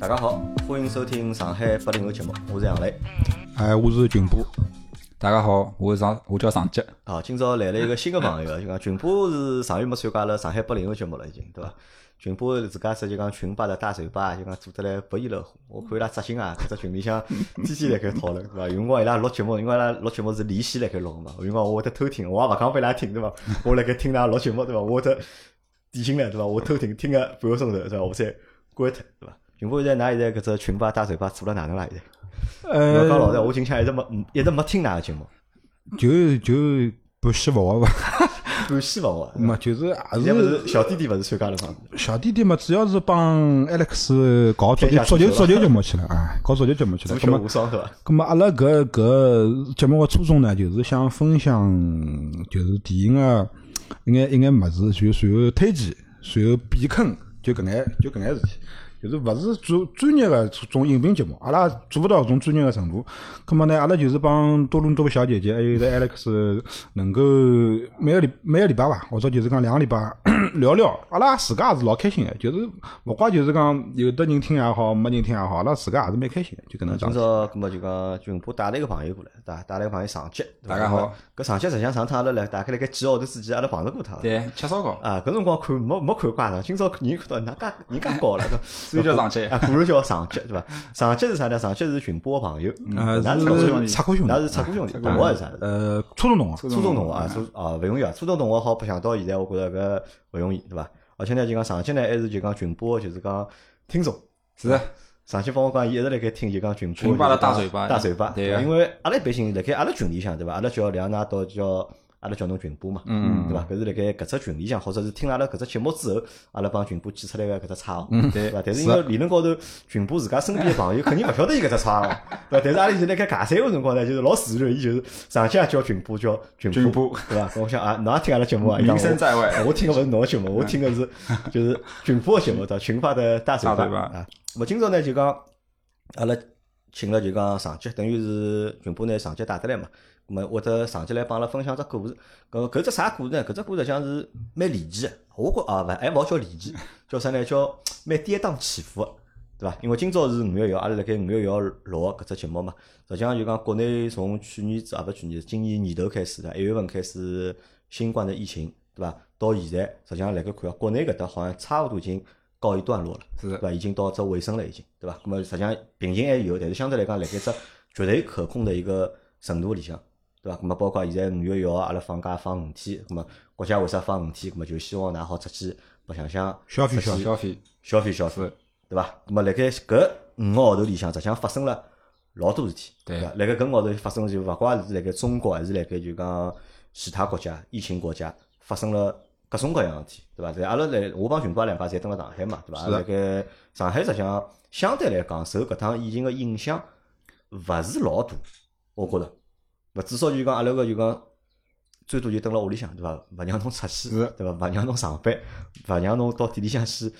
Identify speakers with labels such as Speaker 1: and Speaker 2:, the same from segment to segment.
Speaker 1: 大家好，欢迎收听上海八零后节目，我是杨磊。
Speaker 2: 哎，我是群播，
Speaker 3: 大家好，我是上，我叫上杰，
Speaker 1: 啊，今朝来了一个新的朋友，就讲群波是上月没参加了上海八零后节目了，已经对伐？群波自家说就讲群吧的大手吧，就讲做得来不亦乐乎。我看伊拉扎心啊，搿只群里向天天辣盖讨论，对伐？有辰光伊拉录节目，因为伊拉录节目是连线辣盖录个嘛，有辰光我会得偷听，我也勿讲拨伊拉听，对伐？我辣盖听伊拉录节目，对伐？我会得提醒唻，对伐？我偷听听个半个钟头，对伐？我再关脱，对伐？群波现在㑚现在搿只群吧大手吧做了哪能啦？现在？
Speaker 2: 呃
Speaker 1: 勿讲老实，我近腔一直没一直没听㑚个节目，
Speaker 2: 就就不是勿 好吧？
Speaker 1: 感谢勿我。
Speaker 2: 嘛，就是也
Speaker 1: 现在勿
Speaker 2: 是
Speaker 1: 是小弟弟勿是参加了吗？
Speaker 2: 小弟弟嘛，主要是帮 Alex 搞足
Speaker 1: 推下
Speaker 2: 球、
Speaker 1: 去了
Speaker 2: 足球、足球节目去了啊，搞足球节目去
Speaker 1: 足
Speaker 2: 了。
Speaker 1: 球
Speaker 2: 那
Speaker 1: 无
Speaker 2: 么，
Speaker 1: 双是伐？
Speaker 2: 那么阿拉搿搿节目个初衷呢，就是想分享，就是电影个一眼一眼物事，就随后推荐，随后避坑，就搿眼就搿眼事体。就是勿是做专业个种影评节目，阿拉做勿到搿种专业个程度。葛么呢，阿拉就是帮多伦多小姐姐，还有个 Alex，能够每个礼每个礼拜伐，或者就是讲两个礼拜聊聊。阿拉自家也是老开心个，就是勿怪就是讲有的人听也好，没人听也好，阿拉自家也是蛮开心个，就搿能
Speaker 1: 今
Speaker 2: 讲。
Speaker 1: 朝葛么就讲群部带了一个朋友过来，带带了一个朋友上级。对伐
Speaker 3: 大家好。
Speaker 1: 搿上级实际上上趟阿拉来，大概辣盖几个号头之前，阿拉碰着过他。。
Speaker 3: 对，吃烧烤，
Speaker 1: 啊，搿辰光看没没看惯呢，今朝人看到人家人家高了，搿所
Speaker 3: 以叫上级
Speaker 1: 啊，果然叫上级对伐？上级是啥呢？上级是群播个朋友，
Speaker 2: 呃
Speaker 1: 㑚
Speaker 2: 是
Speaker 1: 插
Speaker 2: 插
Speaker 1: 科
Speaker 2: 科兄弟
Speaker 1: 㑚是插科兄弟，
Speaker 3: 科兄弟
Speaker 1: 我也是啥？
Speaker 2: 呃，初中同学，
Speaker 1: 初中同学啊，初
Speaker 3: 嗯
Speaker 1: 啊勿容易啊，初中同学好白相到现在，我觉着搿勿容易，对伐？而且呢，就讲上期呢，还是就讲群播，就是讲听众。啊
Speaker 3: 是
Speaker 1: 上期帮我讲，伊一直辣盖听，就讲群播
Speaker 3: 群吧的
Speaker 1: 就是讲
Speaker 3: 大嘴巴
Speaker 1: 大嘴巴。
Speaker 3: 对
Speaker 1: 伐
Speaker 3: 啊
Speaker 1: 因为阿拉一般性辣盖阿拉群里向，对伐？阿拉叫两㑚到叫阿拉叫侬群播嘛，
Speaker 3: 嗯
Speaker 1: 对伐？搿是辣盖搿只群里向，或者是听阿拉搿只节目之后，阿拉帮群播记出来个搿只差哦，
Speaker 3: 嗯
Speaker 1: 对伐？但是因为理论高头，群播自家身边的朋友肯定勿晓得伊搿只差哦，对伐？但是阿拉现在辣盖尬三个辰光呢，就是老自然，伊就是上去也叫群播，叫群
Speaker 3: 群
Speaker 1: 播
Speaker 3: 播，
Speaker 1: 对伐？跟我想啊，侬也听阿拉节目啊，
Speaker 3: 名声在外
Speaker 1: 伊讲我我听个勿是侬个节目，我听个是就是群播个节目，对伐？群发的大嘴
Speaker 3: 大
Speaker 1: 巴
Speaker 3: 嘴巴
Speaker 1: 啊。我今朝呢就讲。阿拉请了就讲上级，等于是全部拿上级带得来嘛。咁么或者上级来帮阿拉分享只故事，搿搿只啥故事呢？搿只故事实际上是蛮离奇个，我觉啊勿还勿好叫离奇，叫啥呢？叫蛮跌宕起伏个，对伐？因为今朝是五月一号，阿拉辣盖五月一号录个搿只节目嘛。实际上就讲国内从去年子啊勿去年，今年年头开始的，一月份开始新冠的疫情，对伐？到现在实际上辣盖看啊，国内搿搭好像差勿多已经告一段落了。
Speaker 3: 是
Speaker 1: 对伐？已经到只尾声了，已经，对伐？那么实际上病情还有，但是相对来讲，辣盖只绝对可控的一个程度里向，对伐？那么包括现在五月一号，阿拉放假放五天，那么国家为啥放五天？那么就希望㑚好出去白相相，
Speaker 2: 消费
Speaker 1: 出去
Speaker 3: 消费
Speaker 1: 消费消费
Speaker 3: 是，
Speaker 1: 对伐？那么辣盖搿五个号头里向，实际上发生了老多事体，
Speaker 3: 对
Speaker 1: 伐？辣盖搿五个号头发生，就勿怪是辣盖中国，还是辣盖就讲其他国家疫情国家发生了各种各样的事体，对伐？在阿拉来，我帮群爸两家侪蹲辣上海嘛，对伐？
Speaker 2: 是的
Speaker 1: 辣盖上海实际上相对来讲，受搿趟疫情个影响勿是老大，我觉着，勿至少就讲阿拉个就讲。最多就蹲辣屋里向，对伐？勿让侬出去，
Speaker 3: 是
Speaker 1: 对伐？勿让侬上班，勿让侬到店里向去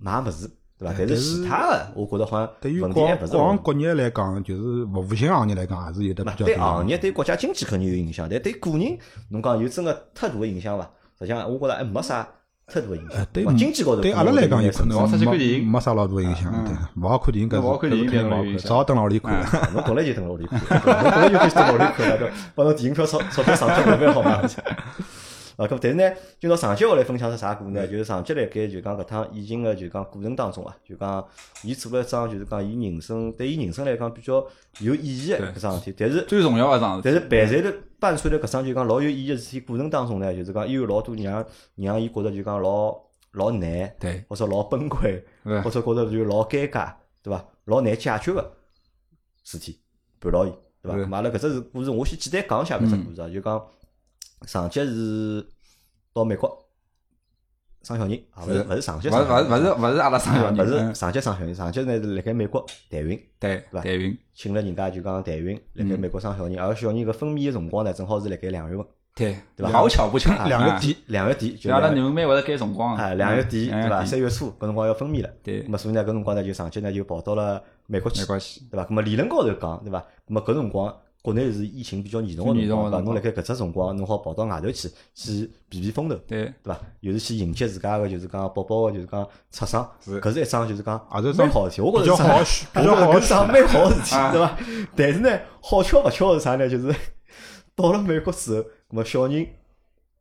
Speaker 1: 买物事，对伐？但
Speaker 2: 哎但
Speaker 1: 是
Speaker 2: 是
Speaker 1: 其他个，我觉着好像
Speaker 2: 对于
Speaker 1: 问
Speaker 2: 广
Speaker 1: 题还勿是老
Speaker 2: 广
Speaker 1: 大。
Speaker 2: 国业来讲，就是服务性行业来讲，还是有的比
Speaker 1: 嘛
Speaker 2: 较
Speaker 1: 对
Speaker 2: 大
Speaker 1: 行业、对国家经济肯定有影响，但对个人，侬讲有真个太大个影响伐？实际上，我觉着还没啥太大个影响
Speaker 2: 呃。对
Speaker 1: 往经济高头，
Speaker 2: 对阿拉来讲，有可
Speaker 3: 勿好
Speaker 2: 能
Speaker 3: 出去看电
Speaker 2: 没
Speaker 3: 影
Speaker 2: 没啥老大影
Speaker 3: 嗯
Speaker 2: 响，对，勿好看电影搿是
Speaker 3: 勿好看电影
Speaker 2: 搿是肯定
Speaker 3: 没
Speaker 2: 勿好
Speaker 3: 有影
Speaker 2: 看，只
Speaker 3: 响
Speaker 2: 好蹲辣屋里看。
Speaker 1: 侬本来就蹲辣屋里看，对伐侬本来就可以蹲辣屋里看了，对伐帮侬电影票钞钞票上脱勿蛮好嘛。啊，咁但是呢，今朝上级我来分享是啥故事呢？就是上级辣盖就讲搿趟疫情个就讲过程当中啊，就讲伊做了一桩就是讲伊人生对伊人生来讲比较有意义个搿桩事体，但是
Speaker 3: 最重要的一桩事
Speaker 1: 但是伴随着伴随着搿桩就讲老有意义个事体过程当中呢，就是讲也有老多让让伊觉着就讲老老难，
Speaker 3: 对，
Speaker 1: 或者老崩溃，
Speaker 3: 对
Speaker 1: 或者觉着就老尴尬，对伐？老难解决个事体伴牢伊，对伐？
Speaker 3: 对嗯
Speaker 1: 咁阿拉搿只是故事，我先简单讲一下搿只故事啊，就讲上级是到美国生小人，啊，勿是
Speaker 3: 是
Speaker 1: 勿是上级
Speaker 3: 体，
Speaker 1: 生
Speaker 3: 勿是
Speaker 1: 小
Speaker 3: 勿
Speaker 1: 人，
Speaker 3: 是勿是勿是阿拉上
Speaker 1: 啊
Speaker 3: 小
Speaker 1: 勿
Speaker 3: 人，
Speaker 1: 是
Speaker 3: 嗯
Speaker 1: 上级生小人，上级呢是辣盖美国代孕。
Speaker 3: 对
Speaker 1: 伐
Speaker 3: 代孕，
Speaker 1: 请了人家就讲代孕，辣盖
Speaker 3: 嗯
Speaker 1: 美国生小人，而小人搿分娩个辰光呢，正好是辣盖两月份，
Speaker 3: 对
Speaker 1: 对吧
Speaker 3: 好巧不巧，
Speaker 2: 两个
Speaker 3: 点，
Speaker 2: 点，
Speaker 1: 两月底就
Speaker 3: 就阿拉
Speaker 1: 两
Speaker 3: 囡恩蛮会得改辰光的
Speaker 1: 啊，两月底
Speaker 3: 嗯
Speaker 1: 对伐？
Speaker 3: 两月
Speaker 1: 三月初搿辰光要分娩了，
Speaker 3: 对
Speaker 1: 咁么所以呢，搿辰光呢就上级呢就跑到了美国去
Speaker 3: 没，关系，
Speaker 1: 对伐？咁么理论高头讲，对伐？咁么搿辰光国内是疫情比较严重
Speaker 3: 最
Speaker 1: 个
Speaker 3: 严
Speaker 1: 辰
Speaker 3: 重
Speaker 1: 光，对
Speaker 3: 的
Speaker 1: 伐侬
Speaker 3: 辰光
Speaker 1: 辣盖搿只辰光，侬好跑到外头去去避避风头，对
Speaker 3: 对，
Speaker 1: 伐？又是去迎接自家个，就是讲宝宝个，就是讲出生，
Speaker 3: 是
Speaker 1: 搿是一桩就是讲
Speaker 2: 啊这桩
Speaker 1: 蛮好的事体，我
Speaker 2: 比
Speaker 1: 觉着
Speaker 2: 较
Speaker 1: 是啥
Speaker 2: 好选， 比
Speaker 1: 我觉着搿
Speaker 2: 较好选
Speaker 1: 是。桩蛮好的事体，
Speaker 3: 啊
Speaker 1: 对伐？但是呢，好巧勿巧是啥呢？就是 到了美国之后，葛么小人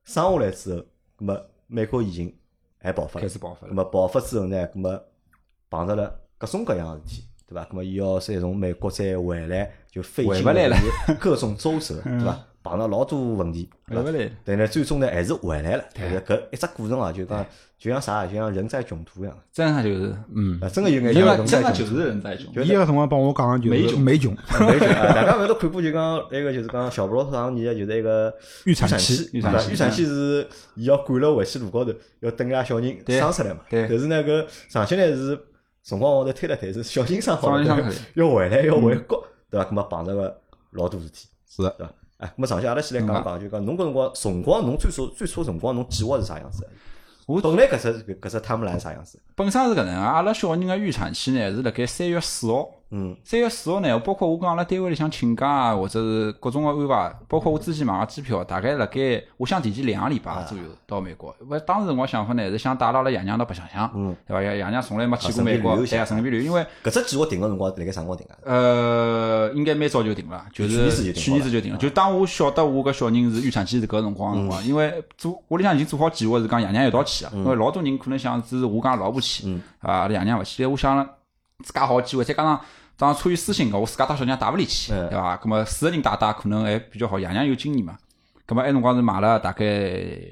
Speaker 1: 生下来之后，葛么美国疫情还爆发了
Speaker 3: 开。始爆发
Speaker 1: 葛
Speaker 3: 了。
Speaker 1: 么爆发之后呢，葛么碰着了各种各样的事体，对伐？葛么伊要再从美国再回来，就费
Speaker 3: 回
Speaker 1: 尽
Speaker 3: 不来了
Speaker 1: 是各种周 折，对伐？碰到老多问题，对
Speaker 3: 来
Speaker 1: 伐
Speaker 3: 不？来？
Speaker 1: 但呢，最终呢还是回来了。但是搿一只过程啊，就讲就像啥，就像人在囧途一样，
Speaker 3: 真的就是，
Speaker 2: 嗯，
Speaker 1: 啊，真个有眼
Speaker 3: 真
Speaker 1: 像
Speaker 3: 的
Speaker 1: 人
Speaker 3: 真
Speaker 1: 在
Speaker 3: 的
Speaker 1: 囧
Speaker 3: 就
Speaker 1: 途。
Speaker 3: 是人在囧途。
Speaker 2: 伊个辰光帮我讲就
Speaker 3: 美
Speaker 2: 是
Speaker 3: 囧
Speaker 2: 美囧，
Speaker 1: 没 囧啊！大家勿是看过就讲那个就是讲小布老师上年就是那个
Speaker 2: 预产
Speaker 1: 期
Speaker 2: 期，
Speaker 1: 对
Speaker 3: 预
Speaker 1: 伐
Speaker 3: 产？期
Speaker 1: 预产期是伊要赶了回去路高头，要等伢小人
Speaker 3: 对
Speaker 1: 生出来嘛。
Speaker 3: 对
Speaker 1: 但是呢，搿上去呢是辰光往后头推了推，是小人生好了，
Speaker 3: 小人
Speaker 1: 对
Speaker 3: 生嗯
Speaker 1: 伐要回来要回国，对伐？葛末碰着个老多事体，
Speaker 2: 是的
Speaker 1: 对伐？哎，葛末上去阿拉先来讲
Speaker 3: 嗯
Speaker 1: 讲，就讲侬搿辰光辰光，侬最初最初辰光侬计划是啥样子？我本来搿只搿搿只他们来啥样子？
Speaker 3: 本身是搿能啊，阿拉小人个预产期呢是辣盖三月四号。
Speaker 1: 嗯
Speaker 3: 三月四号呢，包括我跟阿拉单位里向请假啊，或者是各种个安排，包括我之前买个机票，啊大概辣盖我想提前两个礼拜啊
Speaker 1: 啊
Speaker 3: 左右到美国。勿，当时辰光想法呢是想带阿拉爷娘到白相相，
Speaker 1: 嗯，
Speaker 3: 对伐？爷爷娘从来没去
Speaker 1: 啊
Speaker 3: 过
Speaker 1: 顺便
Speaker 3: 美国，
Speaker 1: 旅游一
Speaker 3: 对
Speaker 1: 下
Speaker 3: 啊，顺便旅游，因为
Speaker 1: 搿只计划定个辰光辣盖啥辰光定啊个？
Speaker 3: 呃，应该蛮早就定了，就
Speaker 1: 去年子就是定
Speaker 3: 去年子就定了。就当我晓得我搿小人是预产期是搿个辰光
Speaker 1: 嗯
Speaker 3: 的辰光，因为做屋里向已经做好计划是讲爷娘一道去啊，因为老多人可能想只是我跟老婆去
Speaker 1: 嗯，
Speaker 3: 啊，阿拉爷娘勿去。但我想了自家好机会，再加上当时出于私心个，我自家带小娘带勿离去，
Speaker 1: 嗯
Speaker 3: 对伐？葛么四个人带带可能还比较好，爷娘有经验嘛。葛么埃辰光是买了大概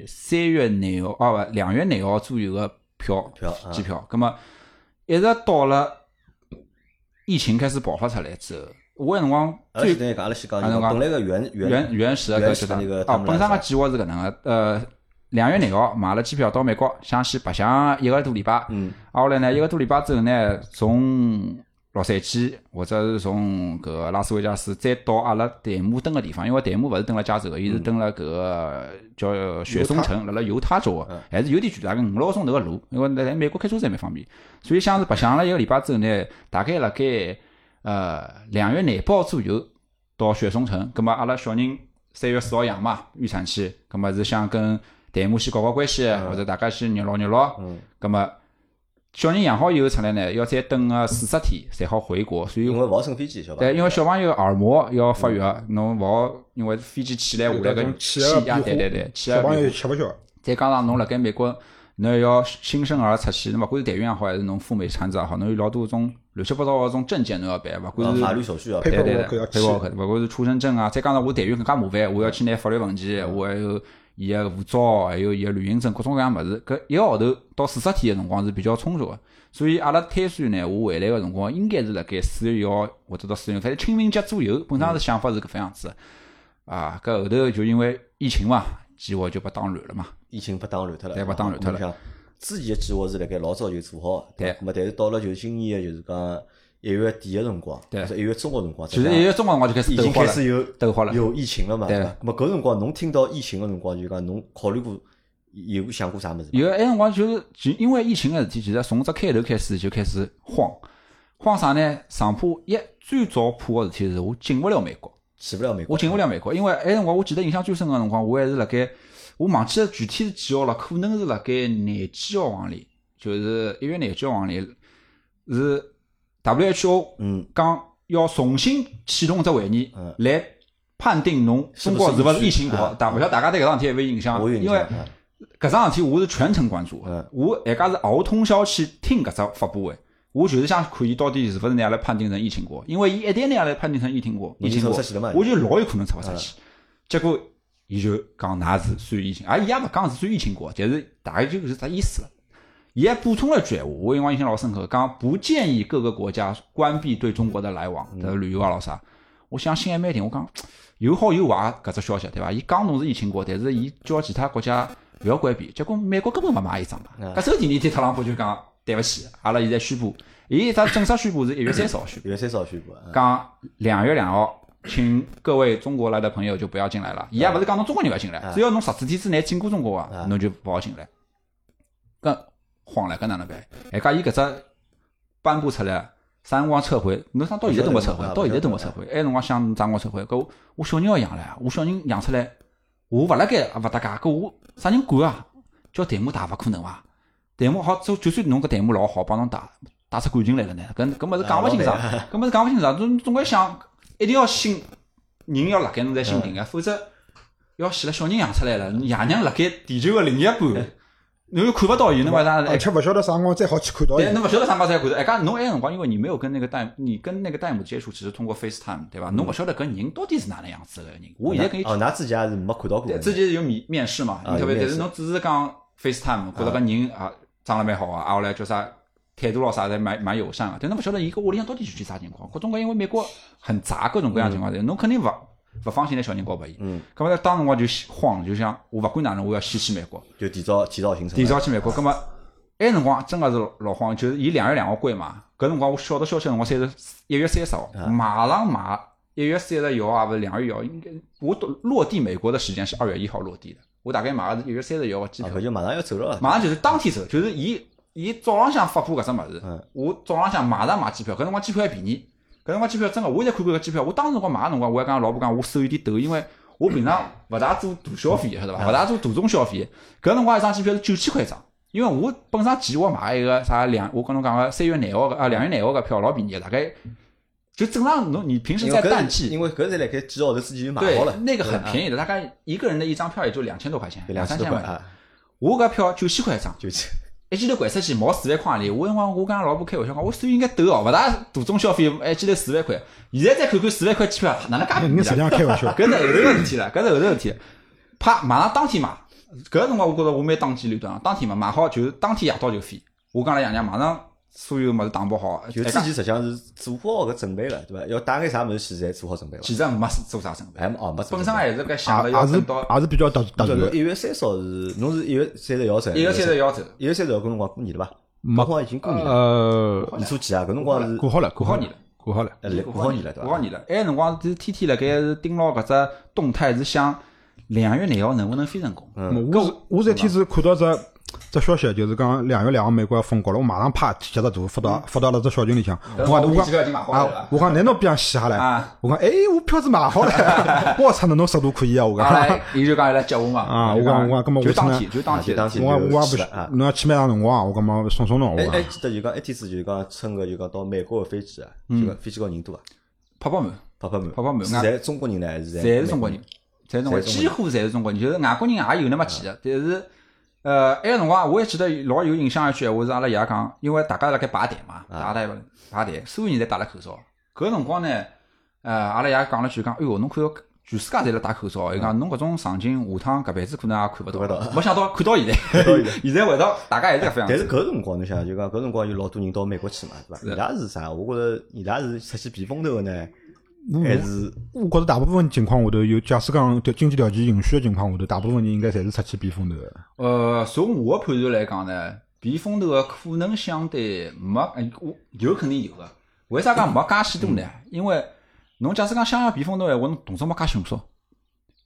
Speaker 3: 三月廿号啊，勿两月廿号左右个票
Speaker 1: 票啊
Speaker 3: 机票，葛么一直到了。疫情开始爆发出来之后，我那辰光
Speaker 1: 阿拉
Speaker 3: 最
Speaker 1: 先等于讲，阿拉先讲
Speaker 3: 啊
Speaker 1: 就
Speaker 3: 侬
Speaker 1: 讲
Speaker 3: 讲
Speaker 1: 本来个原
Speaker 3: 原原始的
Speaker 1: 原
Speaker 3: 搿
Speaker 1: 始
Speaker 3: 就
Speaker 1: 的那
Speaker 3: 是
Speaker 1: 个
Speaker 3: 啊，
Speaker 1: timeline
Speaker 3: 本身
Speaker 1: 是吧
Speaker 3: 个计划是搿能个，呃，两月廿号买了机票到美国，想去白相一个多礼拜。
Speaker 1: 嗯
Speaker 3: 啊，后来呢，一个多礼拜之后呢，从洛杉矶或者是从搿个拉斯维加斯，再到阿拉戴姆登个地方，因为戴姆勿是登了加州个，伊是登了搿个叫雪松城，辣辣犹他嗯州个，还是有点距离，大概五六个钟头个路。因为辣辣美国开车侪蛮方便，所以像是白相了一个礼拜之后呢，大概辣盖呃两月廿八号左右到雪松城，葛末阿拉小人三月四号养嘛，预产期，葛末是想跟戴姆先搞搞关系，或者大家先热闹热闹。
Speaker 1: 嗯，
Speaker 3: 咁么小人养好以后出来呢，要再等个四十天才好回国，所以
Speaker 1: 因为勿好乘飞机，晓得伐？
Speaker 3: 对，因为小朋友耳膜要发育，啊侬勿好因为飞机起来下来
Speaker 2: 有
Speaker 3: 个
Speaker 2: 种
Speaker 3: 气
Speaker 2: 气压
Speaker 3: 压，
Speaker 2: 变化
Speaker 3: 对对对，气压
Speaker 2: 小朋
Speaker 3: 变
Speaker 2: 友
Speaker 3: 化
Speaker 2: 吃勿消，
Speaker 3: 再加上侬辣盖美国，侬要新生儿出去，侬勿管是代孕也好，还是侬赴美产子也好，侬有老多种乱七八糟个种证件侬要办，勿
Speaker 1: 啊
Speaker 3: 管是
Speaker 1: 法律手续要
Speaker 2: 配
Speaker 3: 对
Speaker 2: 合
Speaker 3: 对
Speaker 2: 我
Speaker 3: 对，
Speaker 2: 搿要
Speaker 3: 配
Speaker 2: 去
Speaker 3: 合我搿勿管是出生证啊，再加上我代孕更加麻烦，我要去拿法律文件，我还有伊个护照，还有伊个旅行证，各种各样物事，搿一个号头到四十天个辰光是比较充足个。所以阿拉推算呢，我回来个辰光应该是辣盖四月一号或者到四月，反正清明节左右，本身是想法是搿副样子的。啊，搿后头就因为疫情嘛，计划就被打乱了嘛。
Speaker 1: 疫情被打乱脱了，
Speaker 3: 对
Speaker 1: 吧
Speaker 3: 被打乱脱了。
Speaker 1: 像之前的计划是辣盖老早就做好，
Speaker 3: 对
Speaker 1: 吧。咁么但是到了就今年的，就是讲一月底的辰光，
Speaker 3: 对
Speaker 1: 或者一月中的辰光，
Speaker 3: 就是
Speaker 1: 实际上
Speaker 3: 一月中个辰光就开始
Speaker 1: 已
Speaker 3: 斗
Speaker 1: 经
Speaker 3: 花
Speaker 1: 开
Speaker 3: 了，
Speaker 1: 始有
Speaker 3: 斗花了。
Speaker 1: 有疫情了嘛，
Speaker 3: 对
Speaker 1: 对吧？咁么搿辰光侬听到疫情的辰光，就讲侬考虑过有想过啥物事伐？
Speaker 3: 有埃辰光就是就因为疫情个事体，其实从只开头开始就开始慌，慌啥呢？上坡一最早怕个事体是我进勿了美国，
Speaker 1: 去不了美国，
Speaker 3: 我进勿了美国，因为埃辰光我记得印象最深个辰光，我还是辣盖，我忘记了具体是几号了，可能是辣盖廿几号往里，就是一月廿几号往里，是 WHO
Speaker 1: 嗯，
Speaker 3: 讲要重新启动只会议
Speaker 1: 嗯
Speaker 3: 来判定侬
Speaker 1: 是
Speaker 3: 中
Speaker 1: 不是
Speaker 3: 国是勿是
Speaker 1: 疫
Speaker 3: 疫
Speaker 1: 情啊
Speaker 3: 情国，但勿晓得大家对搿桩事体有没有印象
Speaker 1: 我有，印
Speaker 3: 因
Speaker 1: 象
Speaker 3: 为。
Speaker 1: 啊
Speaker 3: 搿桩事体我是全程关注
Speaker 1: 嗯
Speaker 3: 的，我一家是熬通宵去听搿只发布会，我就是想看伊到底是勿是拿阿拉判定成疫情国，因为伊一旦拿阿拉判定成疫情国，
Speaker 1: 侬
Speaker 3: 疫
Speaker 1: 就
Speaker 3: 情
Speaker 1: 出
Speaker 3: 国
Speaker 1: 出去了嘛，嗯
Speaker 3: 我就老有可能出勿出去。结果伊就讲㑚是算疫情，啊，伊也勿讲是算疫情国，就是大概就是只意思了。伊还补充了一句闲话，我印象印象老深刻，讲不建议各个国家关闭对中国的来往，的旅游啊老啥。我想心还蛮定，我讲有好有坏搿只消息，对伐？伊讲侬是疫情国，但是伊叫其他国家勿要关闭，结果美国根本勿买一张嘛
Speaker 1: 嗯。
Speaker 3: 搿首第二天特朗普就讲对勿起，阿拉现在宣布，伊只正式宣布是一月三十号宣布。
Speaker 1: 一月三十号宣布啊，
Speaker 3: 讲两月两号，请各位中国来的朋友就不要进来了。伊也勿是讲侬中国人勿要进来，只要侬十四天之内进过中国
Speaker 1: 啊
Speaker 3: 啊，侬就勿好进来。哎搿慌了，搿哪能办？还讲伊搿只颁布出来，啥辰光撤回？侬想到现在都没撤回
Speaker 1: 勿晓，得
Speaker 3: 到现在都没撤回。哎埃辰光想啥辰光撤回？搿我我小人要养唻，我小人养出来，我勿辣盖也勿搭界，搿我啥人管啊？叫弹幕打勿可能伐？弹幕好，就就算侬搿弹幕老好，帮侬打打出感情来了呢，搿搿物事讲勿清爽，搿物事讲勿清爽，总总归想一定要心人要辣盖侬才心定个，否则要死了小人养出来了，爷娘辣盖地球个另一半， 侬又看勿到伊，侬为啥
Speaker 2: 而且勿晓得啥辰光再好去看到伊
Speaker 3: 对，。侬勿晓得啥光才看到。哎，讲侬埃辰光，因为你没有跟那个弹，你跟那个弹幕接触，只是通过 FaceTime，对伐？侬勿晓得搿人到底是哪能样子个人。我现在跟伊
Speaker 1: 哦，㑚自己也是没看到过
Speaker 3: 对
Speaker 1: 的。
Speaker 3: 之前有面面试嘛，
Speaker 1: 啊
Speaker 3: 特别
Speaker 1: 有面
Speaker 3: 但
Speaker 1: 试
Speaker 3: 是侬只是讲 FaceTime，觉得搿人啊长了蛮好啊，啊后来叫啥态度咯啥的蛮蛮友善个，但侬勿晓得伊搿屋里向到底具体啥情况。各种各样因为美国很杂，各种各样情况，侬肯定勿勿放心拿小人交拨伊。
Speaker 1: 嗯，
Speaker 3: 搿么当辰光就慌，就想我勿管哪能，我要先去美国。
Speaker 1: 就提早提早行程。啊
Speaker 3: 提早去美国，葛末埃辰光真个是老慌，就是伊两月两号关嘛。搿辰光我晓得消息，辰光三十一月三十号，
Speaker 1: 啊
Speaker 3: 马上买一月三十一号啊，勿是两月一号，应该我都落地美国的时间是二月一号落地的。我大概买个是一月三十一号的机
Speaker 1: 啊，
Speaker 3: 票
Speaker 1: 搿，就马上要走了。
Speaker 3: 马上就是当天走，就是伊伊早浪向发布搿只物事
Speaker 1: 嗯，
Speaker 3: 我早浪向马上买机票，搿辰光机票还便宜，搿辰光机票真个，我现在看过搿机票，我当时辰光买个辰光，我还跟老婆讲我手有点抖，因为我平常勿大做大消费，晓得
Speaker 1: 嗯
Speaker 3: 伐？勿大做大众消费，搿辰光一张机票是九千块一张。因为我本身计划买一个啥两，我跟侬讲个三月廿号个啊两月廿号个票老便宜的，大概就正常侬你平时
Speaker 1: 因
Speaker 3: 在
Speaker 1: 为搿
Speaker 3: 淡季，
Speaker 1: 因为搿是辣盖几个号头之前就买
Speaker 3: 对
Speaker 1: 好了，
Speaker 3: 那个很
Speaker 1: 宜，
Speaker 3: 便宜的，大概一个人的一张票也就两千多块钱，
Speaker 1: 就
Speaker 3: 两
Speaker 1: 两
Speaker 3: 三
Speaker 1: 千
Speaker 3: 千
Speaker 1: 多块
Speaker 3: 块钱。
Speaker 1: 啊，
Speaker 3: 我搿票九千块一张，
Speaker 1: 就去。
Speaker 3: 一记头掼出去毛四万块钿，我辰光我跟俺老婆开玩笑讲，我手应该抖哦，勿大大众消费，一记头四万块。现在再看看四万块机票哪能介便宜
Speaker 2: 你实际上
Speaker 3: 啊？
Speaker 2: 开玩笑，
Speaker 3: 搿是后头个事体了，搿是后头个事体。啪，马上当天买，搿辰光我觉着我蛮当机立断啊，当天买买好就是当天夜到就飞。我讲了爷娘，马上所 有物事打包好，
Speaker 1: 就
Speaker 3: 哎
Speaker 1: 自己实际上是做好搿准备了，对伐？要带眼啥物事去，侪做好准备了。
Speaker 3: 其实没做啥准备，
Speaker 1: 还没哦，没做啊
Speaker 3: 本
Speaker 1: 准
Speaker 3: 身
Speaker 1: 备
Speaker 3: 还是搿想 了
Speaker 2: 啊也
Speaker 3: 要
Speaker 2: 也是
Speaker 3: 等到
Speaker 2: 也是比较突突
Speaker 1: 对
Speaker 2: 然
Speaker 1: 侬。一月三十号是，侬是一月三十一号走，
Speaker 3: 一个三
Speaker 1: 一
Speaker 3: 十要走，
Speaker 1: 月三十号搿辰光过年了伐？搿
Speaker 2: 没
Speaker 1: 辰光已经过年了，
Speaker 2: 呃，
Speaker 1: 年初几啊？搿辰光是
Speaker 2: 过好了，过
Speaker 3: 好年了，
Speaker 2: 过好了。
Speaker 1: 呃来过好年了，对
Speaker 3: 过
Speaker 1: 伐
Speaker 3: 好？年了，埃哎辰光是天天辣盖是盯牢搿只动态，是想两月廿号能不能飞成功。
Speaker 2: 嗯我是我这天子看到只只消息，就是讲两月两号美国要封国了，我马上啪截只图发到发到了只小群里向。我
Speaker 3: 嗯
Speaker 2: 讲我
Speaker 3: 我机票已
Speaker 2: 讲
Speaker 3: 经买嗯好了
Speaker 2: 啊，我讲难道不想死下来
Speaker 3: 啊？
Speaker 2: 我讲哎，我票子买好 了，我操，哪能速度可以啊？我
Speaker 3: 后
Speaker 2: 讲
Speaker 3: 来。伊就讲伊拉接我嘛，
Speaker 2: 啊
Speaker 3: 就
Speaker 2: 我讲我讲搿么
Speaker 3: 就
Speaker 2: 我
Speaker 3: 当
Speaker 2: 趁
Speaker 3: 天就当
Speaker 1: 啊就
Speaker 3: 天
Speaker 1: 当
Speaker 2: 我
Speaker 1: 天
Speaker 2: 讲我也不
Speaker 1: 去
Speaker 2: 是
Speaker 1: 了啊，
Speaker 2: 侬要去买啥辰光啊？我讲嘛送送侬，我
Speaker 1: 哎哎，
Speaker 2: 讲
Speaker 1: 记得就讲一天子就是讲乘个就讲到美国个飞机啊，
Speaker 3: 嗯
Speaker 1: 就讲飞机高人多啊，
Speaker 3: 泡泡满，
Speaker 1: 泡泡满，
Speaker 3: 泡泡满
Speaker 1: 是
Speaker 3: 啊
Speaker 1: 侪中国人呢，还是
Speaker 3: 侪是中国人，侪是中国，人，
Speaker 1: 侪是中国人
Speaker 3: 啊几乎侪是中国人，就是外国人也有那么几个，但是。呃，埃个辰光我还记得老有印象一句闲话是阿拉爷讲，因为大家辣盖排队嘛，大家排排队，所有人侪戴了口罩。搿辰光呢，呃，阿拉爷讲了句讲，哎哟，侬看到全世界侪辣戴口罩，伊讲侬搿种场景下趟搿辈子可能也啊看勿
Speaker 1: 看
Speaker 3: 到
Speaker 1: 不。
Speaker 3: 没想到看到现在， 现在回到大家还是搿副样
Speaker 1: 但
Speaker 3: 子。
Speaker 1: 是搿辰光侬想，就讲搿辰光有老多人到美国去嘛，对伐？伊拉是啥？我觉着伊拉是出去避风头个呢，
Speaker 3: 哎
Speaker 1: 还是
Speaker 2: 我觉着大部分情况下头，有假使讲条经济条件允许的情况下头，大部分人应该侪是出去避风头的。
Speaker 3: 呃，从我个判断来讲呢，避风头个可能相对没，哎我有肯定有个。为啥讲没介许多呢？因为侬假使讲想要避风头闲话，侬动作没介迅速。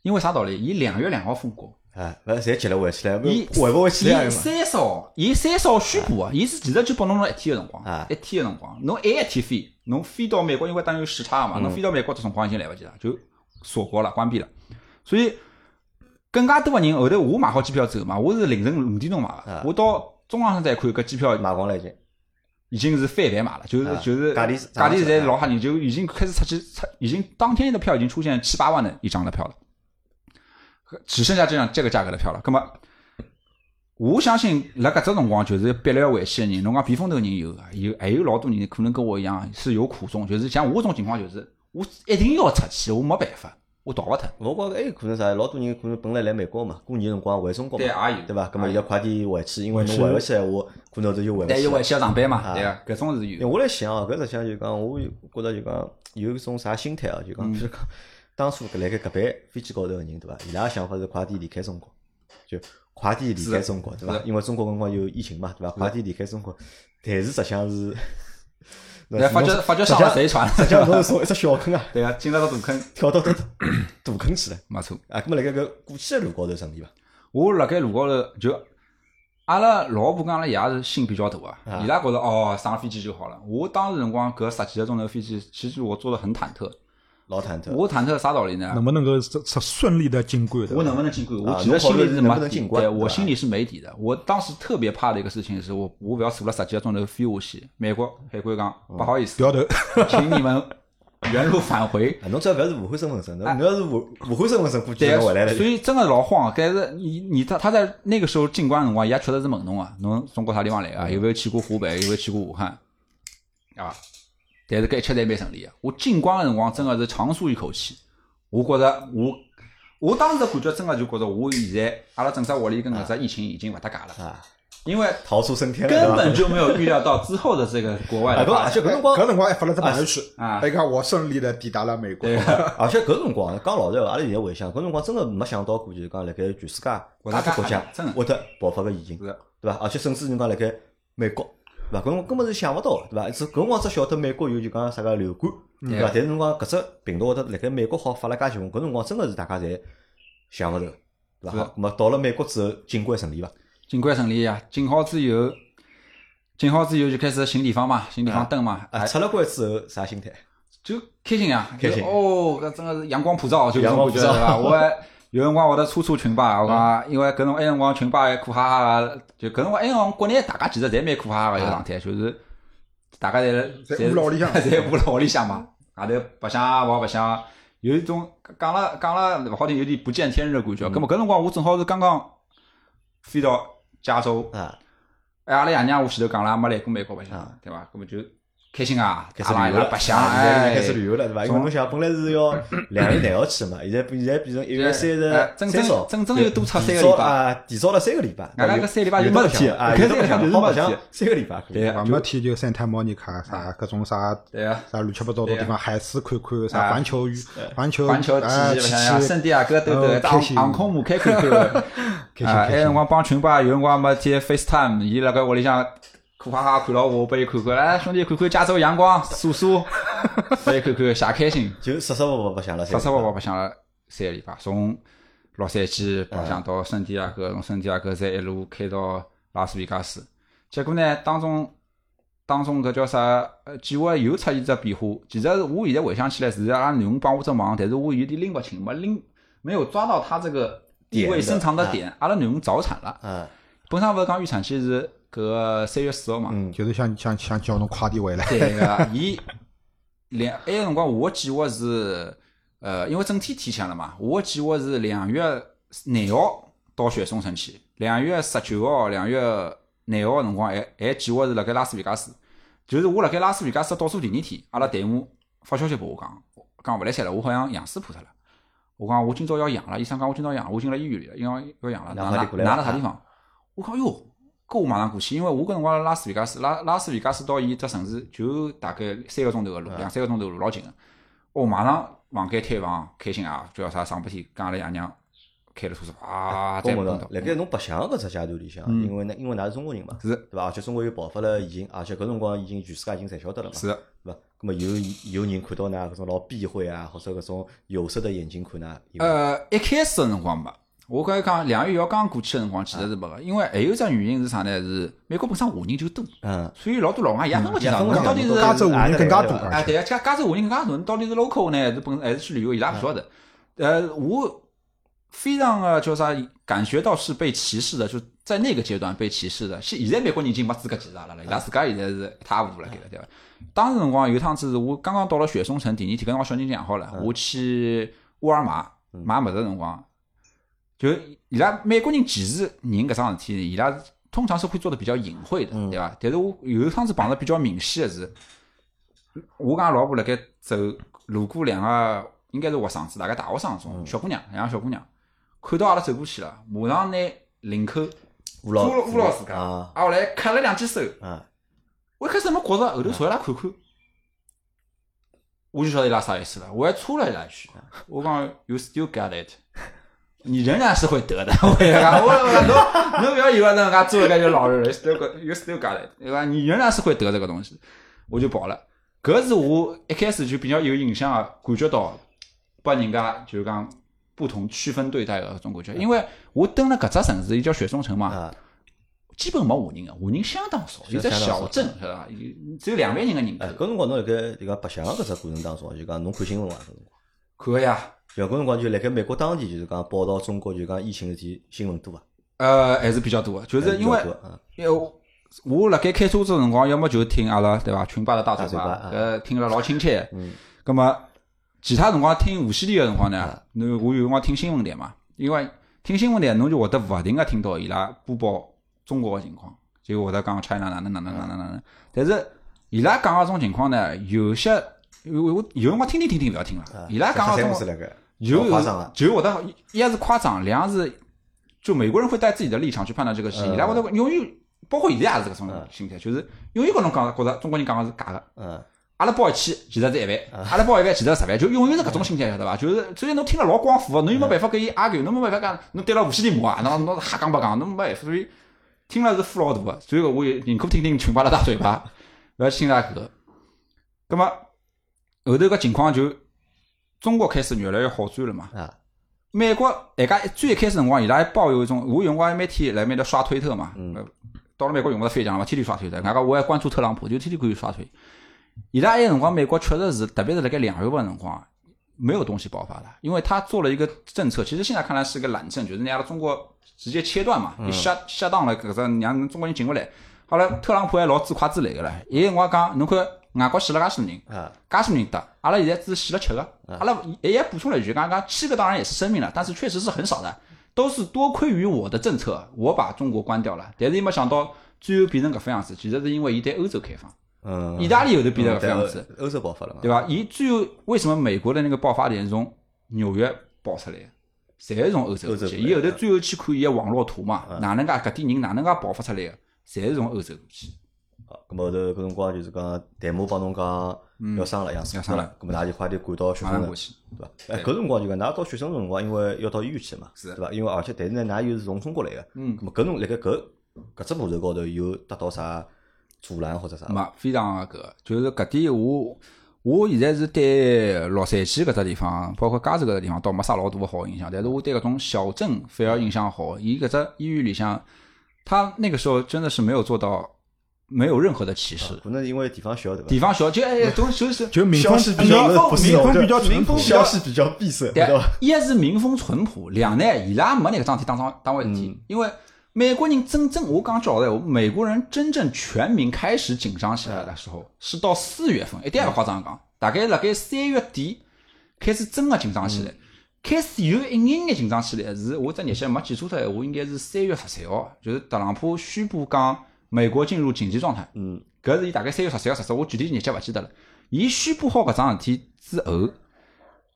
Speaker 3: 因为啥道理？伊两月两号封国，
Speaker 1: 哎，勿是侪急了回去了，
Speaker 3: 伊
Speaker 1: 回勿回去啊了
Speaker 3: 伊
Speaker 1: 嘛？
Speaker 3: 三十号，伊三十号宣布啊，伊是其实就拨侬了一天个辰光
Speaker 1: 啊，
Speaker 3: 一天个辰光，侬晚一天飞，侬飞到美国，因为当然有时差
Speaker 1: 嗯
Speaker 3: 嘛，侬飞到美国这辰光已经来勿及了，就锁国了，关闭了。所以更加多个人后头我买好机票走嘛，我是凌晨五点钟买个
Speaker 1: 啊，
Speaker 3: 我到中浪向再看搿机票
Speaker 1: 买光了已经，
Speaker 3: 已经是翻倍买了，就是
Speaker 1: 啊
Speaker 3: 就是
Speaker 1: 价钿是
Speaker 3: 价钿在老吓人，就已经开始出去出，已经当天的票已经出现七八万的一张的票了，只剩下这样这个价格的票了。那么，我相信辣搿只辰光就是逼来回去的人，侬讲避风头人有啊，有还有老多人可能跟我一样是有苦衷，就是像我这种情况，就是我一定要出去，我没办法，我逃勿脱。
Speaker 1: 我觉着还有可能啥，老多人可能本来来美国嘛，过年辰光回中国嘛，
Speaker 3: 对也有
Speaker 1: 对伐？搿么
Speaker 3: 也
Speaker 1: 伊
Speaker 3: 有
Speaker 1: 要快点回去，因为侬回勿去闲话，可能这就回勿
Speaker 3: 但
Speaker 1: 去
Speaker 3: 又
Speaker 1: 了
Speaker 3: 回。去要上班嘛，
Speaker 1: 啊
Speaker 3: 对啊，搿种是有
Speaker 1: 因为。我来想啊，搿实际上就讲，我有觉着就讲有一种啥心态啊，就
Speaker 3: 嗯
Speaker 1: 讲，比如讲，当初搿辣盖搿班飞机高头个人，对伐？伊拉个想法是快点离开中国，就快点离开中国，对伐
Speaker 3: 是？
Speaker 1: 因为中国搿辰光有疫情嘛，对伐？快点离开中国，但是实际上 是，
Speaker 3: 来啊发 觉发觉上了贼船，
Speaker 1: 实际上侬是从一只小坑啊
Speaker 3: 对啊，进了个大坑，
Speaker 1: 跳到大 大坑去了
Speaker 3: 没错。
Speaker 1: 啊！搿么辣盖搿过去的路高头顺利伐？
Speaker 3: 我辣盖路高头就阿拉老婆跟阿拉爷是心比较大啊，伊拉觉着哦上飞机就好了。我当时辰光搿十几个钟头飞机，其实我做的很忐忑。
Speaker 1: 老忐忑。
Speaker 3: 我忐忑啥道理呢？
Speaker 2: 能不能够顺顺利的进关的？
Speaker 3: 我能不能进关？
Speaker 1: 啊
Speaker 3: 我其实心里是
Speaker 1: 侬考虑
Speaker 3: 没
Speaker 1: 能不能
Speaker 3: 底
Speaker 1: 进
Speaker 3: 的，
Speaker 1: 关
Speaker 3: 对
Speaker 1: 对吧。
Speaker 3: 我心里是没底的。我当时特别怕的一个事情是我，我不要坐了十几个钟头飞下去，美国海关讲不好意思，
Speaker 2: 掉头，
Speaker 3: 请你们原路返回
Speaker 1: 啊，侬只要勿是武汉身份证，侬侬要是武武汉身份证，估计
Speaker 3: 哎对啊
Speaker 1: 侬回来，了
Speaker 3: 所。以真的老慌。但是你你他他在那个时候进关的辰光，人家确实是问侬啊，侬中国啥地方来
Speaker 1: 嗯
Speaker 3: 啊？有没有去过湖北？有没有去过武汉？啊，但是搿一切侪蛮顺利啊。我进关的辰光，真的是长舒一口气。我觉着我，我当时的感觉真的就觉着我现在阿拉整只屋里跟搿只疫情已经勿搭界了，
Speaker 1: 啊，
Speaker 3: 因为
Speaker 1: 逃出升天了，
Speaker 3: 根
Speaker 1: 对吧
Speaker 3: 本就没有预料到之后的这个国外
Speaker 1: 啊，
Speaker 3: 的
Speaker 1: 搿
Speaker 3: 发
Speaker 1: 而且
Speaker 3: 展。
Speaker 1: 搿辰光
Speaker 2: 搿辰光还发了只朋友圈
Speaker 3: 啊
Speaker 2: 还讲我顺利的抵达了美国。
Speaker 3: 对
Speaker 1: 而且搿辰光讲老实闲话，阿拉现在回想，搿辰光真个没想到过，就是讲辣盖全世界
Speaker 3: 会
Speaker 1: 哪
Speaker 3: 得
Speaker 1: 只国家
Speaker 3: 真的
Speaker 1: 会得爆发个疫情，
Speaker 3: 是
Speaker 1: 对伐？而且甚至侬讲辣盖美国，对伐？搿辰光根本是想勿到，对伐？只搿辰光只晓得美国有就讲啥个流感，对伐？
Speaker 3: 嗯
Speaker 1: 但是侬讲搿只病毒会得辣盖美国好发了介凶，搿辰光真个是大家侪想勿着，对伐？
Speaker 3: 是
Speaker 1: 好，咾么到了美国之后，进关顺利伐？
Speaker 3: 进关顺利啊，进好之后，进好之后就开始寻地方嘛，寻地方蹲嘛，
Speaker 1: 啊，
Speaker 3: 哎，
Speaker 1: 出了关之后啥心态？
Speaker 3: 就开心啊，
Speaker 1: 开心
Speaker 3: 就哦，搿真的是阳光普照，就搿
Speaker 1: 阳
Speaker 3: 种
Speaker 1: 光
Speaker 3: 感
Speaker 1: 普
Speaker 3: 觉
Speaker 1: 照 嗯
Speaker 3: 对伐？我还有辰光会得搓搓群吧，我讲因为搿辰光埃辰光群吧还苦哈哈的，就搿辰光哎埃辰光国内大家其实侪蛮苦哈哈
Speaker 1: 啊
Speaker 3: 个一个状态，就是大家侪
Speaker 2: 在屋了屋里 向
Speaker 3: 侪捂了屋里向嘛，外头白相跑白相，有一种讲了讲了勿好听，有点不见天日的感
Speaker 1: 嗯
Speaker 3: 觉。葛末搿辰光我正好是刚刚飞到加州。
Speaker 1: 啊，
Speaker 3: 哎，阿拉爷娘我前头讲了，没来过美国白相
Speaker 1: 啊，
Speaker 3: 对伐？搿么就开心啊，
Speaker 1: 开始
Speaker 3: 阿拉
Speaker 1: 旅
Speaker 3: 伊
Speaker 1: 游
Speaker 3: 拉
Speaker 1: 了，
Speaker 3: 白相，
Speaker 1: 啊现在
Speaker 3: 哎，
Speaker 1: 已经开始旅游了，对伐？因为
Speaker 3: 从
Speaker 1: 侬想，本来是 要两月廿号去嘛，现在现在变成一月三
Speaker 3: 哎
Speaker 1: 十
Speaker 3: 真
Speaker 1: 三
Speaker 3: 正
Speaker 1: 号，
Speaker 3: 真正又多出三个
Speaker 1: 提
Speaker 3: 礼拜
Speaker 1: 早啊，提早了三个礼拜。
Speaker 3: 俺那个三个礼拜就
Speaker 1: 有得
Speaker 3: 没
Speaker 1: 白
Speaker 3: 事体
Speaker 1: 相啊，
Speaker 3: 开
Speaker 1: 有
Speaker 3: 始
Speaker 1: 得白相
Speaker 3: 开始
Speaker 1: 好
Speaker 3: 没
Speaker 1: 白
Speaker 3: 事
Speaker 1: 相
Speaker 3: 体
Speaker 1: 三个礼拜。
Speaker 3: 对啊
Speaker 2: 啊，没天就圣塔莫尼卡啊啥各种啥
Speaker 3: 对啊，
Speaker 2: 啥乱七八糟的地
Speaker 3: 嗯对
Speaker 2: 方，海市看看
Speaker 3: 啊
Speaker 2: 啥环球娱环球
Speaker 3: 环球
Speaker 2: 啊
Speaker 3: 记
Speaker 2: 去
Speaker 3: 忆，白相呀，
Speaker 2: 去
Speaker 3: 圣地亚哥兜兜，
Speaker 2: 哦
Speaker 3: 搭
Speaker 2: 开心
Speaker 3: 航空 母开看看。
Speaker 2: 开心
Speaker 3: 啊，
Speaker 2: 开
Speaker 3: 埃
Speaker 2: 心
Speaker 3: 辰光帮群吧，有辰光没天 FaceTime，伊辣盖屋里向苦哈哈看牢我，拨伊看看，哎，兄弟看看加州阳光，晒晒， 拨伊看看，瞎开心。
Speaker 1: 就实实勿勿白相了，
Speaker 3: 啥啥活活白相了三个礼拜，从洛杉
Speaker 1: 嗯
Speaker 3: 矶白相到圣地亚哥，从圣地亚哥再一路开到拉斯维加斯。结果呢，当中当中搿叫啥？呃，计划又出现只变化。其实是我现在回想起来，是阿拉囡恩帮我只忙，但是我有点拎勿清，没拎没有抓到他这个意
Speaker 1: 点
Speaker 3: 味
Speaker 1: 的
Speaker 3: 深长的
Speaker 1: 啊
Speaker 3: 点。阿拉囡恩早产了，
Speaker 1: 啊，
Speaker 3: 本身勿是讲预产期是搿个三月四号嘛？
Speaker 1: 嗯，
Speaker 2: 就是想想想叫侬快点回来。
Speaker 3: 对个，伊两埃个辰光，我的计划是，呃，因为整天提前了嘛，我的计划是两月廿号到雪松城去，两月十九号、两月廿号个辰光，还还计划是辣盖拉斯维加斯，就是我辣盖拉斯维加斯倒数第二天，阿拉队伍发消息拨我讲，讲勿来三了，我好像羊水破脱了。我讲我今朝要阳了，医生讲我今朝阳了，我已经辣医院里了，因为要阳了，
Speaker 1: 哪
Speaker 3: 哪
Speaker 1: 块
Speaker 3: 哪
Speaker 1: 地过来
Speaker 3: 哪
Speaker 1: 了
Speaker 3: 辣啥地方？我讲哟，搿我马上过去，因为我搿辰光辣拉斯维加斯，拉拉斯维加斯到伊只城市就大概三个钟头个路，两三个钟头的路老近个。我马上房间退房，开心啊！叫啥上半天跟阿拉爷娘开了车子啊，再
Speaker 1: 跟
Speaker 3: 碰
Speaker 1: 我
Speaker 3: 到
Speaker 1: 讲，辣盖侬白相搿只阶段里向，
Speaker 3: 嗯
Speaker 1: 因为呢，因为㑚是中国人嘛，对
Speaker 3: 是
Speaker 1: 伐？而且中国又爆发了疫情，而且搿辰光已经全世界已经侪晓得了嘛，
Speaker 3: 是的
Speaker 1: 对伐？葛么有有人看到㑚搿种老避讳啊，或者搿种有色的眼睛看㑚，有伐
Speaker 3: 呃，一开始个辰光没，我跟伊讲两月一号刚过去个辰光，其实是没个，因为还有一只原因是啥呢？是美国本身华人就多，
Speaker 1: 嗯，
Speaker 3: 所以老多老外也分勿清
Speaker 1: 嗯
Speaker 3: 爽，
Speaker 1: 也分不
Speaker 3: 到底
Speaker 1: 清爽
Speaker 3: 是
Speaker 2: 加州华人更加多，
Speaker 1: 啊
Speaker 3: 啊，
Speaker 2: 而且
Speaker 3: 对啊，加加州华人更加多，你到底是 local 呢，还是本还是去旅游，伊拉勿晓得。呃，我非常个叫啥，感觉到是被歧视的，就在那个阶段被歧视的。现现在美国人已经没资格歧视阿拉了，伊拉自家现在是一塌糊
Speaker 1: 嗯
Speaker 3: 涂了，对伐？当时辰光有一趟子是我刚刚到了雪松城第二天，搿辰光小人养好了，我去沃尔玛买物事辰光，就伊拉美国人歧视人搿桩事体，伊拉是通常是会做的比较隐晦的，对伐？但是我有一趟子碰着比较明显的是，我跟阿拉老婆辣盖走，路过两个应该是学生子，大概大学生中小姑娘，两个小姑娘，看到阿拉走过去了，马上拿领口
Speaker 1: 捂
Speaker 3: 遮
Speaker 1: 牢
Speaker 3: 了捂牢自家，
Speaker 1: 啊
Speaker 3: 挨下来磕了两记手。
Speaker 1: 啊，
Speaker 3: 我一开始没觉着，后
Speaker 1: 嗯
Speaker 3: 头朝伊拉看看，我就晓得伊拉啥意思了。我还戳了伊拉一句，我讲 You still got it，你仍然是会得的。 我也讲，我我讲侬 侬不要以为人家做一个就老实人，still got- You still got it，对伐？你仍然是会得这个东西，我就跑了。搿是我一开始就比较有印象啊，感觉到把人家就讲
Speaker 1: 嗯
Speaker 3: 不同区分对待的搿种感觉，因为我蹲了搿只城市，伊叫雪松城嘛，
Speaker 1: 啊
Speaker 3: 基本没华人个，华人相当少，有只
Speaker 1: 相当少
Speaker 3: 小镇是吧？有只有两万人个人
Speaker 1: 哎，
Speaker 3: 口。
Speaker 1: 搿辰光侬辣盖就讲白相搿只过程当中，就讲侬看新闻伐？搿辰光，
Speaker 3: 看呀，
Speaker 1: 就搿辰光就辣盖美国当地就是讲报道中国就讲疫情事体新闻多伐？
Speaker 3: 呃，还是比较多的，就是因为
Speaker 1: 比较多啊，
Speaker 3: 因为我我辣盖开车子的辰光，要么就听阿拉对伐，群吧的大嘴
Speaker 1: 大
Speaker 3: 巴，
Speaker 1: 嘴巴啊
Speaker 3: 呃，听了老亲切。
Speaker 1: 嗯，
Speaker 3: 葛么其他辰光听无线电个辰
Speaker 1: 啊
Speaker 3: 光呢，那我有辰光听新闻台嘛，因为听新闻台侬就会得勿停个听到伊拉播报中国个情况，就会得讲 China 哪能哪能哪能哪
Speaker 1: 啊
Speaker 3: 能。但是伊拉讲个种情况呢，有些有有有辰光听听听听勿要听了
Speaker 1: 啊，
Speaker 3: 伊拉讲个
Speaker 1: 十三
Speaker 3: 种
Speaker 1: 公司辣盖，
Speaker 3: 有
Speaker 1: 老夸张了
Speaker 3: 就会得一是夸张，两是就美国人会带自己的立场去判断这个事情，
Speaker 1: 嗯
Speaker 3: 伊拉会得永远包括现在也是搿种
Speaker 1: 嗯
Speaker 3: 心态，就是永远跟侬讲觉着中国人讲个是假个。
Speaker 1: 嗯，
Speaker 3: 阿拉报一千，其实是一万；阿拉报一万，其实是十万，就永远是搿种心态，晓得伐？就是所以侬听了老光火，侬又没办法跟伊 argue，侬没办法讲，侬对了无线电骂，侬侬瞎讲白讲，侬没办法，所以听了是火老大个。所以我也宁可听听群巴拉大嘴巴，勿要听伊拉搿个。葛末后头搿情况就中国开始越来越好转了嘛。
Speaker 1: 啊，
Speaker 3: 美国人家最开始辰光，伊拉还抱有一种，我有辰光还每天来面头刷推特嘛，
Speaker 1: 嗯
Speaker 3: 呃到了美国用勿着翻墙了嘛，天天刷推特，外加我还关注特朗普，就天天可以刷推。伊拉埃个辰光，美国确实是，特别是辣盖两月份辰光，没有东西爆发了，因为他做了一个政策，其实现在看来是个懒政，就是拿了中国直接切断嘛，
Speaker 1: 嗯
Speaker 3: 一下下档了，搿只让中国人进勿来。好了，特朗普还老自夸自擂个唻，伊辰光讲，侬看外国死了介许多人，
Speaker 1: 啊，
Speaker 3: 介许多人得，阿拉现在只死了七个，阿拉也也补充了一句，刚刚七个当然也是生命了，但是确实是很少的，都是多亏于我的政策，我把中国关掉了，但是伊没想到最后变成搿副样子，其实是因为伊对欧洲开放，
Speaker 1: 嗯，
Speaker 3: 意大利后头变成搿副
Speaker 1: 对
Speaker 3: 样子，，
Speaker 1: 欧洲爆发了嘛，
Speaker 3: 对伐？伊最后为什么美国的那个爆发点是从纽约爆出来的，侪是从欧洲
Speaker 1: 欧洲
Speaker 3: 去？
Speaker 1: 过来嗯
Speaker 3: 伊后头最后去看伊个网络图嘛，哪能介搿点人哪能介爆发出来的，侪是从欧洲去。
Speaker 1: 好，咁后头搿辰光就是讲弹幕帮侬讲要生了，要
Speaker 3: 要生了
Speaker 1: 了，咁么㑚就快点赶到血
Speaker 3: 马
Speaker 1: 生
Speaker 3: 上
Speaker 1: 城
Speaker 3: 过，去，
Speaker 1: 对伐？哎，搿辰光就讲㑚到血生城辰光，因为要到医院去嘛，
Speaker 3: 是
Speaker 1: 对伐？因为而且但是呢，㑚又是从中国来个，
Speaker 3: 嗯
Speaker 1: 咁么搿侬辣盖搿搿只步骤高头有得到啥阻拦或者啥？
Speaker 3: 没非常个搿，就是搿点我我现在是对洛杉矶搿只地方，包括加州搿只地方倒没啥老大个好印象，但是我对搿种小镇反而印象好。伊搿只医院里向，他那个时候真的是没有做到没有任何的歧视。
Speaker 1: 可能因为地方小，对伐
Speaker 3: 地？方小就哎，都就是
Speaker 2: 就民
Speaker 1: 消
Speaker 2: 风
Speaker 1: 息比较
Speaker 2: 民风民风比较淳朴，
Speaker 1: 消息比较闭塞，对
Speaker 3: 对
Speaker 1: 伐？，
Speaker 3: 一是民风淳朴，两呢，伊拉没拿搿桩事体当当当回事
Speaker 1: 嗯
Speaker 3: 体，因为美国人真正我刚叫的，我美国人真正全民开始紧张起来的时候，是到四月份，一点也勿夸张讲，大概辣盖三月底开始真的紧张
Speaker 1: 嗯
Speaker 3: 起来。开始有一眼眼紧张起来，是我只日线没记错的闲话，应该是三月十三号，就是特朗普宣布讲美国进入紧急状态。
Speaker 1: 嗯，
Speaker 3: 搿是伊大概三月十三号、十四，我具体日节勿记得了。伊宣布好搿桩事体之后，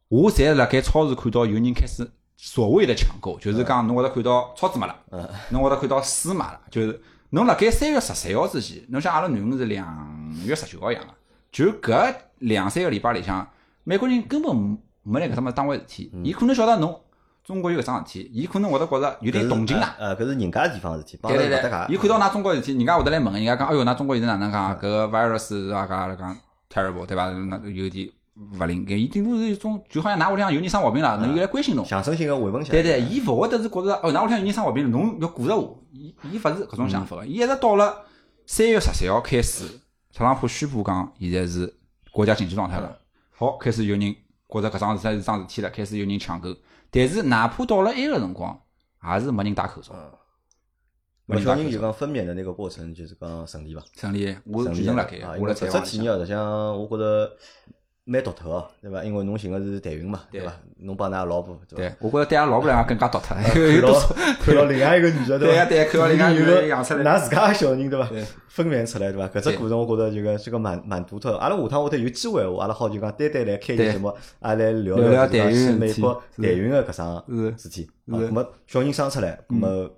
Speaker 3: 我侪辣盖超市看到有人开始所谓的抢购，就是讲侬会得看到超子没了，
Speaker 1: 嗯
Speaker 3: 侬会得看到书没了，就是侬辣盖三月十三号之前，侬像阿拉囡恩是两月十九号一样个，就搿两三个礼拜里向，美国人根本没拿搿什么当回事体，
Speaker 1: 嗯
Speaker 3: 伊可能晓得侬中国有搿桩事体，伊可能会得觉着有
Speaker 1: 搿
Speaker 3: 点
Speaker 1: 是
Speaker 3: 动静啦。
Speaker 1: 呃，搿是人家地方事体，帮
Speaker 3: 对
Speaker 1: 侬
Speaker 3: 对
Speaker 1: 勿搭
Speaker 3: 对，
Speaker 1: 界。
Speaker 3: 伊看到㑚中国事体，人家会得来问，人家讲，哎哟，㑚中国现在哪能讲？搿个 virus 是啊，讲了讲 terrible，对伐？那有点勿灵感，伊顶多是一种，就好像㑚屋里向有人生毛病了，侬又来关心侬。
Speaker 1: 象征性个慰问一下。
Speaker 3: 对对，伊勿会得是觉着，哦，㑚屋里向有人生毛病了，侬要顾着我。伊伊勿是搿种想法个，伊一直到了三月十三号开始，特朗普宣布讲，现在是国家紧急状态了。好，开始有人觉着搿桩事体是桩事体了，开始有人抢购。但是哪怕到了埃个辰光，也是没人戴口罩。
Speaker 1: 我小人就讲分娩的那个过程，就是讲顺利伐？
Speaker 3: 胜利，我
Speaker 1: 顺
Speaker 3: 全
Speaker 1: 利
Speaker 3: 程辣
Speaker 1: 啊
Speaker 3: 盖，，
Speaker 1: 因
Speaker 3: 我
Speaker 1: 为
Speaker 3: 辣采
Speaker 1: 搿
Speaker 3: 访
Speaker 1: 只体
Speaker 3: 里向。
Speaker 1: 验实际上啊我觉着蛮独特个，对伐？因为侬寻个是代孕嘛，
Speaker 3: 对
Speaker 1: 对伐？侬帮㑚老婆，对伐？
Speaker 3: 对，我觉着对阿拉老婆来讲更加独 特。
Speaker 1: 看到看到另外一个女的，
Speaker 3: 对
Speaker 1: 伐？
Speaker 3: 呀对呀看到另外一个
Speaker 1: 有
Speaker 3: 女的养出来
Speaker 1: 㑚自家个小人，对伐
Speaker 3: 对？
Speaker 1: 分娩出来，对伐？搿只过程我觉着就讲这个蛮蛮独特的。阿拉下趟会得有机会，我阿拉好就讲单单来开一
Speaker 3: 对
Speaker 1: 个节目，阿拉来聊
Speaker 3: 聊聊
Speaker 1: 就
Speaker 3: 代
Speaker 1: 讲
Speaker 3: 孕
Speaker 1: 去
Speaker 3: 的
Speaker 1: 美
Speaker 3: 事体
Speaker 1: 国
Speaker 3: 是
Speaker 1: 代孕个搿桩
Speaker 3: 是
Speaker 1: 事体。
Speaker 3: 是嗯
Speaker 1: 啊，那么小人生出来，那么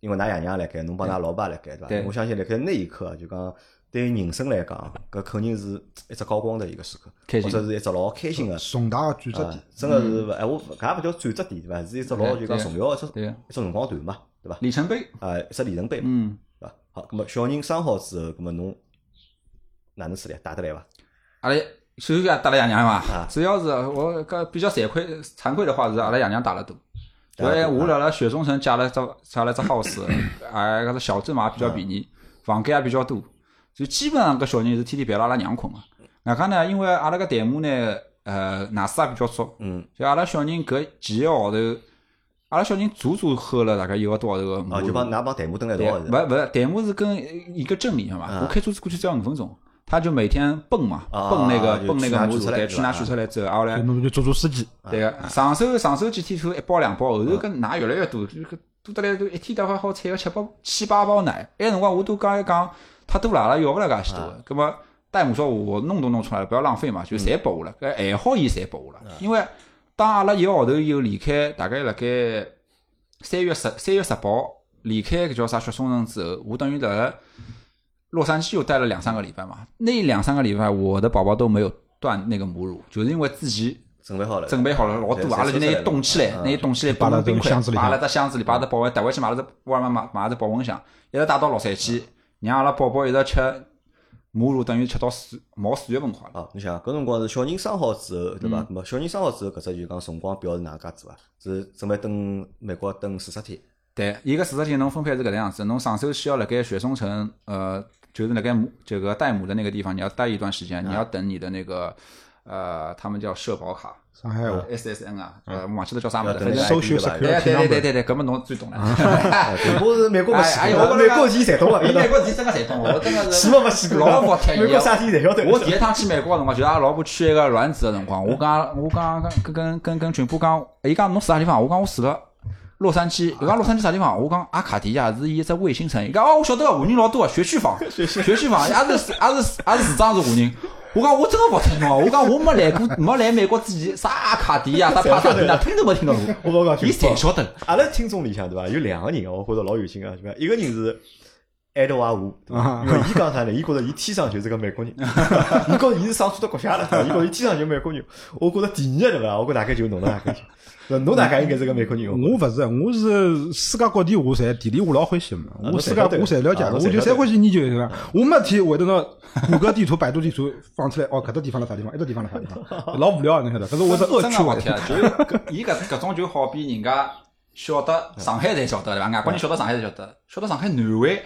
Speaker 1: 因为㑚爷娘辣盖，侬帮㑚老爸辣盖，对
Speaker 3: 对
Speaker 1: 伐？我相信辣盖那一刻啊，就讲对于人生来讲，搿肯定是一只高光的一个时刻，
Speaker 3: 开
Speaker 1: 或
Speaker 3: 心
Speaker 1: 者是一只老开心
Speaker 3: 嗯
Speaker 1: 个。
Speaker 2: 重大的转折
Speaker 1: 啊
Speaker 2: 点。，
Speaker 1: 真个是勿哎，我勿搿也勿叫转折点对伐？是一只老就讲
Speaker 3: 对
Speaker 1: 重要的一只
Speaker 3: 对啊
Speaker 1: 一只辰光段嘛，对伐？
Speaker 3: 里程碑，
Speaker 1: 啊，一只里程碑嘛，
Speaker 3: 嗯，
Speaker 1: 对伐？好，葛么小人生好之后，葛么侬哪能处理？啊带得来伐？
Speaker 3: 阿拉首先也打了爷娘嘛
Speaker 1: 啊，
Speaker 3: 主要是我搿比较惭愧惭愧的话是阿拉爷娘打了多，
Speaker 1: 对吧
Speaker 3: 我我辣辣雪中城借了只借了只 house，哎， 搿只小镇嘛也比较便宜，房间也比较多，就基本上搿小人是天天陪了阿拉娘困个。外加呢，因为阿拉搿台姆呢，呃，奶水也比较足，
Speaker 1: 嗯，
Speaker 3: 就阿拉小人搿几个号头，阿拉小人足足喝了大概一个多号头个马
Speaker 1: 啊，
Speaker 3: 路
Speaker 1: 就。帮㑚帮弹幕蹲辣一
Speaker 3: 对，啊
Speaker 1: 道是吧？
Speaker 3: 勿勿，弹幕是跟一个镇里向嘛，我开车子过去只要五分钟，他就每天蹦嘛，
Speaker 1: 嗯啊
Speaker 3: 蹦那个
Speaker 1: 就
Speaker 3: 蹦那
Speaker 1: 去
Speaker 3: 个
Speaker 1: 哪
Speaker 3: 马
Speaker 1: 取
Speaker 3: 路，
Speaker 1: 出来
Speaker 3: 对，
Speaker 1: 是吧
Speaker 3: 去哪取出来走，啊后来
Speaker 2: 侬就做做司机，
Speaker 3: 对个，上手上手几天都一包两包，后头搿奶越来越多，就搿多得来都一天大概好产个七八七八包奶。埃辰光我都讲一讲，太多了，阿拉要勿了介许多个。葛末戴姆说我弄都弄出来了，不要浪费嘛，就侪拨我了。搿还好伊侪拨我了，因为当阿拉一个号头以后离开，大概辣盖三月十三月十八号离开搿叫啥雪松城之后，我等于辣辣洛杉矶又待了两三个礼拜嘛。那两三个礼拜，我的宝宝都没有断那个母乳，就是因为自己。
Speaker 1: 准备好了，
Speaker 3: 准备好了老
Speaker 1: 对
Speaker 3: 多，阿拉就拿伊冻起来，
Speaker 2: 呃
Speaker 3: 拿伊冻起来，
Speaker 2: 摆辣
Speaker 3: 冻冰
Speaker 2: 这个
Speaker 3: 块
Speaker 2: 箱子，里
Speaker 3: 摆
Speaker 2: 向
Speaker 3: 辣只箱子里，摆只保温，带回去买了只沃尔玛买买了只保温箱，一直带到洛杉矶，让阿拉宝宝一直吃母乳，等于吃到四毛四月份快了。
Speaker 1: 啊，你想搿辰光是小人生好之后，对
Speaker 3: 嗯
Speaker 1: 伐？咾么小人生好之后，搿只就讲辰光表是哪能介做啊？是准备蹲美国蹲四十天，
Speaker 3: 对，伊个四十天侬分配是搿能样子，侬上手先要辣盖雪松城，呃，就是辣盖姆这个戴姆的那个地方，你要待一段时
Speaker 2: 嗯
Speaker 3: 间，你要等你的那个呃，他们叫社保卡
Speaker 2: 上海话，
Speaker 3: SSN 啊，
Speaker 2: 嗯
Speaker 3: 呃，我忘记了叫啥物
Speaker 1: 要
Speaker 3: 事，
Speaker 1: 等
Speaker 3: 反正
Speaker 1: ID 对
Speaker 2: Social
Speaker 1: 伐
Speaker 2: Security
Speaker 3: 对对对对对对，搿么侬最 懂了。
Speaker 1: 啊全部是 美国没去
Speaker 3: 哎哎
Speaker 1: 过，
Speaker 3: 我
Speaker 1: 美国钱侪懂啊，
Speaker 3: 伊美国地真个侪懂，我真 个是
Speaker 1: 去嘛没去过，
Speaker 3: 老服帖伊
Speaker 1: 美国啥事体侪晓得。
Speaker 3: 我第一趟去美国个辰光，就是阿拉老婆去一个卵子个辰光，我讲我讲跟跟跟跟群波讲，伊讲侬住啥地方？我讲我住了洛杉矶。伊讲洛杉矶啥地方？我讲阿卡迪亚是伊只卫星城。伊讲哦，我晓得个，华人老多个，学区房， 学区房，也是也是也是市长是华人。我讲我真个勿听侬啊！我讲我没来过，没来美国之前，啥阿卡迪亚、啥帕萨 迪纳，听都没听到过。
Speaker 1: 我老讲
Speaker 3: 伊侪晓得。
Speaker 1: 阿拉听众里向对伐？有两个人啊，我觉着老有劲啊，对伐？一个人是爱德华伍，对伐？因为伊讲啥呢？伊觉着伊天生就是个美国人， 伊觉着伊是生错到国家了，对 伐伊觉着伊天生就是美国人。我觉着第二个对伐？我觉着大概就是侬了，大概就对伐侬大概应该是个美国人。
Speaker 2: 我勿是，我是世界各地我侪地理我老欢喜嘛，
Speaker 1: 啊
Speaker 2: 我世界我侪了解，
Speaker 1: 啊
Speaker 2: 我
Speaker 1: 侬侪
Speaker 2: 就
Speaker 1: 晓得
Speaker 2: 侪欢喜研究一
Speaker 3: 嗯
Speaker 2: 下。我每天会得拿谷歌地图、百度地图放出来，哦，搿个地方辣啥地方，埃个地方辣啥地方， 老无聊啊的，侬晓得？搿是我是恶
Speaker 3: 真
Speaker 2: 趣啊
Speaker 3: 个勿
Speaker 2: 味
Speaker 3: 贴，。啊就是搿伊搿搿种就好比人家晓得上海才晓得对伐？外国人晓得上海才晓得，晓得上海南汇，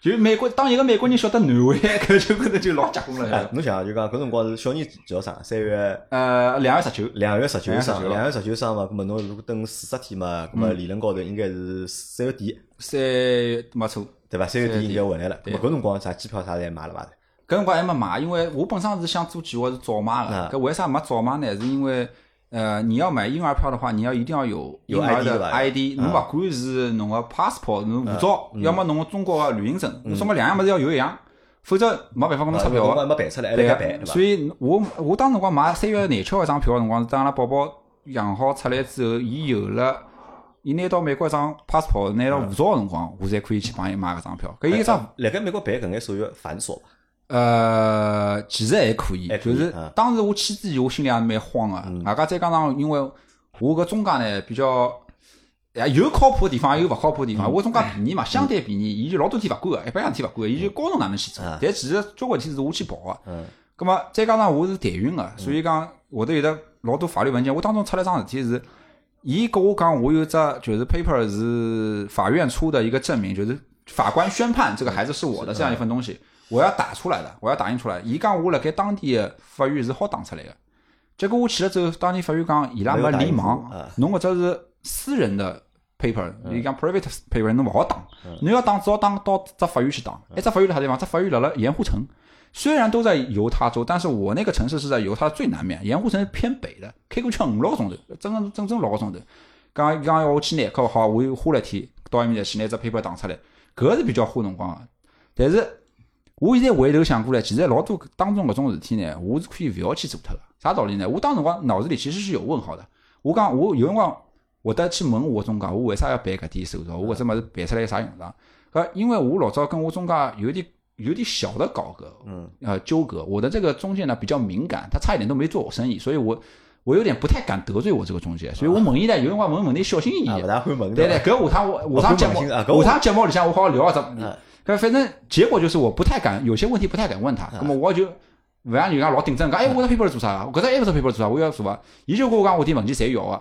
Speaker 3: 就是美国当一个美国人晓得南汇， 搿就搿头就老结棍了晓
Speaker 1: 哎
Speaker 3: 得伐。
Speaker 1: 侬想啊就讲搿辰光是小人几号生？三月。
Speaker 3: 呃，两月十九，
Speaker 1: 两月十九嗯生，
Speaker 3: 219
Speaker 1: 两月十九生嘛，葛么侬如果等四十天嘛，葛么理论高头应该是三月底，
Speaker 3: 三月没错。
Speaker 1: 对伐？三月底
Speaker 3: 3月底
Speaker 1: 应该回来了。葛
Speaker 3: 对
Speaker 1: 么搿辰光啥机票啥侪买了伐？
Speaker 3: 搿辰光还没买，因为我本身是想做计划是早买
Speaker 1: 啊
Speaker 3: 个。搿为啥没早买呢？是因为呃，你要买婴儿票的话，你要一定要有
Speaker 1: 有
Speaker 3: 婴儿
Speaker 1: ID
Speaker 3: 的
Speaker 1: 吧
Speaker 3: ID，侬
Speaker 1: 啊
Speaker 3: 勿管是侬个 passport、侬护照，
Speaker 1: 嗯
Speaker 3: 要么侬个中国个旅行证，侬什么两样物事要有一样，否则没办法跟侬
Speaker 1: 啊
Speaker 3: 出
Speaker 1: 搿辰
Speaker 3: 票个
Speaker 1: 光。嗯没办出来，还辣
Speaker 3: 对
Speaker 1: 盖
Speaker 3: 个，
Speaker 1: 办，对啊伐
Speaker 3: 所？以我我当时辰光买三月廿七号一张票个辰光，是当阿拉宝宝养好出来之后，伊有了，伊拿到美国一张 passport，拿到护照个辰光，我才可以去帮伊买搿张票。搿一张
Speaker 1: 哎呃辣盖美国办搿眼手续繁琐伐？
Speaker 3: 呃，其实还可以
Speaker 1: 还，可
Speaker 3: 就
Speaker 1: 以嗯
Speaker 3: 是
Speaker 1: 啊
Speaker 3: 当时我去之前，我心里也蛮慌个。外加再加上，因为我搿中间呢比较。也有靠谱个地方，也有勿靠谱个地
Speaker 1: 嗯
Speaker 3: 方。我中间便宜嘛，相对便宜，伊就老多天勿管个，一般样天勿管个，伊就教侬哪能去做
Speaker 1: 啊。
Speaker 3: 但其实交关天是我去跑个，
Speaker 1: 嗯，
Speaker 3: 咁么再加上我是台运个，所以讲会得有得老多法律文件。我当中出了一桩事体是，伊跟我讲我有只就是 paper 是法院出的一个证明，就是法官宣判这个孩子是我的这样一份东西，我要打出来的，我要打印出来。伊讲我辣盖当地的法院是好打出来的，结果我去了之后，当地法院讲伊拉没
Speaker 1: 没有打
Speaker 3: 联
Speaker 1: 印
Speaker 3: 网
Speaker 1: 出啊，
Speaker 3: 侬搿只是私人的 paper，伊讲 private paper 侬勿好打，侬要打只好打到只法院去打。哎，只法院辣啥地方？只法院辣辣盐湖城。虽然都在犹他州，但是我那个城市是在犹他最南面，盐湖城是偏北的，开过去要五六个钟头，整整整整六个钟头。刚刚要我去拿，可好，我又花了一天到埃面搭去拿只 paper 打出来，搿是比较花辰光个。但是我现在回头想过来，其实老多当中搿种事体呢，我是可以勿要去做脱个。啥道理呢？我当时辰光脑子里其实是有问号的。我讲我有辰光会得去问我中介，我为啥要办搿点手续？我搿只物事办出来有啥用场？搿因为我老早跟我中介有点有点小的搞个，
Speaker 1: 嗯，
Speaker 3: 呃纠葛。我的这个中介呢比较敏感，他差一点都没做我生意，所以我我有点不太敢得罪我这个中介，所以我问伊呢，有辰光问问题小心翼翼
Speaker 1: 啊，勿
Speaker 3: 的。
Speaker 1: 大会问
Speaker 3: 对
Speaker 1: 伐
Speaker 3: 对，搿下趟我下趟节
Speaker 1: 不
Speaker 3: 目
Speaker 1: 放心啊搿我
Speaker 3: 下趟节目里向我好好聊一只
Speaker 1: 啊。
Speaker 3: 搿反正结果就是我不太敢，有些问题不太敢问他，那么我就勿像人家老顶真，讲哎，我搿 paper 做啥？我搿只 app 做 paper 做啥？我要做伐？伊就跟我讲，我点文件侪要个。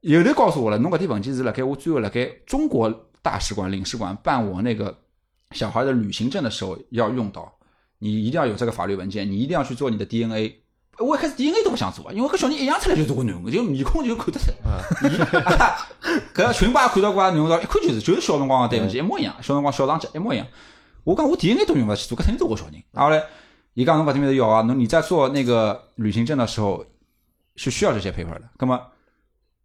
Speaker 3: 有头告诉我了，侬搿点问题是辣盖我最后辣盖中国大使馆领事馆办我那个小孩的旅行证的时候要用到，你一定要有这个法律文件，你一定要去做你的 DNA。我一开始 DNA 都不想做啊，因为搿小人一样出来就是个囡恩，就面孔就看得出来。搿群爸看到搿囡恩，一看就是就是小辰光的对
Speaker 1: 嗯
Speaker 3: 象，一模一样，小辰光小长脚一模一样。我讲我 DNA 都用勿起做，搿肯定是我小人。然后嘞，伊讲侬搿点面头要啊，侬你在做那个旅行证的时候是需要这些 paper 的，葛么。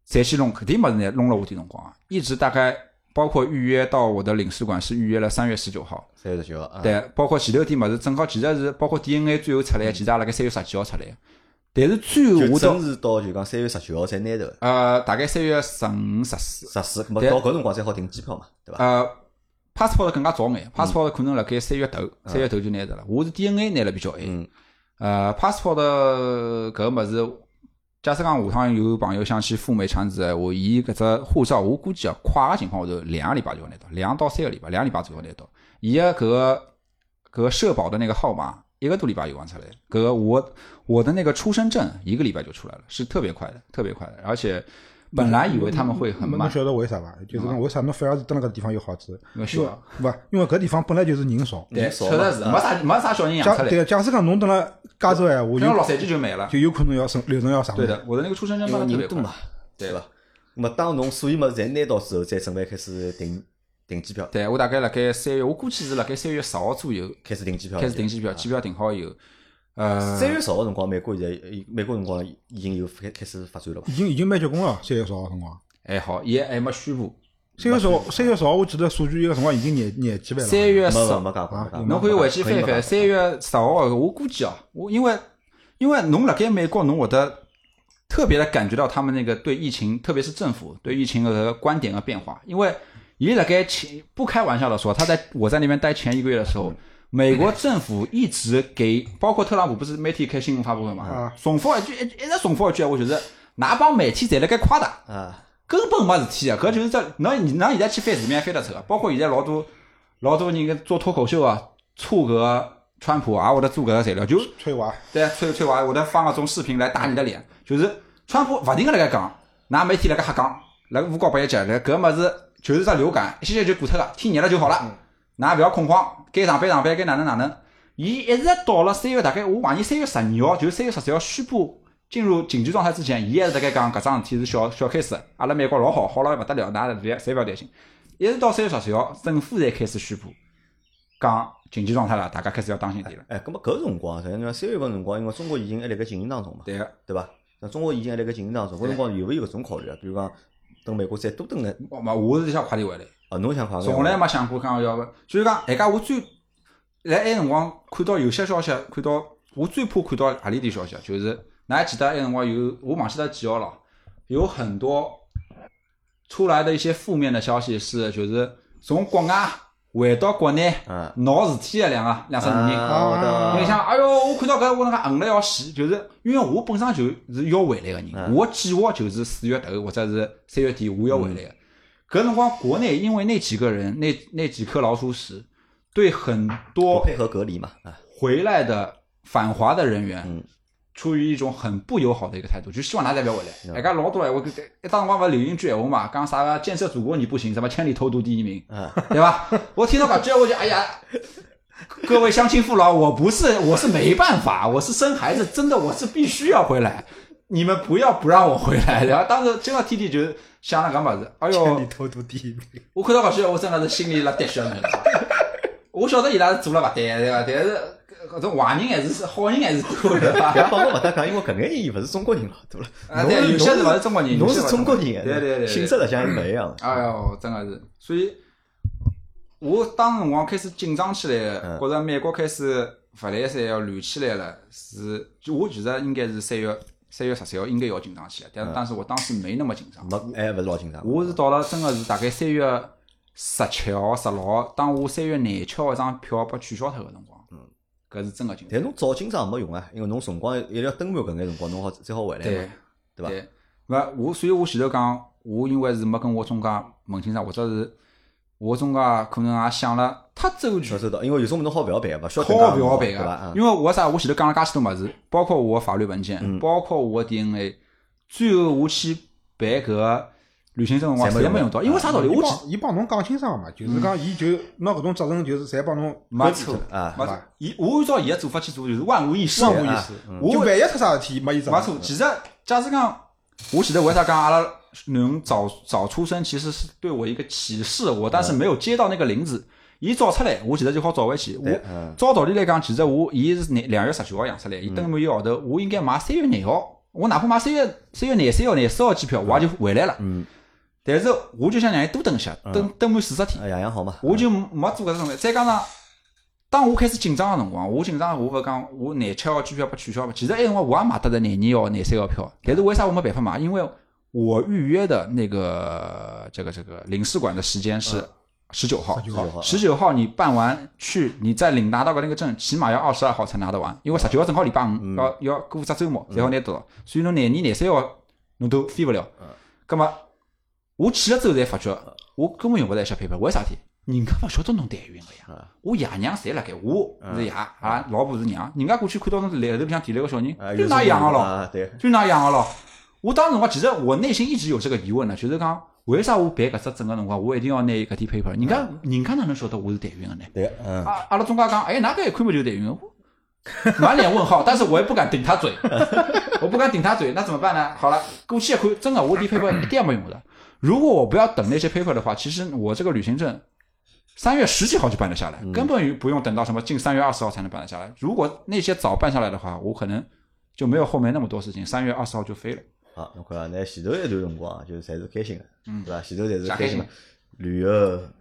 Speaker 3: 再去弄，肯定没事呢，弄了我点辰光啊，一直大概包括预约到我的领事馆是预约了三月十九号，
Speaker 1: 三十九号啊，
Speaker 3: 对，包括前头点物事，正好其实是包括 DNA 最后出来，其实也辣盖三月十几号出来，但是最后
Speaker 1: 就
Speaker 3: 我
Speaker 1: 真
Speaker 3: 到
Speaker 1: 是到就讲三月十九号才拿头，
Speaker 3: 呃大概三月十五、十四，
Speaker 1: 实施，么
Speaker 3: 对
Speaker 1: 到搿辰光才好订机票嘛，对伐？
Speaker 3: 呃，passport 更加早眼，passport 可能辣盖三月头，三月头就拿着了，我是 DNA 拿了比较晚
Speaker 1: 嗯，
Speaker 3: 呃，passport 搿个物事。假使讲下趟有朋友想去赴美产子，我伊搿只护照，我估计啊，快个情况下头两个礼拜就要拿到，两到三个礼拜，两个礼拜左右拿到。伊个搿个搿个社保的那个号码，一个多礼拜有望出来。搿个我我的那个出生证，一个礼拜就出来了，是特别快的，特别快的。而且本来以为他们会很
Speaker 2: 侬
Speaker 3: 慢，嗯
Speaker 2: 晓得为啥伐？就是讲为啥侬反而是蹲辣搿地方有好处？
Speaker 3: 因为
Speaker 2: 因
Speaker 3: 小
Speaker 2: 为，勿因为搿地方本来就是人少。
Speaker 3: 对，
Speaker 1: 人少
Speaker 3: 确
Speaker 1: 嘛
Speaker 3: 实是
Speaker 1: 啊
Speaker 3: 没啥没啥小人养出
Speaker 2: 假
Speaker 3: 来，
Speaker 2: 对，假使讲侬蹲辣加州闲话，
Speaker 3: 像洛
Speaker 2: 就
Speaker 3: 杉矶就没了。
Speaker 2: 就有可能要生流程要长。
Speaker 3: 对的，我的那个出生证
Speaker 1: 因
Speaker 3: 办
Speaker 1: 为
Speaker 3: 的特别
Speaker 1: 人多
Speaker 3: 快
Speaker 1: 嘛，，
Speaker 3: 对
Speaker 1: 对伐？那么当侬所有物事侪拿到之后，再准备开始订订机票，
Speaker 3: 对我大概辣盖三月，我估计是辣盖三月十号左右
Speaker 1: 开始订机票，
Speaker 3: 开始订机票，机票订好以后，呃，
Speaker 1: 啊三月十号辰光，美国现在美国辰光已经有开开始发展
Speaker 3: 嗯
Speaker 1: 了伐？
Speaker 2: 已经已经蛮结棍了，三月十号辰光。
Speaker 3: 还好，也还没宣布。
Speaker 2: 三月十号，三月十号，我记得数据有个辰光已经廿廿几万了。
Speaker 3: 三月
Speaker 1: 没
Speaker 3: 十
Speaker 1: 没没讲过，没讲过
Speaker 3: 啊侬可以回去翻
Speaker 1: 没
Speaker 3: 一
Speaker 1: 讲过
Speaker 3: 翻。三月十号，我估计啊，我因为因为侬辣盖美国，侬会得特别的感觉到他们那个对疫情，特别是政府对疫情的观点的变化。因为伊辣盖前不开玩笑的说，他在我在那边待前一个月的时候。美国政府一直给，包括特朗普不是每天开新闻发布会嘛
Speaker 2: 啊，
Speaker 3: 重复一句，一一直重复一句闲话，啊就是哪帮媒体侪辣盖夸大，
Speaker 1: 啊，
Speaker 3: 根本没事体啊！搿就是这，侬侬现在去翻字面翻得出啊个，包括现在老多老多人搿做脱口秀啊，搓搿个川普啊，或者做搿个材料，就
Speaker 2: 催娃，
Speaker 3: 对吹吹娃，或者放个种视频来打你的脸，就是川普勿停个辣盖讲，㑚媒体辣盖瞎讲，辣盖诬告别人讲，来搿物事就是只流感，一歇歇就过脱了，天热了就好了，㑚勿要恐慌，该上班上班，该哪能哪能。伊一直到了三月，大概我怀疑三月十二号，就是三月十三号宣布进入紧急状态之前，伊还是辣盖讲搿桩事体是小小 case，阿拉美国老好，好了勿得了，㑚别侪勿要担心。一直到三月十三号，政府才开始宣布讲紧急状态了，大家开始要当心点了。
Speaker 1: 哎，葛么搿辰光，实际上三月份辰光，因为中国疫情还辣盖进行当中嘛，
Speaker 3: 对个，
Speaker 1: 对伐？那中国疫情还辣盖进行当中，搿辰光有没有搿种考虑啊？比如讲，等美国再多等眼，
Speaker 3: 我嘛，哦我是想快点回来。
Speaker 1: 啊，侬想快眼
Speaker 3: 从来没想过讲要勿，就是讲，哎家我最辣埃辰光看到有些消息，看到我最怕看到何里点消息啊，就是㑚还记得埃辰光有我忘记得几号了，有很多出来的一些负面的消息是，就是从国外回到国内
Speaker 1: 啊
Speaker 3: 闹事体的两个两三个人。
Speaker 1: 啊，我
Speaker 2: 啊
Speaker 3: 你
Speaker 1: 的
Speaker 3: 想，哎哟，我看到搿我能介硬了要死，就是因为我本身就是要回来个人，
Speaker 1: 嗯
Speaker 3: 我计划就是四月头或者是三月底我要回来个。搿辰光国内因为那几个人那那几颗老鼠屎，对很
Speaker 1: 不
Speaker 3: 多
Speaker 1: 配合隔离嘛，啊，
Speaker 3: 回来的反华的人员
Speaker 1: 嗯，
Speaker 3: 出于一种很不友好的一个态度，就希望大家不要回来。哎，搿老多闲话，搿一当辰光勿是流行句闲话嘛，讲啥个建设祖国你不行，什么千里投毒第一名，
Speaker 1: 啊，
Speaker 3: 对吧？我听到搿句，我就哎呀，各位乡亲父老，我不是，我是没办法，我是生孩子，真的我是必须要回来，你们不要不让我回来。然后当时真的天天就是想了搿么子，哎
Speaker 2: 千里
Speaker 3: 哟，
Speaker 2: 偷渡第一名。
Speaker 3: 我看到搿句，我真的是心里辣滴血了。我晓得伊拉是做了勿对，对伐？但是搿搿种坏人还是好人还是多的，对
Speaker 1: 别
Speaker 3: 伐？
Speaker 1: 帮我勿搭讲，因为搿眼人伊勿是中国人了，对伐？
Speaker 3: 啊，
Speaker 1: 侬
Speaker 3: 对，有些是勿
Speaker 1: 侬
Speaker 3: 是中国人，有
Speaker 1: 侬
Speaker 3: 些
Speaker 1: 是
Speaker 3: 勿
Speaker 1: 中国人，
Speaker 3: 对对对，
Speaker 1: 性质实际上是勿一样的。
Speaker 3: 哎哟，真个是，所以我当辰光开始紧张起来的，
Speaker 1: 嗯
Speaker 3: 觉着美国开始勿来三要乱起来了，是就我其实应该是三月三月十三号应该要紧张起来，但是但是我当时没那么紧张，
Speaker 1: 没，哎，勿是老紧张。
Speaker 3: 啊我是到了真个是大概三月十七号、十六号，当我三月廿七号一张票被取消脱个辰光，搿是真个紧张。
Speaker 1: 但侬早紧张没用啊，因为侬辰光一定要登满搿眼辰光，侬好再好回来嘛。对吧
Speaker 3: 对，勿，我所以，我前头讲，我因为是没跟我中介问清爽，或者是我中介可能也想了太周全
Speaker 1: 要，收到，因为有种物事侬好勿要办，勿需要等
Speaker 3: 好
Speaker 1: 介
Speaker 3: 勿要办
Speaker 1: 对伐？啊
Speaker 3: 因为我啥，我前头讲嗯了介许多物事，包括我的法律文件，包括我的 DNA，最后我去办搿个旅行证辰光
Speaker 1: 侪
Speaker 3: 侪
Speaker 1: 没用
Speaker 3: 没用到，嗯因为啥道理？我嗯
Speaker 2: 帮伊帮侬讲清爽嘛，就是讲伊就拿搿种责任，就是侪帮侬
Speaker 3: 没
Speaker 2: 管
Speaker 3: 错
Speaker 2: 理脱
Speaker 1: 啊哎
Speaker 3: 没错，伊我按照伊个做法去做，就是啊万无一失。
Speaker 2: 万无一
Speaker 1: 失
Speaker 3: 嗯我
Speaker 2: 就万一出啥事体，没伊责
Speaker 3: 没
Speaker 2: 任。
Speaker 3: 错，其实假使讲，我记得为啥讲阿拉能早早出生，其实是对我一个启示，
Speaker 1: 嗯
Speaker 3: 我但是没有接到那个铃子。伊早出来，我其实就好早回去。
Speaker 1: 对
Speaker 3: 我
Speaker 1: 嗯
Speaker 3: 照道理来讲，其实我伊是廿两月十九号养出来，伊等满一个号头，我应该买三月廿号，我哪怕买三月三月廿三号、廿四号机票，我也就回来了。
Speaker 1: 嗯
Speaker 3: 但是我就想让伊多等一下，等等满四十天。
Speaker 1: 啊样样好嘛。
Speaker 3: 我就没做搿种事。再加上，当我开始紧张个辰光，我紧张，我勿讲我廿七号机票被取消嘛。其实埃辰光我也买得着廿二号、廿三号票，但是为啥我没办法买？因为我预约的那个这个这个领事馆的时间是嗯十九号
Speaker 2: 19号，
Speaker 3: 十九号你办完去，你再领拿到个那个证，起码要二十二号才拿得完，因为十九号正好礼拜五，要要过只周末才好拿得到。所以侬廿二、廿三号侬都飞勿了。葛末我去了之后才发觉，我根本用勿着一些 paper，为啥体？人家勿晓得侬代孕了呀
Speaker 1: 啊！
Speaker 3: 我爷娘侪辣盖，我是爷，阿拉老婆是娘，人家过去看到侬来头里向提了个小人
Speaker 1: 啊，
Speaker 3: 就㑚养个咯。
Speaker 1: 啊，对，
Speaker 3: 就那样个咯。我当时辰光，其实我内心一直有这个疑问呢，就是讲为啥我办搿只证个辰光，我一定要拿搿点 paper？人家
Speaker 1: 啊
Speaker 3: 人家哪能晓得我是代孕个呢？
Speaker 1: 对，嗯，
Speaker 3: 阿阿拉中介讲，哎，哪个一看嘛就是代孕个，我 满脸问号，但是我也不敢顶他嘴， 我不敢顶他嘴，那怎么办呢？好了，过去一看，真的我点 paper 一点也没用的。如果我不要等那些 paper 的话，其实我这个旅行证三月十几号就办得下来，根本不用等到什么近三月二十号才能办得下来。如果那些早办下来的话，我可能就没有后面那么多事情，三月二十号就飞了。
Speaker 1: 好，侬看啊，那前头一段辰光啊，就是侪是开心个，
Speaker 3: 嗯
Speaker 1: 对伐？前头侪是
Speaker 3: 啥
Speaker 1: 开
Speaker 3: 开心
Speaker 1: 心个，旅游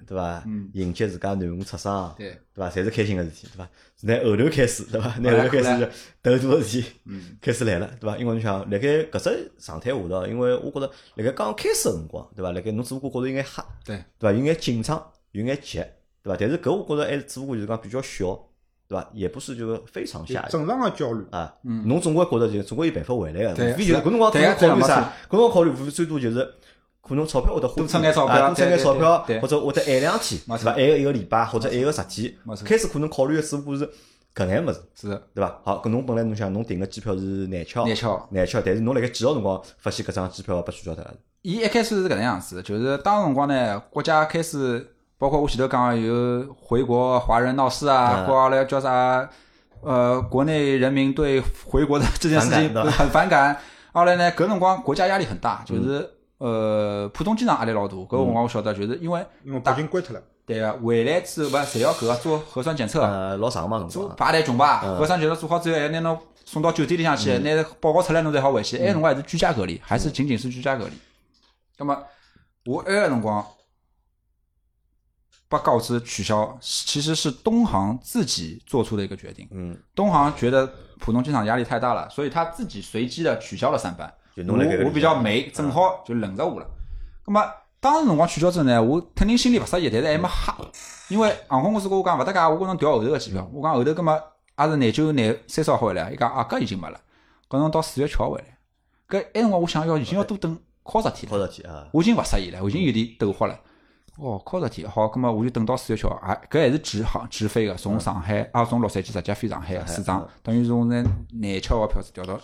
Speaker 1: 对伐
Speaker 3: 嗯？
Speaker 1: 迎接自家囡恩出生，
Speaker 3: 对
Speaker 1: 对伐？侪是开心个事体，对伐？拿后头开始，对伐？拿
Speaker 3: 后来
Speaker 1: 后头开
Speaker 3: 后来
Speaker 1: 始就头大个事体
Speaker 3: 嗯
Speaker 1: 开始来了，对伐？因为侬想，辣盖搿只状态下头，因为我觉着辣盖刚开始个辰光，对伐？辣盖侬只不过觉着有眼吓，
Speaker 3: 对，
Speaker 1: 对伐？有眼紧张，有眼急，对伐？但是搿我觉着还是只不过就是讲比较小，对伐？也不是就是非常
Speaker 2: 就
Speaker 1: 吓人。
Speaker 2: 正常个焦虑，
Speaker 1: 啊，
Speaker 3: 嗯
Speaker 1: 侬总归觉着就总归有办法回来个，
Speaker 3: 对
Speaker 1: 无非就是
Speaker 3: 是
Speaker 1: 搿辰光可
Speaker 3: 对
Speaker 1: 能
Speaker 3: 啊对啊
Speaker 1: 考虑
Speaker 3: 没
Speaker 1: 啥
Speaker 3: 错，
Speaker 1: 搿辰光考虑无非最多就是可能钞票会得花
Speaker 3: 多出眼钞票
Speaker 1: 啊多出
Speaker 3: 对
Speaker 1: 眼
Speaker 3: 对
Speaker 1: 钞票
Speaker 3: 对对，
Speaker 1: 或者会得晚两天，
Speaker 3: 没
Speaker 1: 对
Speaker 3: 错
Speaker 1: 伐？晚一个礼拜或者晚个十天
Speaker 3: 没，错
Speaker 1: 开始可能考虑个只不过是搿眼物事，
Speaker 3: 是
Speaker 1: 对伐？好，搿侬本来侬想侬订个机票是廿七号，
Speaker 3: 廿七号
Speaker 1: 廿七号，但是侬辣盖几号辰光发现搿张机票被取消脱了，
Speaker 3: 伊一开始是搿能样子，就是当时辰光呢，国家开始，包括我前头讲的有回国华人闹事
Speaker 1: 嗯
Speaker 3: 啊，或者来叫啥，呃，国内人民对回国的这件事情
Speaker 1: 反感对吧
Speaker 3: 很反感。后来呢，搿辰光国家压力很大，就是、
Speaker 1: 嗯
Speaker 3: 呃，浦东机场压力老大。搿辰光我晓得，就是因为
Speaker 2: 因为北京关脱了，
Speaker 3: 对个回来之后吧，侪要搿个做核酸检测。啊
Speaker 1: 呃，老长嘛辰
Speaker 3: 做
Speaker 1: 光，
Speaker 3: 排队群吧，核酸检测做好之后，还要拿侬送到酒店里
Speaker 1: 嗯
Speaker 3: 向去，拿报告出来侬才好回去。埃辰光还是居家隔离，还是仅仅是居家隔离。
Speaker 1: 嗯
Speaker 3: 那么我埃个辰光被告知取消，其实是东航自己做出的一个决定。
Speaker 1: 嗯，
Speaker 3: 东航觉得浦东机场压力太大了，所以他自己随机的取消了三班。
Speaker 1: 就
Speaker 3: 我
Speaker 1: 侬辣盖搿
Speaker 3: 我
Speaker 1: 里
Speaker 3: 比较
Speaker 1: 向
Speaker 3: 霉，正好就轮着我了。
Speaker 1: 嗯
Speaker 3: 那么当时辰光取消之后呢，我肯定心里勿适意，但是还没吓，因为航空公司跟我讲勿搭界，我跟侬调后头个机票，我讲后头搿么也是廿九、廿三十号回来，伊讲啊搿已经没了，搿侬到四月七号回来，搿埃辰光我想要已经要多等靠十天了
Speaker 1: 靠，着去啊，
Speaker 3: 我已经勿适意了，我已经有点抖慌了。
Speaker 1: 嗯
Speaker 3: 哦，靠十天好，葛么我就等到四月七号，啊，搿还是直航直飞个，
Speaker 1: 嗯
Speaker 3: 从上海啊，从洛杉矶直接飞上海个四张，等于是我拿廿七号个票子调到后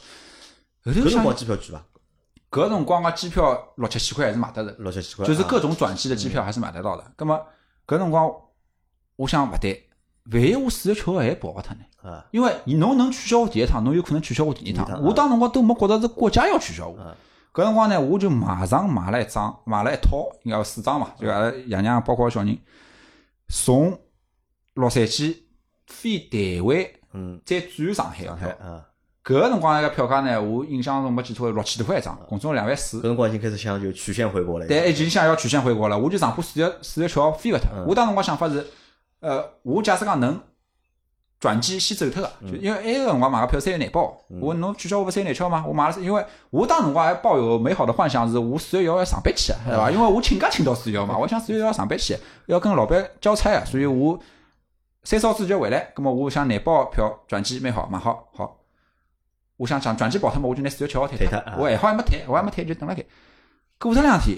Speaker 3: 头
Speaker 1: 搿辰
Speaker 3: 想
Speaker 1: 光机票贵伐？
Speaker 3: 搿辰光个机票六七千块还是买得着，
Speaker 1: 六七千块，
Speaker 3: 就是
Speaker 1: 啊
Speaker 3: 各种转机的机票还是买得到的。葛么搿辰光，我想勿对，万一我四月七号还报勿脱呢？
Speaker 1: 啊，
Speaker 3: 因为侬能取消我第一趟，侬有可能取消我第二
Speaker 1: 第二
Speaker 3: 趟。
Speaker 1: 趟啊
Speaker 3: 我当辰光都没觉着是国家要取消我
Speaker 1: 嗯。
Speaker 3: 搿辰光呢，我就马上买了一张，买了一套，应该有四张嘛，就阿拉
Speaker 1: 嗯
Speaker 3: 爷娘包括小人，从洛杉矶飞台湾，
Speaker 1: 嗯，
Speaker 3: 再转上海个
Speaker 1: 上海
Speaker 3: 票。
Speaker 1: 啊，
Speaker 3: 搿个辰光那个票价呢，我印象中没记错，六千多块一
Speaker 1: 啊
Speaker 3: 张，共总两万四
Speaker 1: 搿。辰光已经开始想就曲线回国了，
Speaker 3: 但已经想要曲线回国了，我就上坡四月四月七号飞勿脱。
Speaker 1: 嗯
Speaker 3: 我当时辰光想法是，呃，我假使讲能转机先走脱个，
Speaker 1: 嗯
Speaker 3: 就因为埃个辰光买个票三月廿八号，我侬取消我勿三月廿七号吗？我买了是，因为我当时辰光还抱有美好的幻想，是我四月一号要上班去，对
Speaker 1: 嗯
Speaker 3: 伐？因为我请假请到四月一号嘛，我想四月一号上班去，要跟老板交差啊，所以我三十号之前回来，葛么我想廿八号票转机蛮好，买好好。我想想转机跑脱嘛，我就拿四月七号退
Speaker 1: 退
Speaker 3: 脱
Speaker 1: 脱啊。
Speaker 3: 我还好还没退，我还没退就等辣盖。过脱两天，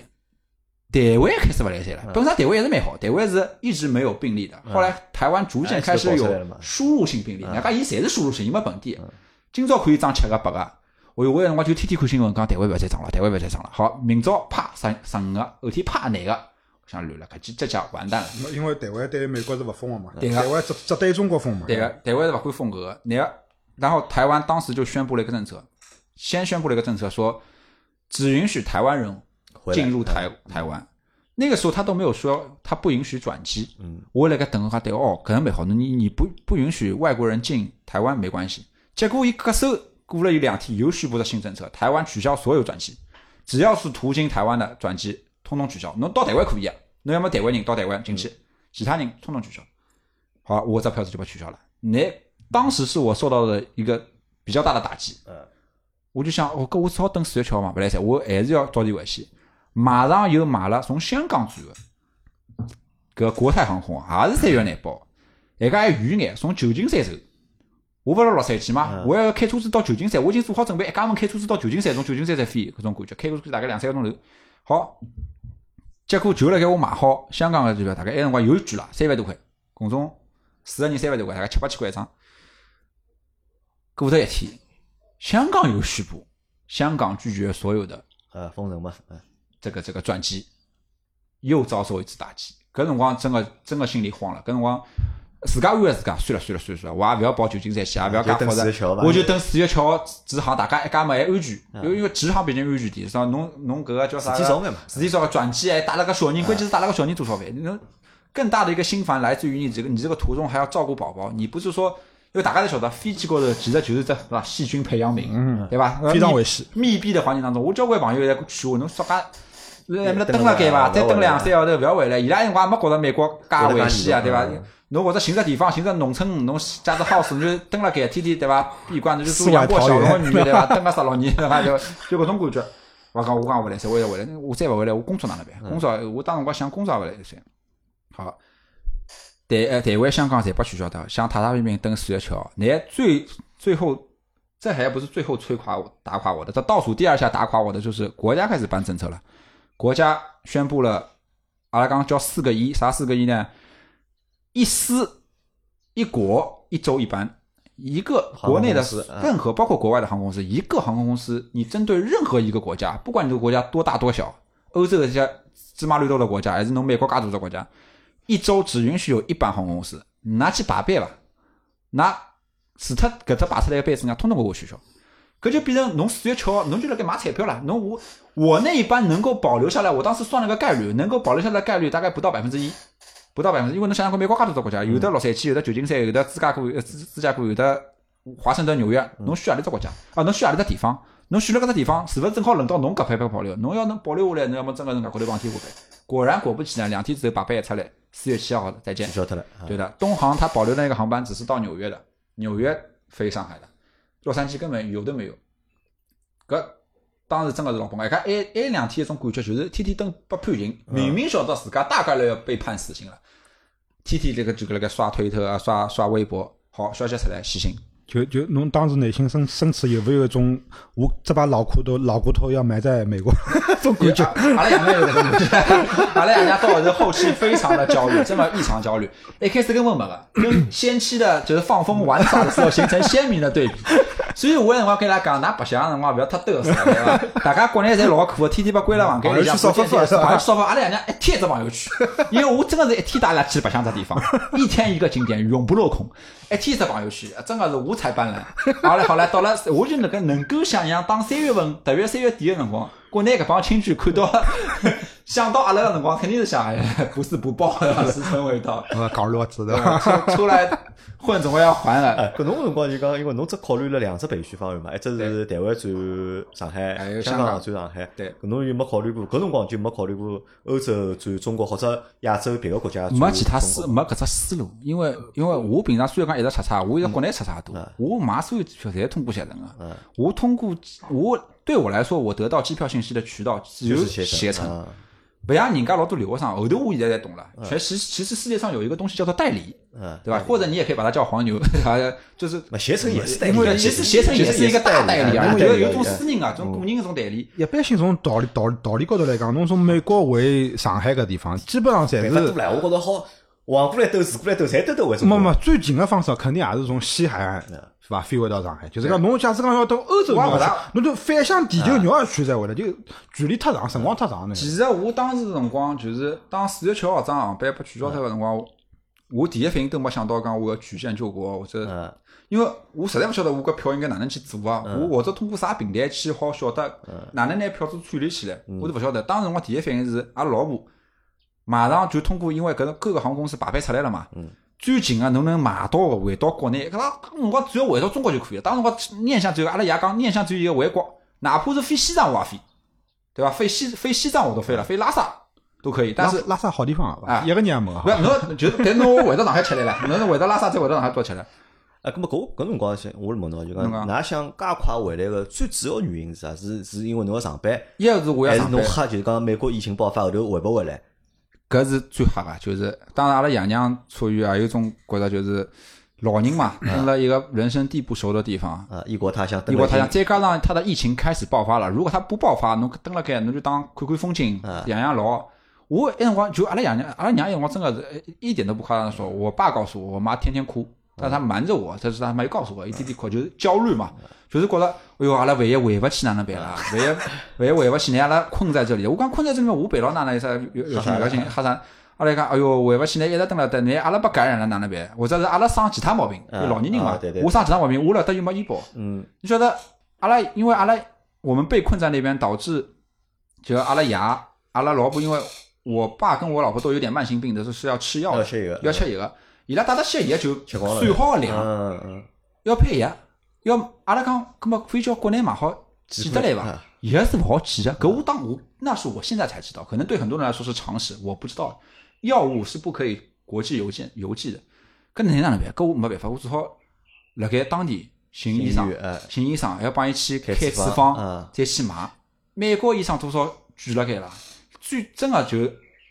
Speaker 3: 台湾开始勿来三了。本身台湾一直蛮好，台湾是一直没有病例的。后来台湾逐渐开始有输入性病例，人家伊侪是输入性，伊没本地的。今朝可以涨七个八个，我有个辰光就天天看新闻，讲台湾勿要再涨了，台湾勿要再涨了。好，明朝啪上上五个，后天啪廿个，我想乱了，搿几只家完蛋了。
Speaker 2: 因为台湾对美国是勿封个嘛，
Speaker 3: 对个
Speaker 2: 台湾只只对中国封嘛。
Speaker 3: 对个，台湾是勿会封搿个。然后，然后台湾当时就宣布了一个政策，先宣布了一个政策，说只允许台湾人
Speaker 1: 回来嗯
Speaker 3: 进入台台湾。那个时候他都没有说他不允许转机。
Speaker 1: 嗯，
Speaker 3: 我辣盖等下对哦，搿能蛮好，你你不不允许外国人进台湾没关系。结果伊搿首过了有两天，又宣布了新政策，台湾取消所有转机，只要是途经台湾的转机，通通取消。侬到台湾可以啊，侬要么台湾人到台湾进
Speaker 1: 嗯
Speaker 3: 去，其他人通通取消。好，我这票子就被取消了。那当时是我受到的一个比较大的打击。
Speaker 1: 嗯，
Speaker 3: 我就想，哦，搿我只好等四月七号嘛，勿来塞，我还是要早点回去。马上又买了从香港转的，搿国泰航空啊也是三月廿八号，人家还远眼，从旧金山走。我勿是洛杉矶嘛，我要开车子到旧金山，我已经做好准备，一家门开车子到旧金山，从旧金山再飞，搿种感觉，开车子大概两三个钟头。好，结果就辣盖我买好香港个机票，大概埃辰光又贵了，三万多块，共总四个人三万多块，大概七八千块一张。过头一天，香港又宣布，香港拒绝所有的
Speaker 1: 呃，封城嘛，嗯
Speaker 3: 这个这个转机，又遭受一次打击。搿辰光真个真个心里慌了，搿辰光自家安慰自家，算了算了算了算了，我也勿要跑旧金山去，也勿要
Speaker 1: 啊就
Speaker 3: 讲
Speaker 1: 等
Speaker 3: 复杂
Speaker 1: 4月7号吧，
Speaker 3: 我就等四月七号直航，大家一家嘛还安全，因为因为直航毕竟安全点，像侬侬搿个叫啥
Speaker 1: 事体
Speaker 3: 个
Speaker 1: 少眼嘛
Speaker 3: 事体少个转机还带了个小人，关键是带了个小人多少万，侬更大的一个心烦来自于你这个你这个途中还要照顾宝宝，你不是说因为大家都晓得飞机高头其实就是在对吧细菌培养皿，对吧？
Speaker 2: 非常危险
Speaker 3: 密密闭的环境当中，我交关朋友在劝我，侬说家。那么蹲辣盖伐，再蹲两三个号头勿要回来。伊拉辰光也没觉着美国介危险啊，对伐
Speaker 1: 嗯？
Speaker 3: 侬或者寻只地方，寻只农村，侬家只 house，侬就蹲辣盖，天天对伐？闭关侬就做
Speaker 2: 世外
Speaker 3: 阳光
Speaker 2: 桃
Speaker 3: 小龙
Speaker 2: 源
Speaker 3: 女对伐？蹲个十六年对伐？就就搿种感觉。我讲我讲回来噻，我要回来，我再勿回来，我工作哪能办？工作我当辰光想工作也勿来噻。好，台呃台湾、香港侪被取消掉，想踏踏平平等四月七号。那最最后，这还不是最后摧垮我、打垮我的，这倒数第二下打垮我的就是国家开始办政策了。国家宣布了，阿拉刚刚叫四个一，啥四个一呢？一司、一国、一州一班。一个
Speaker 1: 航空
Speaker 3: 国内的
Speaker 1: 公司嗯
Speaker 3: 任何包括国外的航空公司，一个航空公司，你针对任何一个国家，不管你这个国家多大多小，欧洲的这些芝麻绿豆的国家，还是侬美国噶大的国家，一周只允许有一班航空公司，拿去排班伐？那除脱搿只排出来个班子，呢，通通给我取消。搿就变成侬四月七号，侬就辣盖买彩票了。侬我我那一班能够保留下来，我当时算了个概率，能够保留下来的概率大概不到百分之一，不到百分之一。因为侬想想看，美国介多只国家，有的洛杉矶，有的旧金山，有的芝加哥，呃芝芝加哥，有的华盛顿、纽约，侬选何里只国家啊？侬选何里只地方？侬选了搿只地方，是勿是正好轮到侬搿排被保留？侬要能保留下来，侬要么真个是外头帮天下班。果然果不其然，两天之后把班一出来，四月七号再见
Speaker 1: 取。消掉了。啊
Speaker 3: 对的，东航它保留的那个航班只是到纽约的，纽约飞上海的，洛杉矶根本有都没有。搿当时真个是老崩溃，搿埃埃两天一种感觉就是天天等被判刑，明明晓得自家大概率要被判死刑了，天天这个就搿辣盖刷推特啊，刷刷微博，好消息出来，死刑。
Speaker 2: 就就侬当时内心深深处有没有一种我这把老骨头老骨头要埋在 美国这种感觉？
Speaker 3: 阿拉爷娘有搿种感觉，阿拉爷娘到后头后期非常的焦虑，真的异常焦虑。一开始根本没个，跟先期的就是放风玩耍的时候形成鲜明的对比。所以我有辰光跟伊拉讲，㑚白相个辰光勿要太嘚瑟，对伐？大家国内侪老苦，天天被关辣房间里向，
Speaker 2: 朋友圈少发发
Speaker 3: 朋友圈少发，阿拉爷娘一天一只朋友圈，因为我真的是一天带阿拉去白相只地方，一天一个景点，永不落空。一天一只朋友圈，真的是五彩斑斓。好嘞，好嘞，到了我就能够能够想象，当三月份，特别三月底的辰光，国内搿帮亲眷看到 想到阿拉个辰光，肯定是想，哎，不是不报，时辰未到。
Speaker 2: 呃，搞落子的，
Speaker 3: 出出来混总归要还的。
Speaker 1: 哎，搿侬辰光就讲，因为侬只考虑了两只培训方案嘛，一只是台湾转上
Speaker 3: 还哎有
Speaker 1: 海，
Speaker 3: 香
Speaker 1: 香
Speaker 3: 港
Speaker 1: 港转上海，
Speaker 3: 对
Speaker 1: 搿侬又没考虑过，搿辰光就没考虑过欧洲转中国或者亚洲别个国家转中国。
Speaker 3: 没其他思，没搿只思路，因为因为我平常虽然讲一直出差，我现在国内出差多，我买所有机票侪是通过携程
Speaker 1: 嗯
Speaker 3: 的。我通过我对我来说，我得到机票信息的渠道只有
Speaker 1: 就是
Speaker 3: 携
Speaker 1: 携
Speaker 3: 程。嗯
Speaker 1: 啊
Speaker 3: 不像人家老多留学生，后头我现在才懂了。全其实其实世界上有一个东西叫做嗯代理，嗯
Speaker 1: 嗯，
Speaker 3: 对吧？或者你也可以把它叫黄牛， 啊就是
Speaker 1: 那携程也是代理
Speaker 3: 因为
Speaker 1: 的，
Speaker 3: 其实携程也是一个大代理啊。我
Speaker 1: 我
Speaker 3: 觉
Speaker 1: 觉
Speaker 3: 得
Speaker 1: 得
Speaker 3: 有
Speaker 1: 有
Speaker 3: 种
Speaker 1: 种
Speaker 3: 私人啊，种个人这种代理，
Speaker 2: 一般性从道理道理道理高头来讲，侬从美国回上海搿地方，基本上侪
Speaker 1: 办法
Speaker 2: 是
Speaker 1: 多了，我觉着好往过来兜，竖过来兜，侪兜到回中
Speaker 2: 没
Speaker 1: 国。
Speaker 2: 没，最近个方式肯定也是从西海岸
Speaker 1: 嗯
Speaker 2: 是吧？飞回到上海，就是讲侬假使讲要到欧洲
Speaker 3: 我也
Speaker 2: 绕
Speaker 3: 不
Speaker 2: 一圈
Speaker 3: 大，
Speaker 2: 侬就反向地球绕一圈才回来，就距离太长，辰光太长了。
Speaker 3: 其实我当时辰光就是当四月七号早上啊航班被取消脱个辰光，我第一反应都没想到讲我要曲线救国，或者
Speaker 1: 嗯，
Speaker 3: 因为我实在勿晓得我搿票应该哪能去做啊，我或者通过啥平台去好晓得
Speaker 1: 嗯
Speaker 3: 哪能拿票子串联起来，我都勿晓得。当时辰光第一反应是阿拉老婆马上就通过因为搿各个航空公司排班出来了嘛。
Speaker 1: 嗯
Speaker 3: 最近啊，侬能买到个回到国内，搿拉辰光只要回到中国就可以了。当时辰光念想只有阿拉爷讲念想只有一个回国，哪怕是飞西藏我也飞，对伐？飞西飞西藏我都
Speaker 1: 嗯
Speaker 3: 飞了，飞拉萨都可以。但
Speaker 2: 拉
Speaker 3: 是
Speaker 2: 萨拉萨好地方
Speaker 3: 啊
Speaker 2: 啊，一个人也没
Speaker 3: 不
Speaker 2: 啊。
Speaker 3: 要侬就是，但侬回到上海吃力了， 侬是回到拉萨再回到上海多吃力。
Speaker 1: 啊，咁么搿搿辰光是我是问侬，就
Speaker 3: 侬讲
Speaker 1: 讲，㑚想介快回来个最主要原因是啥？是是因为侬要上班，
Speaker 3: 一个是我要
Speaker 1: 还是
Speaker 3: 上
Speaker 1: 侬
Speaker 3: 班，
Speaker 1: 吓就是讲美国疫情爆发后头回勿回来？
Speaker 3: 搿是最吓个，就是当然阿拉爷娘处于啊有一种觉着就是老人嘛，蹲辣一个人生地不熟的地方，
Speaker 1: 啊，异国他乡，
Speaker 3: 异国他
Speaker 1: 等
Speaker 3: 乡，
Speaker 1: 了
Speaker 3: 再加上他的疫情开始爆发了，如果他不爆发，侬蹲辣盖侬就当看看风景，
Speaker 1: 啊
Speaker 3: 养养老。我一辰光就阿拉爷娘，阿拉娘一辰光真的是一点都不夸张的说，我爸告诉我，我妈天天哭，但她瞒着我，但是她没告诉我，一点点哭，就是焦虑嘛，就是觉得，哎哟，阿拉万一回勿去哪能办 啊啦？万一万一回勿去，拿阿拉困在这里，我讲困在这里面，我陪牢哪能有啥有有啥 有啥哈啥？阿拉讲，哎哟，回勿去，呢，一直蹲辣搭，拿阿拉被感染了哪能办？或者是阿拉生其他毛病，
Speaker 1: 啊
Speaker 3: 有老年人嘛
Speaker 1: 啊对，对
Speaker 3: 我生其他毛病，我辣搭又没医保。
Speaker 1: 嗯，
Speaker 3: 你晓得阿拉，因为阿拉我们被困在那边，导致就阿拉爷、阿拉老婆，因为我爸跟我老婆都有点慢性病的，是是要吃药
Speaker 1: 要
Speaker 3: 的，
Speaker 1: 吃一个，
Speaker 3: 要吃药。伊拉带的些药就
Speaker 1: 吃光了
Speaker 3: 算好个量，
Speaker 1: 嗯嗯，
Speaker 3: 要配药，要阿拉讲，葛么非叫国内买好寄得来
Speaker 1: 寄回来
Speaker 3: 伐
Speaker 1: 啊？
Speaker 3: 也是勿好寄的。搿我当我那是我现在才知道，可能对很多人来说是常识，我不知道药物是不可以国际邮件邮寄的。搿哪能哪能办？搿我没办法，我只好辣盖当地寻医生
Speaker 1: 寻医院哎，
Speaker 3: 寻医生还要帮伊去开
Speaker 1: 开
Speaker 3: 处
Speaker 1: 处方
Speaker 3: 方
Speaker 1: 啊，
Speaker 3: 再去买。美国医生多少举辣盖了，最真个就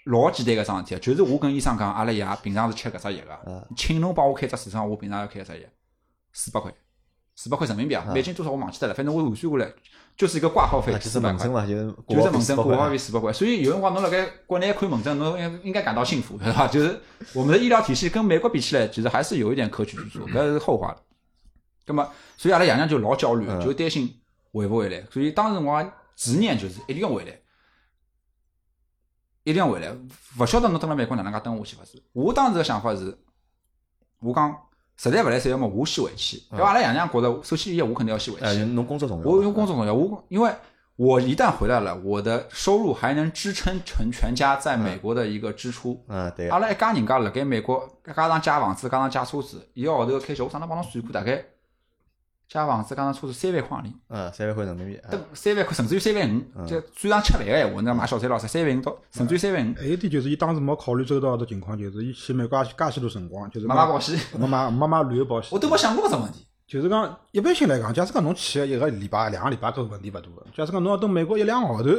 Speaker 3: 老简单个桩事体，就是我跟医生讲，阿拉爷平常是吃搿只药
Speaker 1: 啊
Speaker 3: 个，请侬帮我开只处方，我平常要开搿只药，四百块，四百块人民币啊，美金多少我忘记掉了，反正我换算过来就是一个挂号费
Speaker 1: 啊，就
Speaker 3: 四
Speaker 1: 是
Speaker 3: 百
Speaker 1: 门
Speaker 3: 块
Speaker 1: 诊。嘛，就是
Speaker 3: 就
Speaker 1: 国
Speaker 3: 是
Speaker 1: 外
Speaker 3: 门诊
Speaker 1: 包括
Speaker 3: 挂号费四百块，所以有辰光侬辣盖国内看门诊，侬应应该感到幸福， 对伐？就是我们的医疗体系跟美国比起来，其实还是有一点可取之处，搿是后话了。那么，所以阿拉爷娘就老焦虑，
Speaker 1: 嗯
Speaker 3: 就担心回勿回来，所以当时辰光执念就是一定要回来，一定要回来。勿晓得侬蹲辣美国哪能介蹲下去法子。我当时个想法是，我讲实在勿来三，要么我先回去，要阿拉爷娘觉着，首先一我肯定要先回去。
Speaker 1: 嗯哎，侬工作重要嘛，
Speaker 3: 我用工作重要，我因为我一旦回来了，我的收入还能支撑全全家在美国的一个支出。
Speaker 1: 啊，
Speaker 2: 嗯
Speaker 1: 对
Speaker 3: 阿，拉一家人家辣盖美国，加上借房子，加上借车子，一个号头的开销，我上趟帮侬算过，大概借房子加上车子三万块行钿，
Speaker 1: 嗯，三万块人民币，啊
Speaker 3: 等三万块，甚至于三万
Speaker 2: 嗯
Speaker 3: 五，就算上吃饭个闲话，那买小菜咯啥，三万五到甚至于三万五，
Speaker 2: 还有一点就是，伊当时没考虑周到的情况，就是伊去美国也介许多辰光，就是
Speaker 3: 买买保险，
Speaker 2: 没买没买旅游保
Speaker 3: 我
Speaker 2: 险。
Speaker 3: 都没想过搿只问题。
Speaker 2: 就是讲，一般性来讲，假使讲侬去个一个礼拜、两个礼拜，搿问题勿大个。假使讲侬要等美国一两个号头，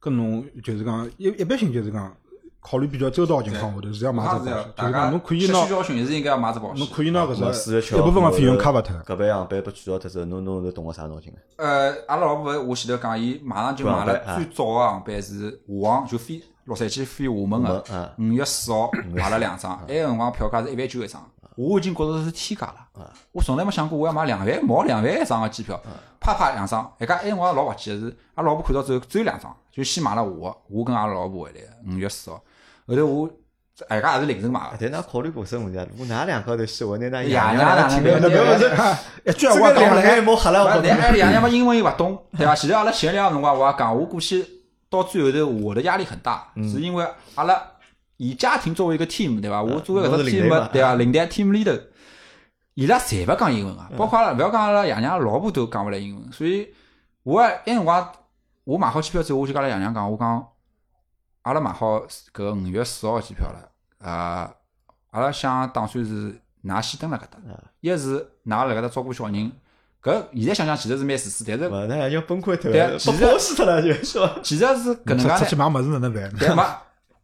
Speaker 2: 搿侬就是讲一一般性就是讲考虑比较周到的情况下头是要买只保险，就
Speaker 3: 大
Speaker 2: 是
Speaker 3: 家
Speaker 2: 讲侬可以
Speaker 3: 吸
Speaker 2: 拿
Speaker 3: 取教训也是应该要买只保
Speaker 2: 侬
Speaker 3: 险。
Speaker 2: 可以拿
Speaker 1: 咾
Speaker 2: 搿
Speaker 1: 四
Speaker 2: 只
Speaker 1: 月
Speaker 2: 一
Speaker 1: 七号
Speaker 2: 部分个费用 cover 脱的。
Speaker 1: 搿班航班被取消脱之后，侬侬是动个啥脑筋呢？
Speaker 3: 呃，阿拉老婆我前头讲，伊马上就买
Speaker 1: 不
Speaker 3: 了哎
Speaker 1: 要
Speaker 3: 最早个航班是华航，就飞洛杉矶飞厦门
Speaker 1: 厦门
Speaker 3: 个
Speaker 1: 啊，
Speaker 3: 五月四号哎买了两张，埃个辰光票价是一万九一张，我已经觉着是天价了，我从来没想过我要买两万毛两万一张个机票，啪啪两张，一家埃个辰光老滑稽个是，阿拉老婆看到之后只有两张，就先买了我的，我跟阿拉老婆回来个五月四号，后头我哎家也是凌晨买
Speaker 1: 啊
Speaker 3: 个，
Speaker 1: 但㑚考虑过生问题啊？如果㑚两个头先，我拿㑚
Speaker 3: 爷娘
Speaker 1: 娘
Speaker 3: 哪能
Speaker 1: 体面
Speaker 3: 办
Speaker 1: 那
Speaker 3: 对
Speaker 1: 不
Speaker 3: 吧
Speaker 1: 要是
Speaker 2: 一句
Speaker 1: 这
Speaker 2: 闲
Speaker 1: 个
Speaker 2: 话
Speaker 1: 两
Speaker 2: 讲勿
Speaker 1: 个
Speaker 2: 来，
Speaker 1: 人没吓了，
Speaker 3: 勿
Speaker 1: 我
Speaker 3: 但阿拉 爷娘嘛英文又勿懂，对伐？其实阿拉前两个辰光我也讲，我过去到最后头我的压力很大，
Speaker 1: 嗯
Speaker 3: 是因为阿拉以家庭作为一个 team，对伐？我作为搿
Speaker 1: 侬
Speaker 3: 个
Speaker 1: 是嗯领队
Speaker 3: team，
Speaker 1: 嘛
Speaker 3: 对伐？领队 team leader，伊拉侪勿讲英文啊，
Speaker 1: 嗯
Speaker 3: 包括阿拉勿要讲阿拉爷娘老婆都讲勿来英文，所以我埃辰光我买好机票之后，我就跟阿拉爷娘讲，我讲阿拉买好搿五月四号机票了，啊，阿拉想打算是㑚先蹲辣搿搭，一是㑚辣搿搭照顾小人，搿现在想想其实是蛮自私，但是
Speaker 1: 勿那要崩溃脱
Speaker 3: 对啊
Speaker 1: 了，
Speaker 3: 其
Speaker 1: 不
Speaker 3: 实
Speaker 1: 抛死脱了就是吧？
Speaker 3: 其实是搿能
Speaker 2: 出
Speaker 3: 介
Speaker 2: 去
Speaker 3: 呢，
Speaker 2: 买物事哪能 办？
Speaker 3: 但没，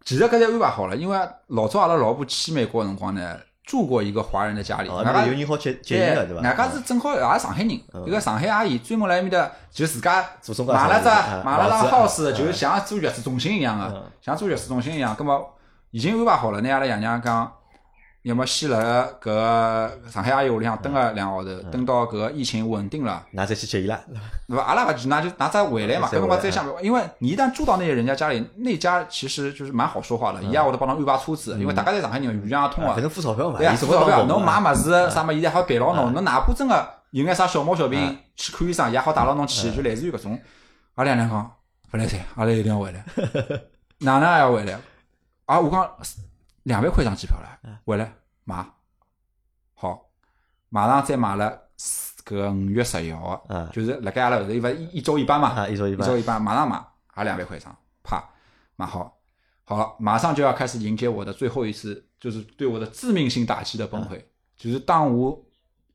Speaker 3: 其实搿才安排好了，因为老早阿拉老婆去美国个辰光呢，住过一个华人的家里，
Speaker 1: 哦，
Speaker 3: 外加
Speaker 1: 那有人好接接应了，对伐？啊嗯
Speaker 3: 外加是正好也是上海人，一个上海阿姨专门来埃面搭，就自家
Speaker 1: 做中介
Speaker 3: 买了
Speaker 1: 生意
Speaker 3: 只
Speaker 1: 啊
Speaker 3: 买了
Speaker 1: 房
Speaker 3: 张
Speaker 1: 子啊
Speaker 3: house，就是像做月子中心一样个
Speaker 1: 嗯，
Speaker 3: 像做月子中心一样。葛么已经安排好了，拿阿拉爷娘讲，要么先辣辣搿个上海阿姨屋里向蹲
Speaker 1: 嗯
Speaker 3: 个两个号头，蹲到搿个疫情稳定了，
Speaker 1: 㑚再去接伊拉，
Speaker 3: 对伐？阿拉勿去，那就那再回来嘛。搿
Speaker 1: 再回来嗯
Speaker 3: 辰光再想，因为你一旦住到那些人家家里，那家其实就是蛮好说话的，伊也会得帮侬安排车子，因为大家在上海人语言也通啊
Speaker 1: 嗯反。正付钞票嘛，
Speaker 3: 对呀，
Speaker 1: 伊总归
Speaker 3: 钞票，
Speaker 1: 帮忙啊
Speaker 3: 侬
Speaker 1: 嘛嗯
Speaker 3: 买物事啥么，伊侪好陪牢侬。侬哪怕真个有眼啥小毛小
Speaker 1: 嗯
Speaker 3: 病去看医生，也好带牢侬去，就类似于搿种。阿拉两讲勿来三，阿拉一定要回来，哪能也要回来。啊，我讲两万块一张机票了，
Speaker 1: 嗯
Speaker 3: 回来买好，马上再买了搿个五月十一号个
Speaker 1: 啊，
Speaker 3: 就是辣盖阿拉后头，伊勿是一一周一班嘛，
Speaker 1: 啊，一周一
Speaker 3: 一
Speaker 1: 般
Speaker 3: 周，一班，马上买，还两百块一张，啪，买好，好了，马上就要开始迎接我的最后一次，就是对我的致命性打击的崩溃，就是当我。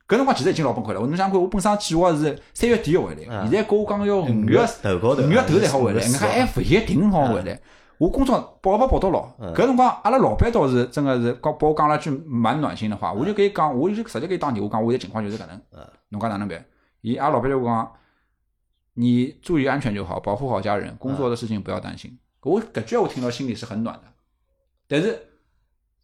Speaker 3: 搿辰光其实已经老崩溃了，我侬想看，我本身计划是三月底要回来，
Speaker 1: 啊
Speaker 3: 现在跟我讲要嗯哦五
Speaker 1: 五
Speaker 3: 月
Speaker 1: 月头高头啊
Speaker 3: 五月头才好回来，
Speaker 1: 五
Speaker 3: 人
Speaker 1: 月
Speaker 3: 家
Speaker 1: 四号
Speaker 3: 还勿一定辰光回来。我工作报也报到牢，
Speaker 1: 嗯
Speaker 3: 搿辰光阿拉老板倒是真个是讲，帮我讲了句蛮暖心的
Speaker 1: 嗯
Speaker 3: 话，我就跟伊讲，我就直接跟伊打电话讲，我现在情况就是搿能
Speaker 1: 啊，
Speaker 3: 侬讲哪能办？伊阿拉老板就跟我讲，你注意安全就好，保护好家人，工作的事情不要担心。我搿句闲话听到心里是很暖的，但是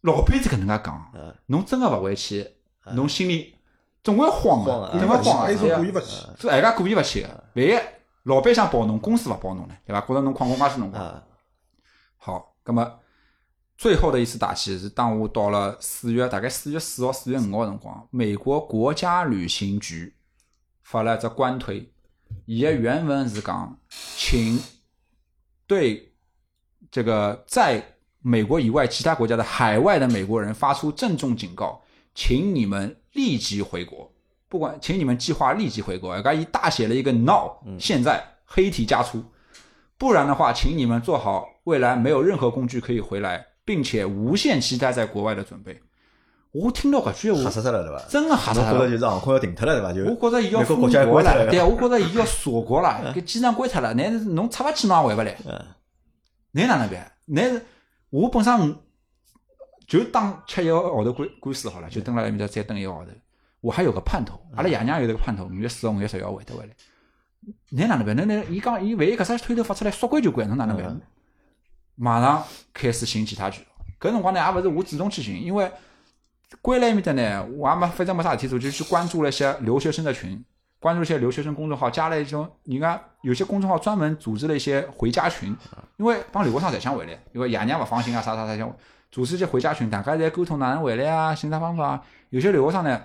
Speaker 3: 老板是搿能介讲
Speaker 1: 啊，
Speaker 3: 侬真个勿回去，侬心里总归
Speaker 1: 嗯慌
Speaker 3: 慌个
Speaker 1: 啊，
Speaker 3: 总归
Speaker 2: 去
Speaker 3: 慌
Speaker 2: 还
Speaker 3: 个，
Speaker 2: 是故
Speaker 3: 对啊
Speaker 2: 意勿去，
Speaker 3: 是大家故意勿去个，万一老板想保侬，公司勿保侬呢，对伐？觉着侬旷工介许辰光。
Speaker 1: 啊，
Speaker 3: 好，那么最后的一次打击是当我到了四月，大概四月四号、四月五号辰光，美国国家旅行局发了一只官推，伊的原文是讲，请对这个在美国以外其他国家的海外的美国人发出郑重警告，请你们立即回国。不管，请你们计划立即回国。而伊大写了一个 “now”，现在黑体加粗。不然的话，请你们做好未来没有任何工具可以回来，并且无限期待在国外的准备。我听到搿句
Speaker 1: 吓
Speaker 3: 话，
Speaker 1: 死脱了对伐？
Speaker 3: 真的吓死
Speaker 1: 侬觉
Speaker 3: 我
Speaker 1: 着！就是航空要停脱了对伐？就
Speaker 3: 我觉着伊要
Speaker 1: 美国
Speaker 3: 封
Speaker 1: 国家
Speaker 3: 国
Speaker 1: 关脱了
Speaker 3: 了，对啊，我嗯觉着伊要锁国了，搿机场关脱了，乃是侬出勿去嘛，回勿来，乃哪能办？乃是我本身就当吃一个号头官官司好了，就蹲辣埃面搭再蹲一个号头，我还有个盼头，阿拉爷娘有这个盼头，五月四号、五月十一号回得回来，乃哪能办？那那伊讲伊万一搿只推头发出来，说关就关，侬哪能办
Speaker 1: 嗯？
Speaker 3: 马上开始寻其他渠道。搿辰光呢，也勿是我主动去寻，因为归来埃面搭呢，我也没反正没啥事体做，就去关注了一些留学生的群，关注一些留学生公众号，加了一种人家有些公众号专门组织了一些回家群，因为帮留学生侪想回来，因为爷娘勿放心啊，啥啥啥想组织一些回家群，大家侪沟通哪能回来啊，寻啥方法啊。有些留学生呢，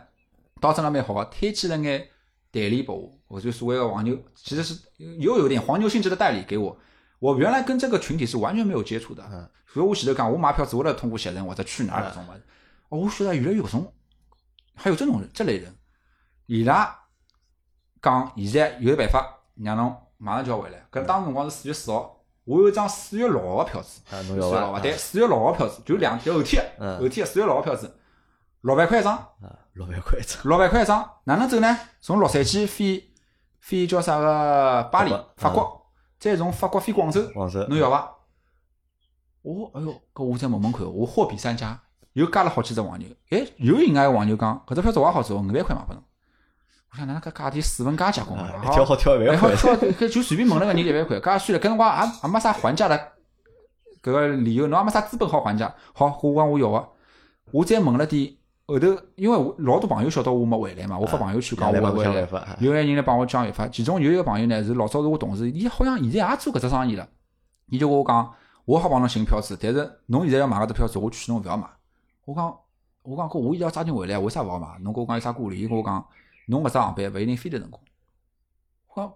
Speaker 3: 倒真个蛮好个，推荐了眼代理拨我，我就所谓的黄牛，其实是又有点黄牛性质的代理给我。我原来跟这个群体是完全没有接触的，所以我前头讲，我买票只为了通过携程或者去哪儿搿种物事。哦，我晓得原来有搿种，还有这种人这类人，伊拉讲现在有办法让侬马上就要回来。搿当时辰光是四月四号，我有一张四月六号个票子，
Speaker 1: 啊，
Speaker 3: 四
Speaker 1: 侬
Speaker 3: 月
Speaker 1: 要
Speaker 3: 六
Speaker 1: 伐
Speaker 3: 号？对，四月六号票子就两天后天，
Speaker 1: 嗯
Speaker 3: 后天四月六号票子，六万块一张，
Speaker 1: 啊，六万块一张，
Speaker 3: 六万块一张，哪能走呢？从洛杉矶飞飞叫啥个巴黎
Speaker 1: 法国，
Speaker 3: 法国，再从法国飞广州，
Speaker 1: 广州
Speaker 3: 侬要伐？我哎哟，搿我再问问看，我货比三家，又加了好几只黄牛。哎，有人家有黄牛讲，搿只票子我也好做，五万块卖拨侬。我想哪能搿价钿水分介结棍
Speaker 1: 啊
Speaker 3: 啊？
Speaker 1: 一跳好跳一万
Speaker 3: 然后
Speaker 1: 块，
Speaker 3: 跳搿就随便问了个人一万块，搿也算了，搿辰光也也没啥还价的搿个理由，侬也没啥资本好还价。好，我讲我要个，我再问了点后头，因为我老多朋友晓得我没回来嘛，我
Speaker 1: 啊
Speaker 3: 发朋友圈讲哎我
Speaker 1: 两
Speaker 3: 勿
Speaker 1: 万
Speaker 3: 回
Speaker 1: 块
Speaker 3: 来
Speaker 1: 想办，法啊
Speaker 3: 有个人来帮我讲一法，其中有一个朋友呢是老早是我同事，伊好像现在也做搿只生意了，伊就跟我讲，我好帮侬寻票子，但是侬现在要买搿只票子，我劝侬勿要买。我讲我讲哥，我现在要抓紧回来，为啥勿好买？侬跟我讲有啥顾虑？伊跟我讲，侬搿只航班勿一定飞得成功。我讲，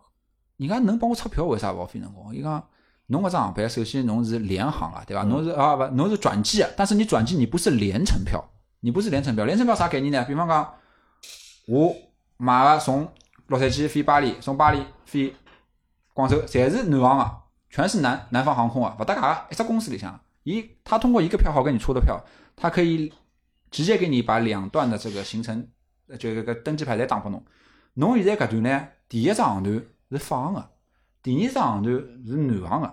Speaker 3: 人家能帮我出票，为啥勿好飞成功？伊讲，侬搿只航班首先侬是联航啊，对伐？侬是啊勿，侬是转机啊，但是你转机你不是联程票，你不是联程票，联程票啥概念呢？比方讲，我买个从洛杉矶飞巴黎，从巴黎飞广州，侪是南航个、全是南南方航空啊，勿搭界个，一只公司里向，伊他通过一个票号跟你出的票，他可以直接给你把两段的这个行程，呃就这个登记牌侪打拨侬。侬现在搿段呢，第一只航段是法航个，第二只航段是南航个。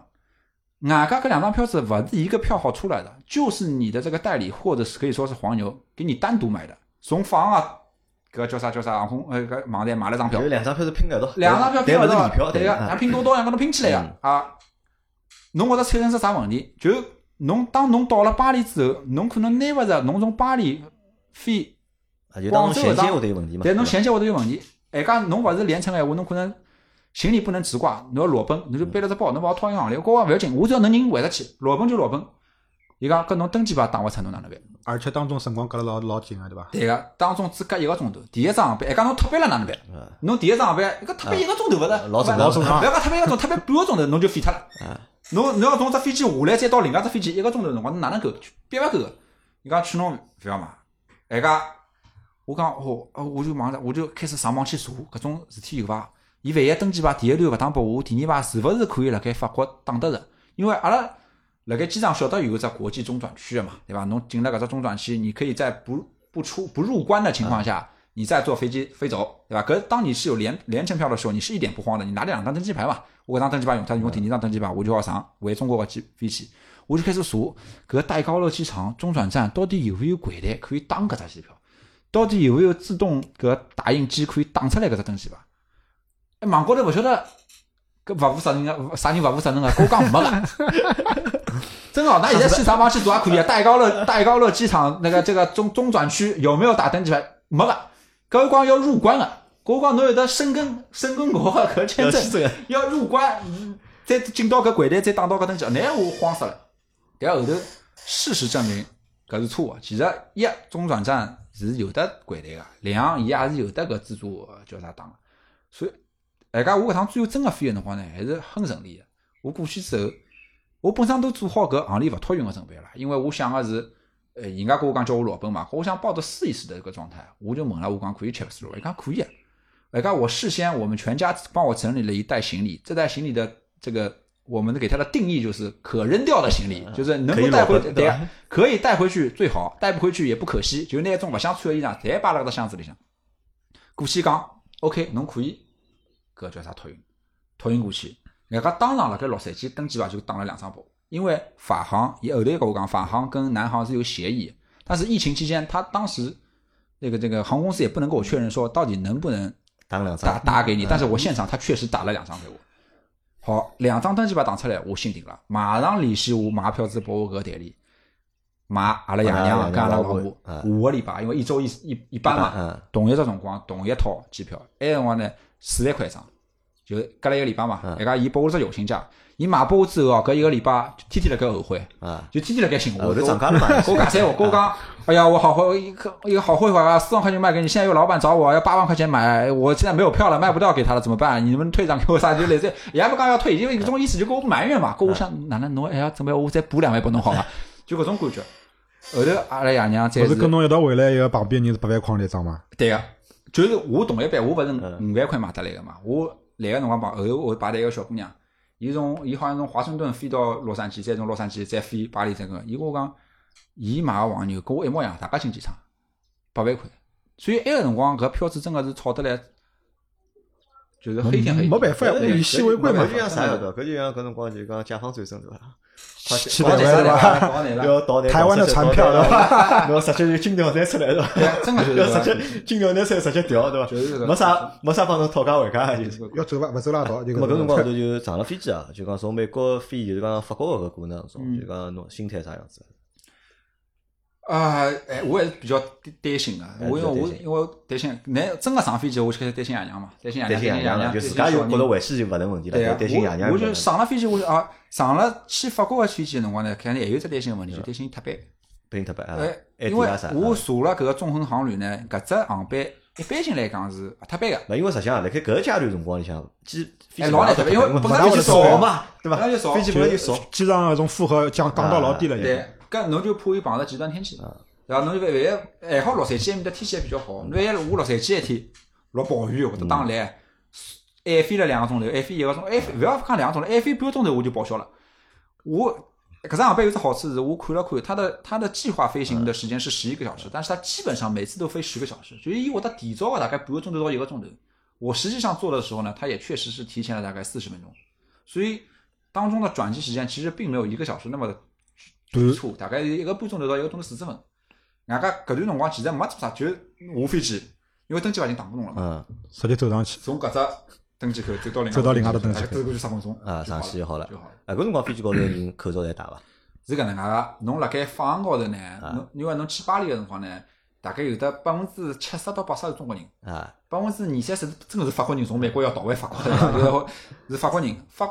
Speaker 3: 外加搿两张票子勿是一个票号出来的，就是你的这个代理或者是可以说是黄牛给你单独买的，从法航啊，搿个叫啥叫啥航空呃搿网站买了张票
Speaker 1: 有，两张票是拼得到，
Speaker 3: 两张票拼
Speaker 1: 但
Speaker 3: 勿
Speaker 1: 勿是
Speaker 3: 到
Speaker 1: 礼票，
Speaker 3: 对嗯
Speaker 1: 个
Speaker 3: 个，，拿拼多多两个侬拼起来呀啊！侬觉着产生是啥问题？就侬当侬到了巴黎之后，侬可能拿勿着，侬从巴黎飞，
Speaker 1: 啊，就当
Speaker 3: 广
Speaker 1: 中
Speaker 3: 州
Speaker 1: 衔
Speaker 3: 搿
Speaker 1: 接
Speaker 3: 趟
Speaker 1: 会得有问题嘛。
Speaker 3: 但侬
Speaker 1: 对伐
Speaker 3: 衔接会得有问题。还加侬勿是连乘个闲话，侬可能行李不能直挂，侬要裸奔，侬就背了只包，侬勿好掏一行李，高啊勿要紧，我只要能人回得去，裸奔就裸奔。伊讲搿侬登机牌打勿出，侬哪能办？
Speaker 2: 而且当中辰光隔了老老紧个，对伐？
Speaker 3: 对个，当中只隔一个钟头，第一张航班，还讲侬脱班了哪能办？侬第一张航班，搿脱班一个钟头勿是？
Speaker 1: 嗯呃老正常
Speaker 3: 勿
Speaker 1: 老嗯
Speaker 2: 正常
Speaker 3: 勿要讲脱班一个钟，脱班半个钟头侬就废脱了。侬侬要从只飞机下来再到另外只飞机，一个钟头辰光侬哪能够？憋勿够个。伊讲去侬勿要嘛，还讲我讲哦，呃我就忙着，我就开始上网去查搿种事体有伐？伊万一登记牌第一段勿打拨我，第二牌是勿是可以辣盖法国打得着？因为阿拉辣盖机场晓得有一只国际中转区的嘛，对伐？侬进了搿只中转区，你可以在不不出不入关的情况下，你再坐飞机飞走，对吧？可是当你是有联联程票的时候，你是一点不慌的，你拿两张登机牌嘛，我搿张登机牌用它用第二张登机牌，我就要上回中国个机飞机，我就开始查搿戴高乐机场中转站到底有没有柜台可以打搿只机票，到底有没有自动搿打印机可以打出来搿只登机牌？哎，网高头勿晓得。搿勿负责任个，啥人勿负责任个？跟我讲没个， 真的哦，那现在去啥方去做也可以啊。戴高乐戴高乐机场那个这个中中转区有没有打登记牌？没个，搿辰光要入关个，搿辰光侬有得申根申根国个搿签证
Speaker 1: 要这个
Speaker 3: 要入关，再进到搿柜台再打到搿登记，那我慌死了。但后头事实证明搿是错个，其实一中转站是有得柜台个，两伊也是有得搿自助呃叫啥打个，所以。哎，噶我搿趟最后真个飞个辰光呢，还是很顺利个。我过去之后，我本身都做好搿行李勿托运个准备了，因为我想个是，呃，人家跟我讲叫我裸奔嘛，我想抱着试一试的搿状态，我就问了，我讲可以吃勿吃肉？伊讲可以啊。哎，噶我事先我们全家帮我整理了一袋行李，这袋行李的这个我们给它的定义就是可扔掉的行李，就是能够
Speaker 1: 嗯可以裸
Speaker 3: 带回
Speaker 1: 奔
Speaker 3: 对
Speaker 1: 对吧
Speaker 3: 啊，可以带回去最好，带不回去也不可惜，就是那种勿想穿个衣裳，侪摆辣搿只箱子里向。过去讲，OK，侬可以搿叫啥托运，托运过去。人家当场辣盖洛杉矶登记牌就打了两张包，因为法航，伊后头也跟我讲，法航跟南航是有协议，但是疫情期间，他当时那个这个航空公司也不能跟我确认说到底能不能
Speaker 1: 打两张
Speaker 3: 打，打给你，但是我现场他确实打了两张给我。好，两张登记牌打出来，我心定了，马上联系我买票子拨我搿个代理，买阿拉爷
Speaker 1: 阿拉
Speaker 3: 娘
Speaker 1: 爷
Speaker 3: 跟阿拉
Speaker 1: 娘老
Speaker 3: 老婆
Speaker 1: 婆
Speaker 3: 下个礼拜，因为一周一一一班嘛，
Speaker 1: 嗯，
Speaker 3: 同一只辰光同一套机票，埃辰光呢四万块一张，就隔了一个礼拜嘛。
Speaker 1: 嗯
Speaker 3: 人家伊拨我只友情价，伊买拨我之后哦，搿一个礼拜天天辣盖后悔，
Speaker 1: 啊，
Speaker 3: 就天天辣盖寻我。
Speaker 1: 后头
Speaker 3: 我
Speaker 1: 涨价 了嘛
Speaker 3: 跟我讲三我，跟 我讲，哎呀，我好后一个一个好后悔啊，四万块钱卖给你，现在有老板找我要八万块钱买，我现在没有票了，卖不掉给他了，怎么办？你们退账给我啥？就类似，也不讲要退，因为搿种意思就跟我埋怨嘛，跟
Speaker 2: 嗯
Speaker 3: 我想，哪能侬还要准备我再补两万拨侬好伐？就搿种感觉。后头阿拉爷娘再
Speaker 2: 勿是跟侬一道回来一个旁边人是八万块钿一张嘛？
Speaker 3: 对个、就是我同一班，我勿是
Speaker 1: 嗯
Speaker 3: 五万块买得来个嘛，我来个辰光帮后头我排队一个小姑娘，伊从伊好像从华盛顿飞到洛杉矶，再从洛杉矶再飞巴黎这个，伊跟我讲，伊买个黄牛跟我一模一样，大家进机场八万块，所以埃个辰光搿票子真个是炒得来，就是黑天黑地，
Speaker 2: 没办法
Speaker 1: 搿
Speaker 2: 物以稀为贵嘛
Speaker 1: 搿就像啥晓得伐？搿就像搿辰光就讲解放战争对伐？快
Speaker 2: 七
Speaker 3: 搞
Speaker 2: 百
Speaker 3: 定
Speaker 2: 万
Speaker 3: 了
Speaker 2: 对伐？
Speaker 3: 搞定了
Speaker 1: 要到
Speaker 2: 台湾的船票
Speaker 1: 对 伐？要直接就金条拿出来对伐？
Speaker 3: 对啊真个就是
Speaker 1: 要直接金条拿出来直接调对
Speaker 3: 就是这
Speaker 1: 伐？
Speaker 3: 个
Speaker 1: 没啥没啥帮侬讨价还价的就是。
Speaker 3: 搿
Speaker 2: 要走伐？勿走啦，倒就
Speaker 1: 咁么搿辰光后头就上了飞机啊，就讲从美国飞，就是讲法国搿个过程当中，
Speaker 3: 嗯
Speaker 1: 就讲侬心态啥样子？
Speaker 3: 啊，哎，我还是比较担担心个，
Speaker 1: 哎
Speaker 3: 我因为
Speaker 1: 比较担心
Speaker 3: 我因为我担心，㑚真个上飞机我就开始担心爷娘嘛，担心爷
Speaker 1: 担
Speaker 3: 娘，
Speaker 1: 心爷
Speaker 3: 担
Speaker 1: 娘
Speaker 3: 娘，
Speaker 1: 了，就自
Speaker 3: 担心
Speaker 1: 家
Speaker 3: 小
Speaker 1: 又
Speaker 3: 人
Speaker 1: 觉得回去就勿成问题了，
Speaker 3: 对
Speaker 1: 就
Speaker 3: 啊，
Speaker 1: 担心爷娘有
Speaker 3: 我我
Speaker 1: 问题
Speaker 3: 就
Speaker 1: 了。
Speaker 3: 上了飞机，我就啊，上了去法国个飞机的辰光呢，肯定还有只担心个问题，就担心脱班。
Speaker 1: 拼特班啊
Speaker 3: 哎，，
Speaker 1: 埃
Speaker 3: 因
Speaker 1: 迪
Speaker 3: 为
Speaker 1: 啊啥？
Speaker 3: 我查了搿个纵横航旅呢，搿只航班一般性来讲是勿脱班个，
Speaker 1: 那因为实际上，辣盖搿阶段辰光里向，机飞
Speaker 3: 哎
Speaker 1: 机
Speaker 3: 老难
Speaker 1: 特
Speaker 3: 得因为本来
Speaker 1: 飞
Speaker 3: 就
Speaker 1: 机
Speaker 3: 少
Speaker 1: 少
Speaker 3: 嘛
Speaker 1: 嘛，对伐
Speaker 3: 本来就少？
Speaker 1: 飞机本来就少，
Speaker 2: 机场搿种负荷降降到老低了，已经
Speaker 3: 对。，搿侬就怕伊碰着极端天气，对伐？侬就万一还好洛杉矶埃面搭天气还比较好，万一我洛杉矶一天落暴雨或者打雷，晚飞了两个钟头，晚飞一个钟，晚飞勿要讲两个钟头，晚飞半个钟头我就报销了。我搿只航班有只好处是，我看了看，它的它的计划飞行的时间是十一个小时，但是它基本上每次都飞十个小时，就是伊会得提早个大概半个钟头到一个钟头。我实际上做的时候呢，它也确实是提前了大概四十分钟，所以当中的转机时间其实并没有一个小时那么的
Speaker 2: 短
Speaker 3: 错，大概一个半钟头到一个钟头四十分。外加搿段辰光其实没做啥，就是下飞机，因为登机牌已经打拨侬了嘛，
Speaker 1: 嗯
Speaker 2: 直接走上去，
Speaker 3: 从搿只登机口走到另外
Speaker 2: 走到另外
Speaker 3: 只
Speaker 2: 只登机口
Speaker 3: 口，大概走过去十分钟
Speaker 1: 啊，上去就好
Speaker 3: 好
Speaker 1: 了
Speaker 3: 就好了。
Speaker 1: 啊，搿辰光飞机高头人口罩侪戴伐？
Speaker 3: 是搿能介个，侬辣盖法案高头呢，侬因为侬去巴黎个辰光呢，大概有得百分之七十到八十是中国人，
Speaker 1: 啊，
Speaker 3: 百分之二三十是真个是法国人，从美国要逃回法国的，然后是法国人。法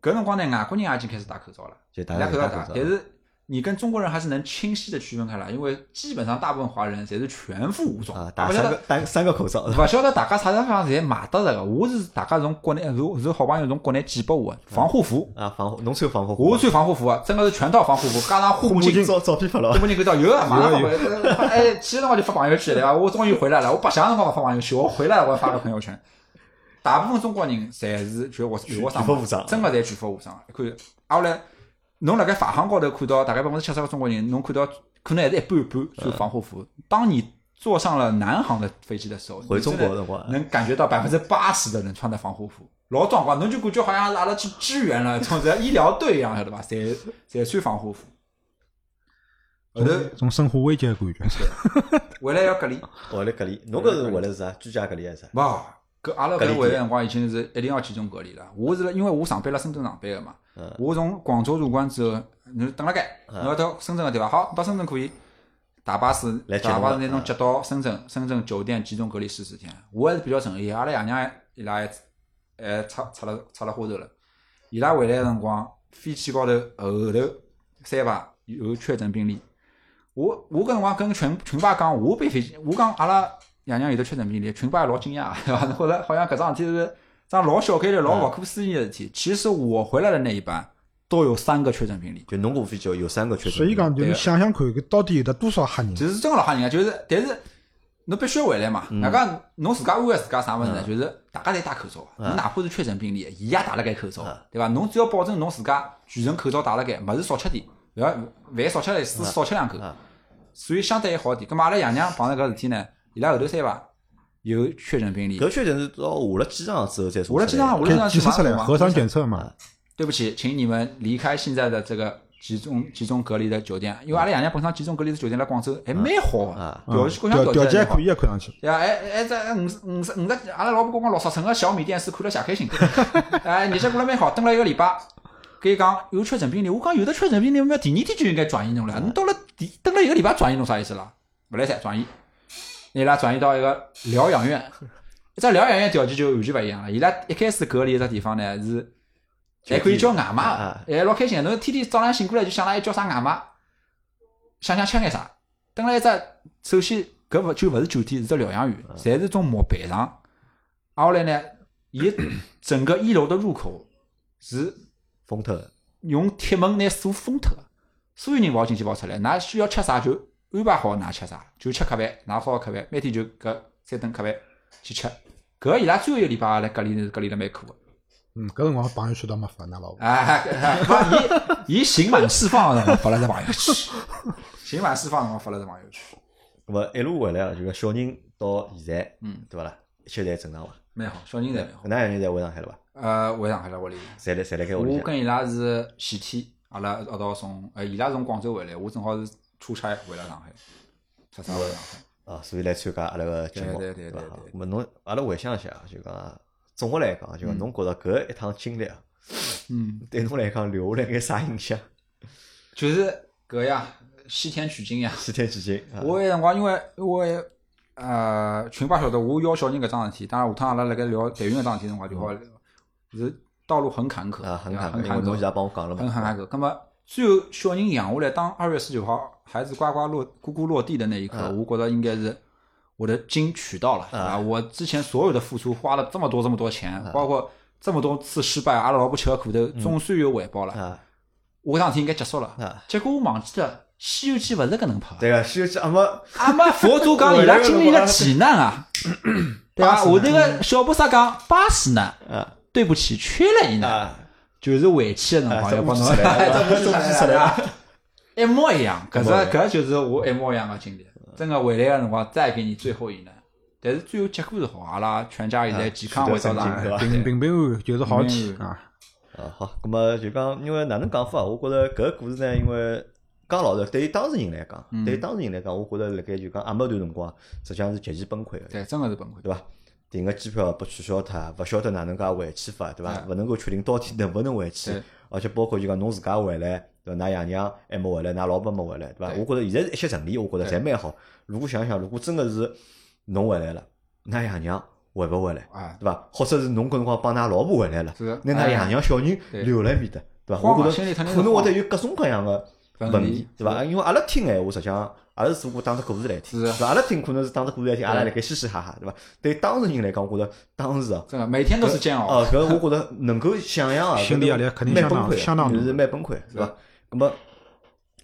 Speaker 3: 搿辰光呢，外国人也已经开始戴口罩了，
Speaker 1: 就大
Speaker 3: 戴
Speaker 1: 家
Speaker 3: 口
Speaker 1: 戴
Speaker 3: 罩戴，
Speaker 1: 口罩
Speaker 3: 但是你跟中国人还是能清晰的区分开来，因为基本上大部分华人侪是全副武装
Speaker 1: 啊，，
Speaker 3: 也
Speaker 1: 戴
Speaker 3: 勿晓
Speaker 1: 三
Speaker 3: 得
Speaker 1: 个戴三个口罩，
Speaker 3: 勿晓得大家啥地方侪买得着个。我是大家从国内，是是好朋友从国内寄拨我的防护服，
Speaker 1: 啊，防护，侬穿防护服
Speaker 3: 我
Speaker 1: 吗，
Speaker 3: 穿防护服啊，真个是全套防护服，加上护目镜
Speaker 1: 镜。照照片发了
Speaker 3: 护，目镜看到有啊，马上
Speaker 2: 有
Speaker 3: 发
Speaker 2: 啊
Speaker 3: 发哎，去的辰光就发朋友圈对伐？我终于回来了，我白相的辰光勿发朋友圈，我回来了我发个朋友圈。大部分中国人侪是全国全国上
Speaker 1: 全副武装
Speaker 3: 班，真个侪全副武装。看，啊后来侬辣盖法行高头看到大概百分之七十个中国人，侬看到可能还是一半一半穿防护服。当你坐上了南航的飞机的时候，
Speaker 1: 回中国
Speaker 3: 你
Speaker 1: 的
Speaker 3: 真
Speaker 1: 辰光
Speaker 3: 的能感觉到百分之八十的人穿的防护服。老壮观，侬就感觉好像是阿拉去支援了，像是医疗队一样，晓得伐？侪侪穿防护服。后头
Speaker 2: 种生化危机的感觉。
Speaker 3: 回来要隔离，
Speaker 1: 回来隔离，侬哦搿是回来是啥？居家隔离还是啥？
Speaker 3: 勿，搿阿拉
Speaker 1: 隔离
Speaker 3: 搿回来
Speaker 1: 点
Speaker 3: 辰光已经是一定要集中隔离了。我是辣因为我上班辣深圳上班个嘛
Speaker 1: 嗯，
Speaker 3: 我从广州入关之后，侬等辣盖，侬要到深圳个对伐？好，到深圳可以。大巴士
Speaker 1: 来，接
Speaker 3: 大巴士
Speaker 1: 侬
Speaker 3: 拿
Speaker 1: 了
Speaker 3: 侬
Speaker 1: 嗯
Speaker 3: 接到深圳，深圳酒店集中隔离十四天。我还是比较顺利，阿拉爷娘伊拉还还插插了插了花头了。伊拉回来个辰光，飞机高头后头三排有确诊病例。我我搿辰光跟群群爸讲，我被飞机，我讲阿拉爷娘有得确诊病例，群爸也老惊讶， 对伐？觉着好像搿桩事体是桩老小概率、老勿可思议个事体。其实我回来的那一班都有三个确诊病例，
Speaker 1: 就侬搿飞机哦有三个确诊，
Speaker 2: 所以讲，就
Speaker 3: 对
Speaker 2: 是
Speaker 3: 啊
Speaker 2: 想想看，搿到底有得多少吓人？
Speaker 3: 其实真个老吓人啊，就是但是侬必须要回来嘛。外加侬自家安慰自家啥物事呢？就是大家侪戴口罩，侬哪怕是确诊病例，伊也戴了该口罩，对伐？侬只要保证侬自家全程口罩戴了该，物事少吃点，勿要饭少吃点，水少吃两口
Speaker 1: 啊。
Speaker 3: 所以相对还好点。咁嘛，阿拉爷娘碰着搿事体呢，伊拉后头三伐有确诊病例，
Speaker 1: 搿确诊是到下了机场之后再查出
Speaker 3: 我
Speaker 1: 来
Speaker 3: 辣
Speaker 1: 的。
Speaker 3: 机场，我辣
Speaker 2: 检检
Speaker 3: 机场去
Speaker 2: 测出来，
Speaker 3: 嘛
Speaker 2: 核酸检测嘛
Speaker 1: 啊。
Speaker 3: 对不起，请你们离开现在的这个集中集中隔离的酒店，因为阿拉爷娘本身集中隔离的酒店辣广州还蛮好
Speaker 1: 啊
Speaker 2: 嗯
Speaker 3: 个，条件
Speaker 2: 条
Speaker 3: 各项条
Speaker 2: 条
Speaker 3: 件
Speaker 2: 件还
Speaker 3: 还好
Speaker 2: 可。以啊，看上去。
Speaker 3: 对啊，哎哎，这五十五十五十，阿拉老婆跟我讲六十寸个小米电视看了邪开心， 哎，日脚过了蛮好，等了一个礼拜，跟伊讲有确诊病例，我讲有的确诊病例，我们第二天就应该转移侬了，侬到了第等了一个礼拜转移侬啥意思啦？勿来三转移，伊拉转移到一个疗养院，这疗养院条件就完全勿一样了，伊拉一开始隔离个地方呢是。还可以叫外卖
Speaker 1: 啊，
Speaker 3: 哎，老开心的。侬天天早浪醒过来就想了，哎，叫啥外卖，想想吃眼啥。等了一只，首先搿勿就勿是酒店，是只疗养院，
Speaker 1: 啊
Speaker 3: 侪是种木板床。挨下来呢， 伊整个一楼的入口是
Speaker 1: 封脱的，
Speaker 3: 用铁门拿锁封脱的，所有人勿好进去勿好出来。㑚需要吃啥就安排好，㑚吃啥就吃客饭，㑚好客饭，每天就搿三顿客饭去吃。搿伊拉最后一个礼拜来隔离是隔离了蛮苦个。
Speaker 2: 嗯，搿辰光朋友圈倒没发，那老婆。
Speaker 3: 哎，勿伊伊刑满释放的辰光发了只朋友圈，刑满释放的辰光发了只朋友圈，
Speaker 1: 那么一路回来啊，就讲小人到现在，
Speaker 3: 嗯，
Speaker 1: 对伐啦？一切侪正常伐？
Speaker 3: 蛮好，小人侪蛮好。
Speaker 1: 搿哪样人侪回上海了伐？
Speaker 3: 呃，回上海了屋里，
Speaker 1: 侪来侪辣盖屋里
Speaker 3: 我
Speaker 1: 向
Speaker 3: 跟伊拉是前天，阿拉一道从，呃，伊拉从广州回来，我正好是出差回了上海，出差回上海。
Speaker 1: 啊，所以来参加阿拉个节目，
Speaker 3: 对对对
Speaker 1: 伐
Speaker 3: 对对？
Speaker 1: 那么侬阿拉回想一下啊，就讲总个来讲，就讲侬觉着搿一趟经历啊，
Speaker 3: 嗯，
Speaker 1: 对侬来讲留下来眼啥影 响？
Speaker 3: 就是搿呀，西天取经呀。
Speaker 1: 西天取经啊，
Speaker 3: 我有辰光因为我也呃群爸晓得我邀小人搿桩事体，当然下趟阿拉辣盖聊台运搿桩事体辰光就好，是道路很坎坷
Speaker 1: 嗯啊，很
Speaker 3: 对吧
Speaker 1: 坎
Speaker 3: 很
Speaker 1: 坷，因为
Speaker 3: 坎
Speaker 1: 侬
Speaker 3: 坷
Speaker 1: 现。在帮我讲了
Speaker 3: 很
Speaker 1: 嘛，
Speaker 3: 很那个。那么最后小人养下来，当二月十九号孩子呱呱落咕咕落地的那一刻，我觉得应该是我的金取到了啊！我之前所有的付出，花了这么多这么多钱，包括这么多次失败，阿拉老婆吃个苦头，总算有回报了。
Speaker 1: 啊，
Speaker 3: 我搿桩事体应该结束了
Speaker 1: 啊，
Speaker 3: 结果我忘记了。《西游记》勿是搿能拍的，
Speaker 1: 对个，西游记啊没
Speaker 3: 阿妈佛祖讲伊拉经历了几难啊，对伐？
Speaker 2: 八
Speaker 3: 下
Speaker 2: 十
Speaker 3: 头
Speaker 2: 难
Speaker 3: 个小菩萨讲八十难，
Speaker 1: 啊
Speaker 3: 对不起，缺了一难。
Speaker 1: 啊，
Speaker 3: 就是回去的辰光
Speaker 1: 啊
Speaker 3: 要帮侬，
Speaker 1: 这不是出 来了
Speaker 3: 这不是出来了，哎一模一样。搿只搿就是我一哎模一样的经历。啊真个回来个辰光再给你最后一难，但是最后结果是好，阿拉全家现在健康回到上
Speaker 1: 取得成绩对吧
Speaker 3: 海。
Speaker 2: 平平平安安就是好事体
Speaker 3: 平安
Speaker 2: 啊。
Speaker 1: 啊，好，咁么就讲，因为哪能讲法？我觉着搿个故事呢，因为讲老实，对于当事人来讲，
Speaker 3: 嗯
Speaker 1: 对于当事人来讲，我觉着辣盖就讲阿末段辰光，实际上是极其崩溃个，
Speaker 3: 对，真个是崩溃。
Speaker 1: 对伐？订个机票被取消脱，勿晓得哪能介回去法，对伐？
Speaker 3: 嗯
Speaker 1: 勿能够确定到底能勿能回去
Speaker 3: 对，
Speaker 1: 而且包括就讲侬自家回来，对伐？㑚爷娘还没回来，㑚老婆没回来，对伐？
Speaker 3: 对
Speaker 1: 我觉着现在一些成立，我觉着侪蛮好。如果想想，如果真个是侬回来了，㑚爷娘回勿回来，
Speaker 3: 啊，
Speaker 1: 对伐？或者是侬搿辰光帮㑚老婆回来了，
Speaker 3: 是
Speaker 1: 拿㑚爷娘小人
Speaker 3: 哎对
Speaker 1: 留辣埃面搭，对伐？
Speaker 3: 慌啊
Speaker 1: 我觉
Speaker 3: 心里
Speaker 1: 着
Speaker 3: 肯定是
Speaker 1: 可能会
Speaker 3: 慌
Speaker 1: 得有各种各样个问
Speaker 3: 问
Speaker 1: 题
Speaker 3: 题，
Speaker 1: 对伐？因为阿拉听闲话，实际上阿拉是只不过当只故事来听，
Speaker 3: 是
Speaker 1: 对伐？阿拉听可能是当只故事来听，阿拉
Speaker 3: 对
Speaker 1: 辣盖嘻嘻哈哈，对伐？对当事人来讲，我觉着当时啊，
Speaker 3: 真的每天都是煎熬。
Speaker 1: 哦，搿我觉着能够想象啊，
Speaker 2: 心理压力肯定
Speaker 1: 蛮
Speaker 2: 相
Speaker 1: 崩
Speaker 2: 当
Speaker 1: 溃的，啊
Speaker 2: 相当
Speaker 1: 就是
Speaker 2: 大
Speaker 1: 蛮崩溃，是伐？那么，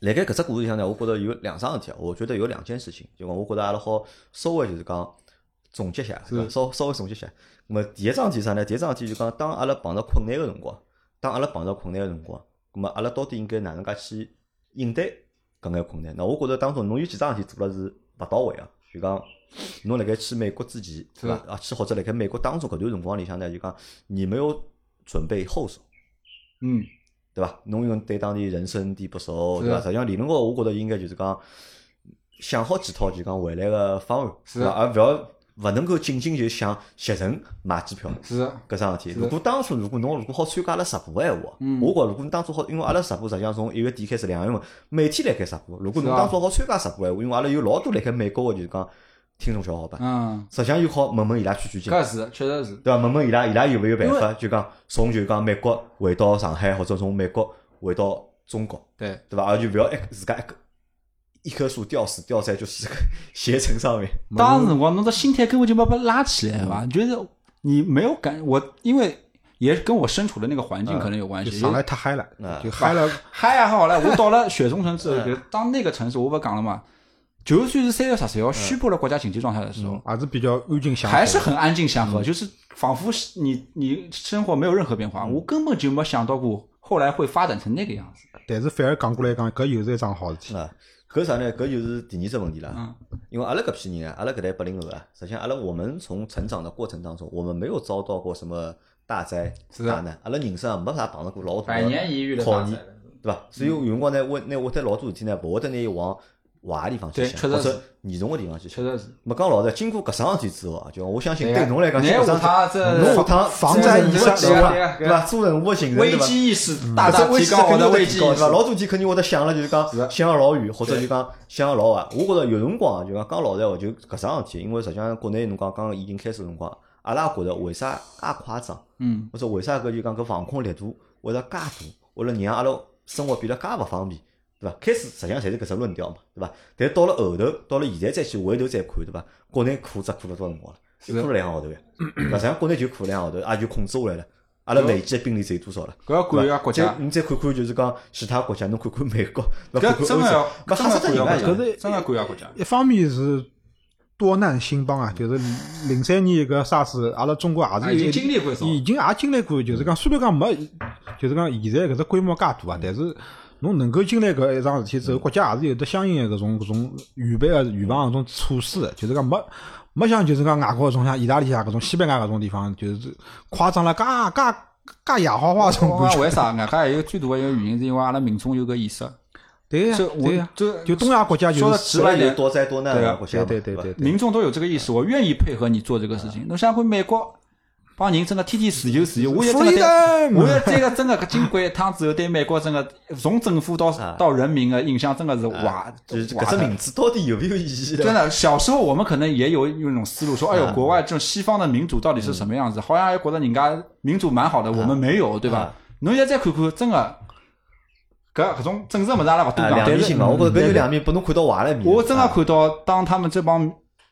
Speaker 1: 辣盖搿只故事里向呢，我觉着有两桩事体啊，我觉得有两件事情，就讲我觉着阿拉好稍微就是讲总结一下，对吧稍稍微总结一下。那么第一桩事体是啥呢？第一桩事体就讲，当阿拉碰到困难个辰光，当阿拉碰到困难个辰光，那么阿拉到底应该哪能介去应对搿眼困难？那我觉着当中侬有几桩事体做了是勿到位啊，就讲。侬辣盖去美国之前，对伐？啊，去或者辣盖美国当中搿段辰光里向呢，就讲你没有准备后手，
Speaker 3: 嗯，
Speaker 1: 对伐？侬因为对当地人生地不熟，对
Speaker 3: 是啊
Speaker 1: 伐？实际上理论高，我觉着应该就是讲想好几套就讲回来个方案，
Speaker 3: 是啊
Speaker 1: 对伐？而勿要勿能够仅仅就想携程买机票。
Speaker 3: 是
Speaker 1: 搿桩事体，
Speaker 3: 是
Speaker 1: 如果当初如果侬如果好参加阿拉直播个闲话，
Speaker 3: 嗯
Speaker 1: 我觉如果侬当初好，因为阿拉直播实际上从一月底开始两月份每天辣盖直播，如果侬
Speaker 3: 是啊
Speaker 1: 当初好参加直播个闲话，因为阿拉有老多辣盖美国个就是讲听众小伙伴，
Speaker 3: 嗯，
Speaker 1: 实际上又好问问伊拉取取经，
Speaker 3: 搿是确实是。
Speaker 1: 对伐？问问伊拉，伊拉有没有办
Speaker 3: 因
Speaker 1: 法，就讲从就讲美国回到上海，或者从美国回到中国，
Speaker 3: 对，
Speaker 1: 对伐？而就勿要一自家一个一棵树吊死吊在就是个 携程上面，
Speaker 3: 当时辰光侬这心态根本就没被拉起来吧？就是你没有感我，因为也跟我身处的那个环境可能有关
Speaker 2: 呃就
Speaker 3: 系。
Speaker 2: 上来太嗨了
Speaker 3: 哎
Speaker 1: 嗯，
Speaker 2: 就嗨了，
Speaker 3: 嗨还好了，我到了雪中城 之
Speaker 2: 哎
Speaker 3: 后，就当那个城市我不讲了嘛，就算是三月十三
Speaker 2: 嗯
Speaker 3: 号宣布了国家紧急状态的时候，
Speaker 2: 还是比较安静祥和。
Speaker 3: 还是很安静祥
Speaker 2: 嗯
Speaker 3: 和，就是仿佛是你你生活没有任何变化，
Speaker 2: 嗯
Speaker 3: 我根本就没想到过后来会发展成那个样子。
Speaker 2: 但是反而讲过来讲，搿又是一桩好事体。
Speaker 1: 啊，搿啥呢？搿就是第二只问题了。
Speaker 3: 嗯
Speaker 1: 因为阿拉搿批人啊，阿拉搿代八零后啊，实际上阿拉我们从成长的过程当中，我们没有遭到过什么大灾
Speaker 3: 是
Speaker 1: 大难，阿拉人生啊没啥碰着过老大
Speaker 4: 百
Speaker 1: 的
Speaker 4: 年一遇的
Speaker 1: 考
Speaker 4: 大
Speaker 1: 验
Speaker 4: 灾，
Speaker 1: 对伐？所以有辰光呢，我拿我对老多事体呢，勿会得拿伊往坏个地方去
Speaker 3: 对
Speaker 1: 想，
Speaker 3: 确实
Speaker 1: 或者
Speaker 3: 是
Speaker 1: 严重个地方去想
Speaker 3: 确。实是，
Speaker 1: 没讲老实，经过搿桩事体之后啊，就我相信
Speaker 3: 对
Speaker 1: 对
Speaker 3: 呀
Speaker 1: 侬来讲，
Speaker 3: 你
Speaker 1: 搿
Speaker 3: 下趟
Speaker 1: 桩
Speaker 3: 哎这
Speaker 1: 侬下趟
Speaker 2: 防灾意识
Speaker 1: 对
Speaker 4: 对呀
Speaker 1: 伐
Speaker 4: 对呀？
Speaker 1: 对伐？做任务个行程对
Speaker 3: 危
Speaker 1: 伐？
Speaker 3: 机意识大
Speaker 1: 这
Speaker 2: 嗯
Speaker 3: 大
Speaker 1: 危
Speaker 3: 提
Speaker 1: 机
Speaker 3: 高
Speaker 1: 肯
Speaker 3: 我
Speaker 1: 定
Speaker 3: 的
Speaker 1: 会
Speaker 3: 危机
Speaker 1: 提
Speaker 3: 意
Speaker 1: 高对伐？
Speaker 3: 识。
Speaker 1: 老多天肯定会得想了，就是讲
Speaker 3: 的
Speaker 1: 想老远，或者就讲想老啊。我觉着有辰光啊，就讲讲老实闲话，就搿桩事体，因为实际上国内侬讲刚刚疫情开始辰光，阿拉也觉着为啥介夸张，
Speaker 3: 嗯，
Speaker 1: 或者为啥搿就讲搿防控力度会得介大，为了让阿拉生活变得介勿方便，对伐？开始实际上侪是搿只论调嘛，对伐？但到了后头，到了现在再去回头再看，对伐？国内苦只苦了多少辰光了？就是苦了两个号头呀， 对伐？实际上国内就苦了两个号头，也就控制下来了。阿拉累计的病例只有多少了？
Speaker 3: 搿要感
Speaker 2: 嗯
Speaker 1: 对
Speaker 3: 谢
Speaker 1: 伐
Speaker 3: 国
Speaker 1: 再
Speaker 3: 家，
Speaker 1: 你再看看，就是讲其他国家，侬看看美 国，对伐？看看
Speaker 3: 搿真
Speaker 1: 欧
Speaker 3: 的
Speaker 1: 洲
Speaker 3: 要，
Speaker 1: 勿
Speaker 3: 真的
Speaker 1: 吓死
Speaker 3: 要
Speaker 1: 人啊
Speaker 3: 感谢
Speaker 1: 个
Speaker 3: 国
Speaker 2: 搿
Speaker 1: 呀！
Speaker 2: 是
Speaker 3: 家，真的感谢国家。
Speaker 2: 一方面是多难兴邦啊，就是零三年搿 SARS，阿拉中国也
Speaker 4: 啊
Speaker 3: 哎
Speaker 2: 是
Speaker 4: 已经
Speaker 2: 有
Speaker 4: 经历过一次
Speaker 2: 已经也经历过，就是讲虽然讲没，就是讲现在搿只规模介大啊，但是侬能够经历搿一桩事体之后，国家也是有得相应的搿种搿种预备个预防搿种措施的，就是讲没。没像就是讲外国搿种像意大利啊搿种西班牙搿种地方，就是夸张了，介介介野花花搿种
Speaker 3: 我
Speaker 2: 感
Speaker 3: 讲
Speaker 2: 觉。
Speaker 3: 为啥？外加还有最大的一个原因，是因为阿拉民众有搿意识。
Speaker 2: 对呀，
Speaker 3: 这
Speaker 2: 对
Speaker 3: 我
Speaker 2: 呀，
Speaker 3: 这
Speaker 2: 就东亚国家
Speaker 3: 说
Speaker 2: 就
Speaker 3: 得
Speaker 2: 是
Speaker 3: 直白一
Speaker 1: 有
Speaker 3: 点，
Speaker 1: 多灾多难
Speaker 3: 对
Speaker 1: 个
Speaker 3: 啊
Speaker 1: 国家
Speaker 2: 对
Speaker 1: 嘛，
Speaker 2: 对对
Speaker 1: 伐
Speaker 2: 对对，
Speaker 3: 民众都有这个意识，我愿意配合你做这个事情。侬想看美国帮人真的天天自由自由，我也真的对，
Speaker 1: 嗯
Speaker 2: Freedom！
Speaker 3: 我也这个真的经过一趟之后，对美国真的从政府到
Speaker 1: 啊
Speaker 3: 到人民的印象真的是哇，
Speaker 1: 就是
Speaker 3: 哇
Speaker 1: 搿只名字到底有没有意义呢？
Speaker 3: 真的，小时候我们可能也有有一种思路，说，
Speaker 1: 啊
Speaker 3: 哎呦，国外这种西方的民主到底是什么样子？好像还觉得人家民主蛮好的，我们没有，对吧
Speaker 1: 啊？
Speaker 3: 侬现在再看看，真的，搿搿种政治物事阿拉勿多
Speaker 1: 啊，
Speaker 3: 讲，
Speaker 1: 两
Speaker 3: 但
Speaker 1: 面
Speaker 3: 是
Speaker 1: 性嘛，我觉着搿就
Speaker 3: 嗯
Speaker 1: 两面，拨侬看到坏了一面。
Speaker 3: 我真的
Speaker 1: 啊
Speaker 3: 看到，当他们这帮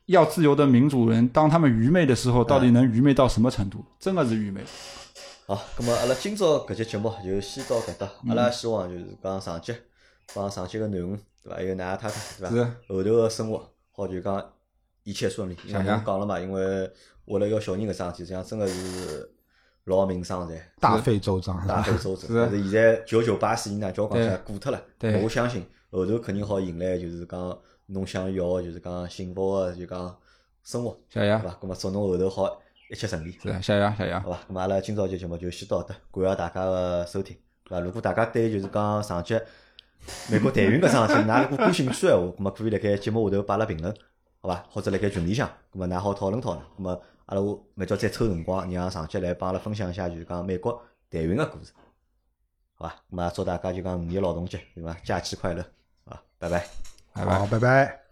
Speaker 3: 要自由的民主人，当他们愚昧的时候，到底能愚昧到什么程度？真的是愚昧。
Speaker 1: 好，咁么阿拉今朝搿节节目就先到搿搭。
Speaker 3: 嗯
Speaker 1: 阿拉希望就是讲上级帮上级个囡恩，对伐？还有㑚太太，对伐？
Speaker 3: 是
Speaker 1: 后头个生活，好就讲一切顺利。因为
Speaker 3: 谢谢
Speaker 1: 侬讲了嘛，因为为了要小人搿桩事体，实际上真个是劳民伤财，
Speaker 2: 大费周章，
Speaker 1: 大费周章。
Speaker 3: 是啊
Speaker 1: 但是现在九九八十一呢，交关下
Speaker 3: 对
Speaker 1: 过脱了。
Speaker 3: 对
Speaker 1: 我相信后头肯定好迎来就是讲侬想要个就是讲幸福个就讲生活，
Speaker 3: 小
Speaker 1: 对
Speaker 3: 杨，
Speaker 1: 伐？咁么祝侬后头好一切顺利。
Speaker 3: 啊是啊的小杨，小杨
Speaker 1: 好，吧，咁阿拉今朝节节目就先到搿搭，感谢大家个收听，对伐？如果大家对就是讲上集美国台运搿桩事体，㑚如果感兴趣闲话，咁么可以辣盖节目下头摆辣评论，好伐？或者辣盖群里向，咁么㑚好讨论讨论，咁么阿拉下每朝再抽辰光，让上集来帮阿拉分享一下就是讲美国台运个故事。好吧？那么祝大家就讲五一劳动节对伐？假期快乐，啊，拜拜。
Speaker 3: 拜拜
Speaker 2: 好，。拜拜。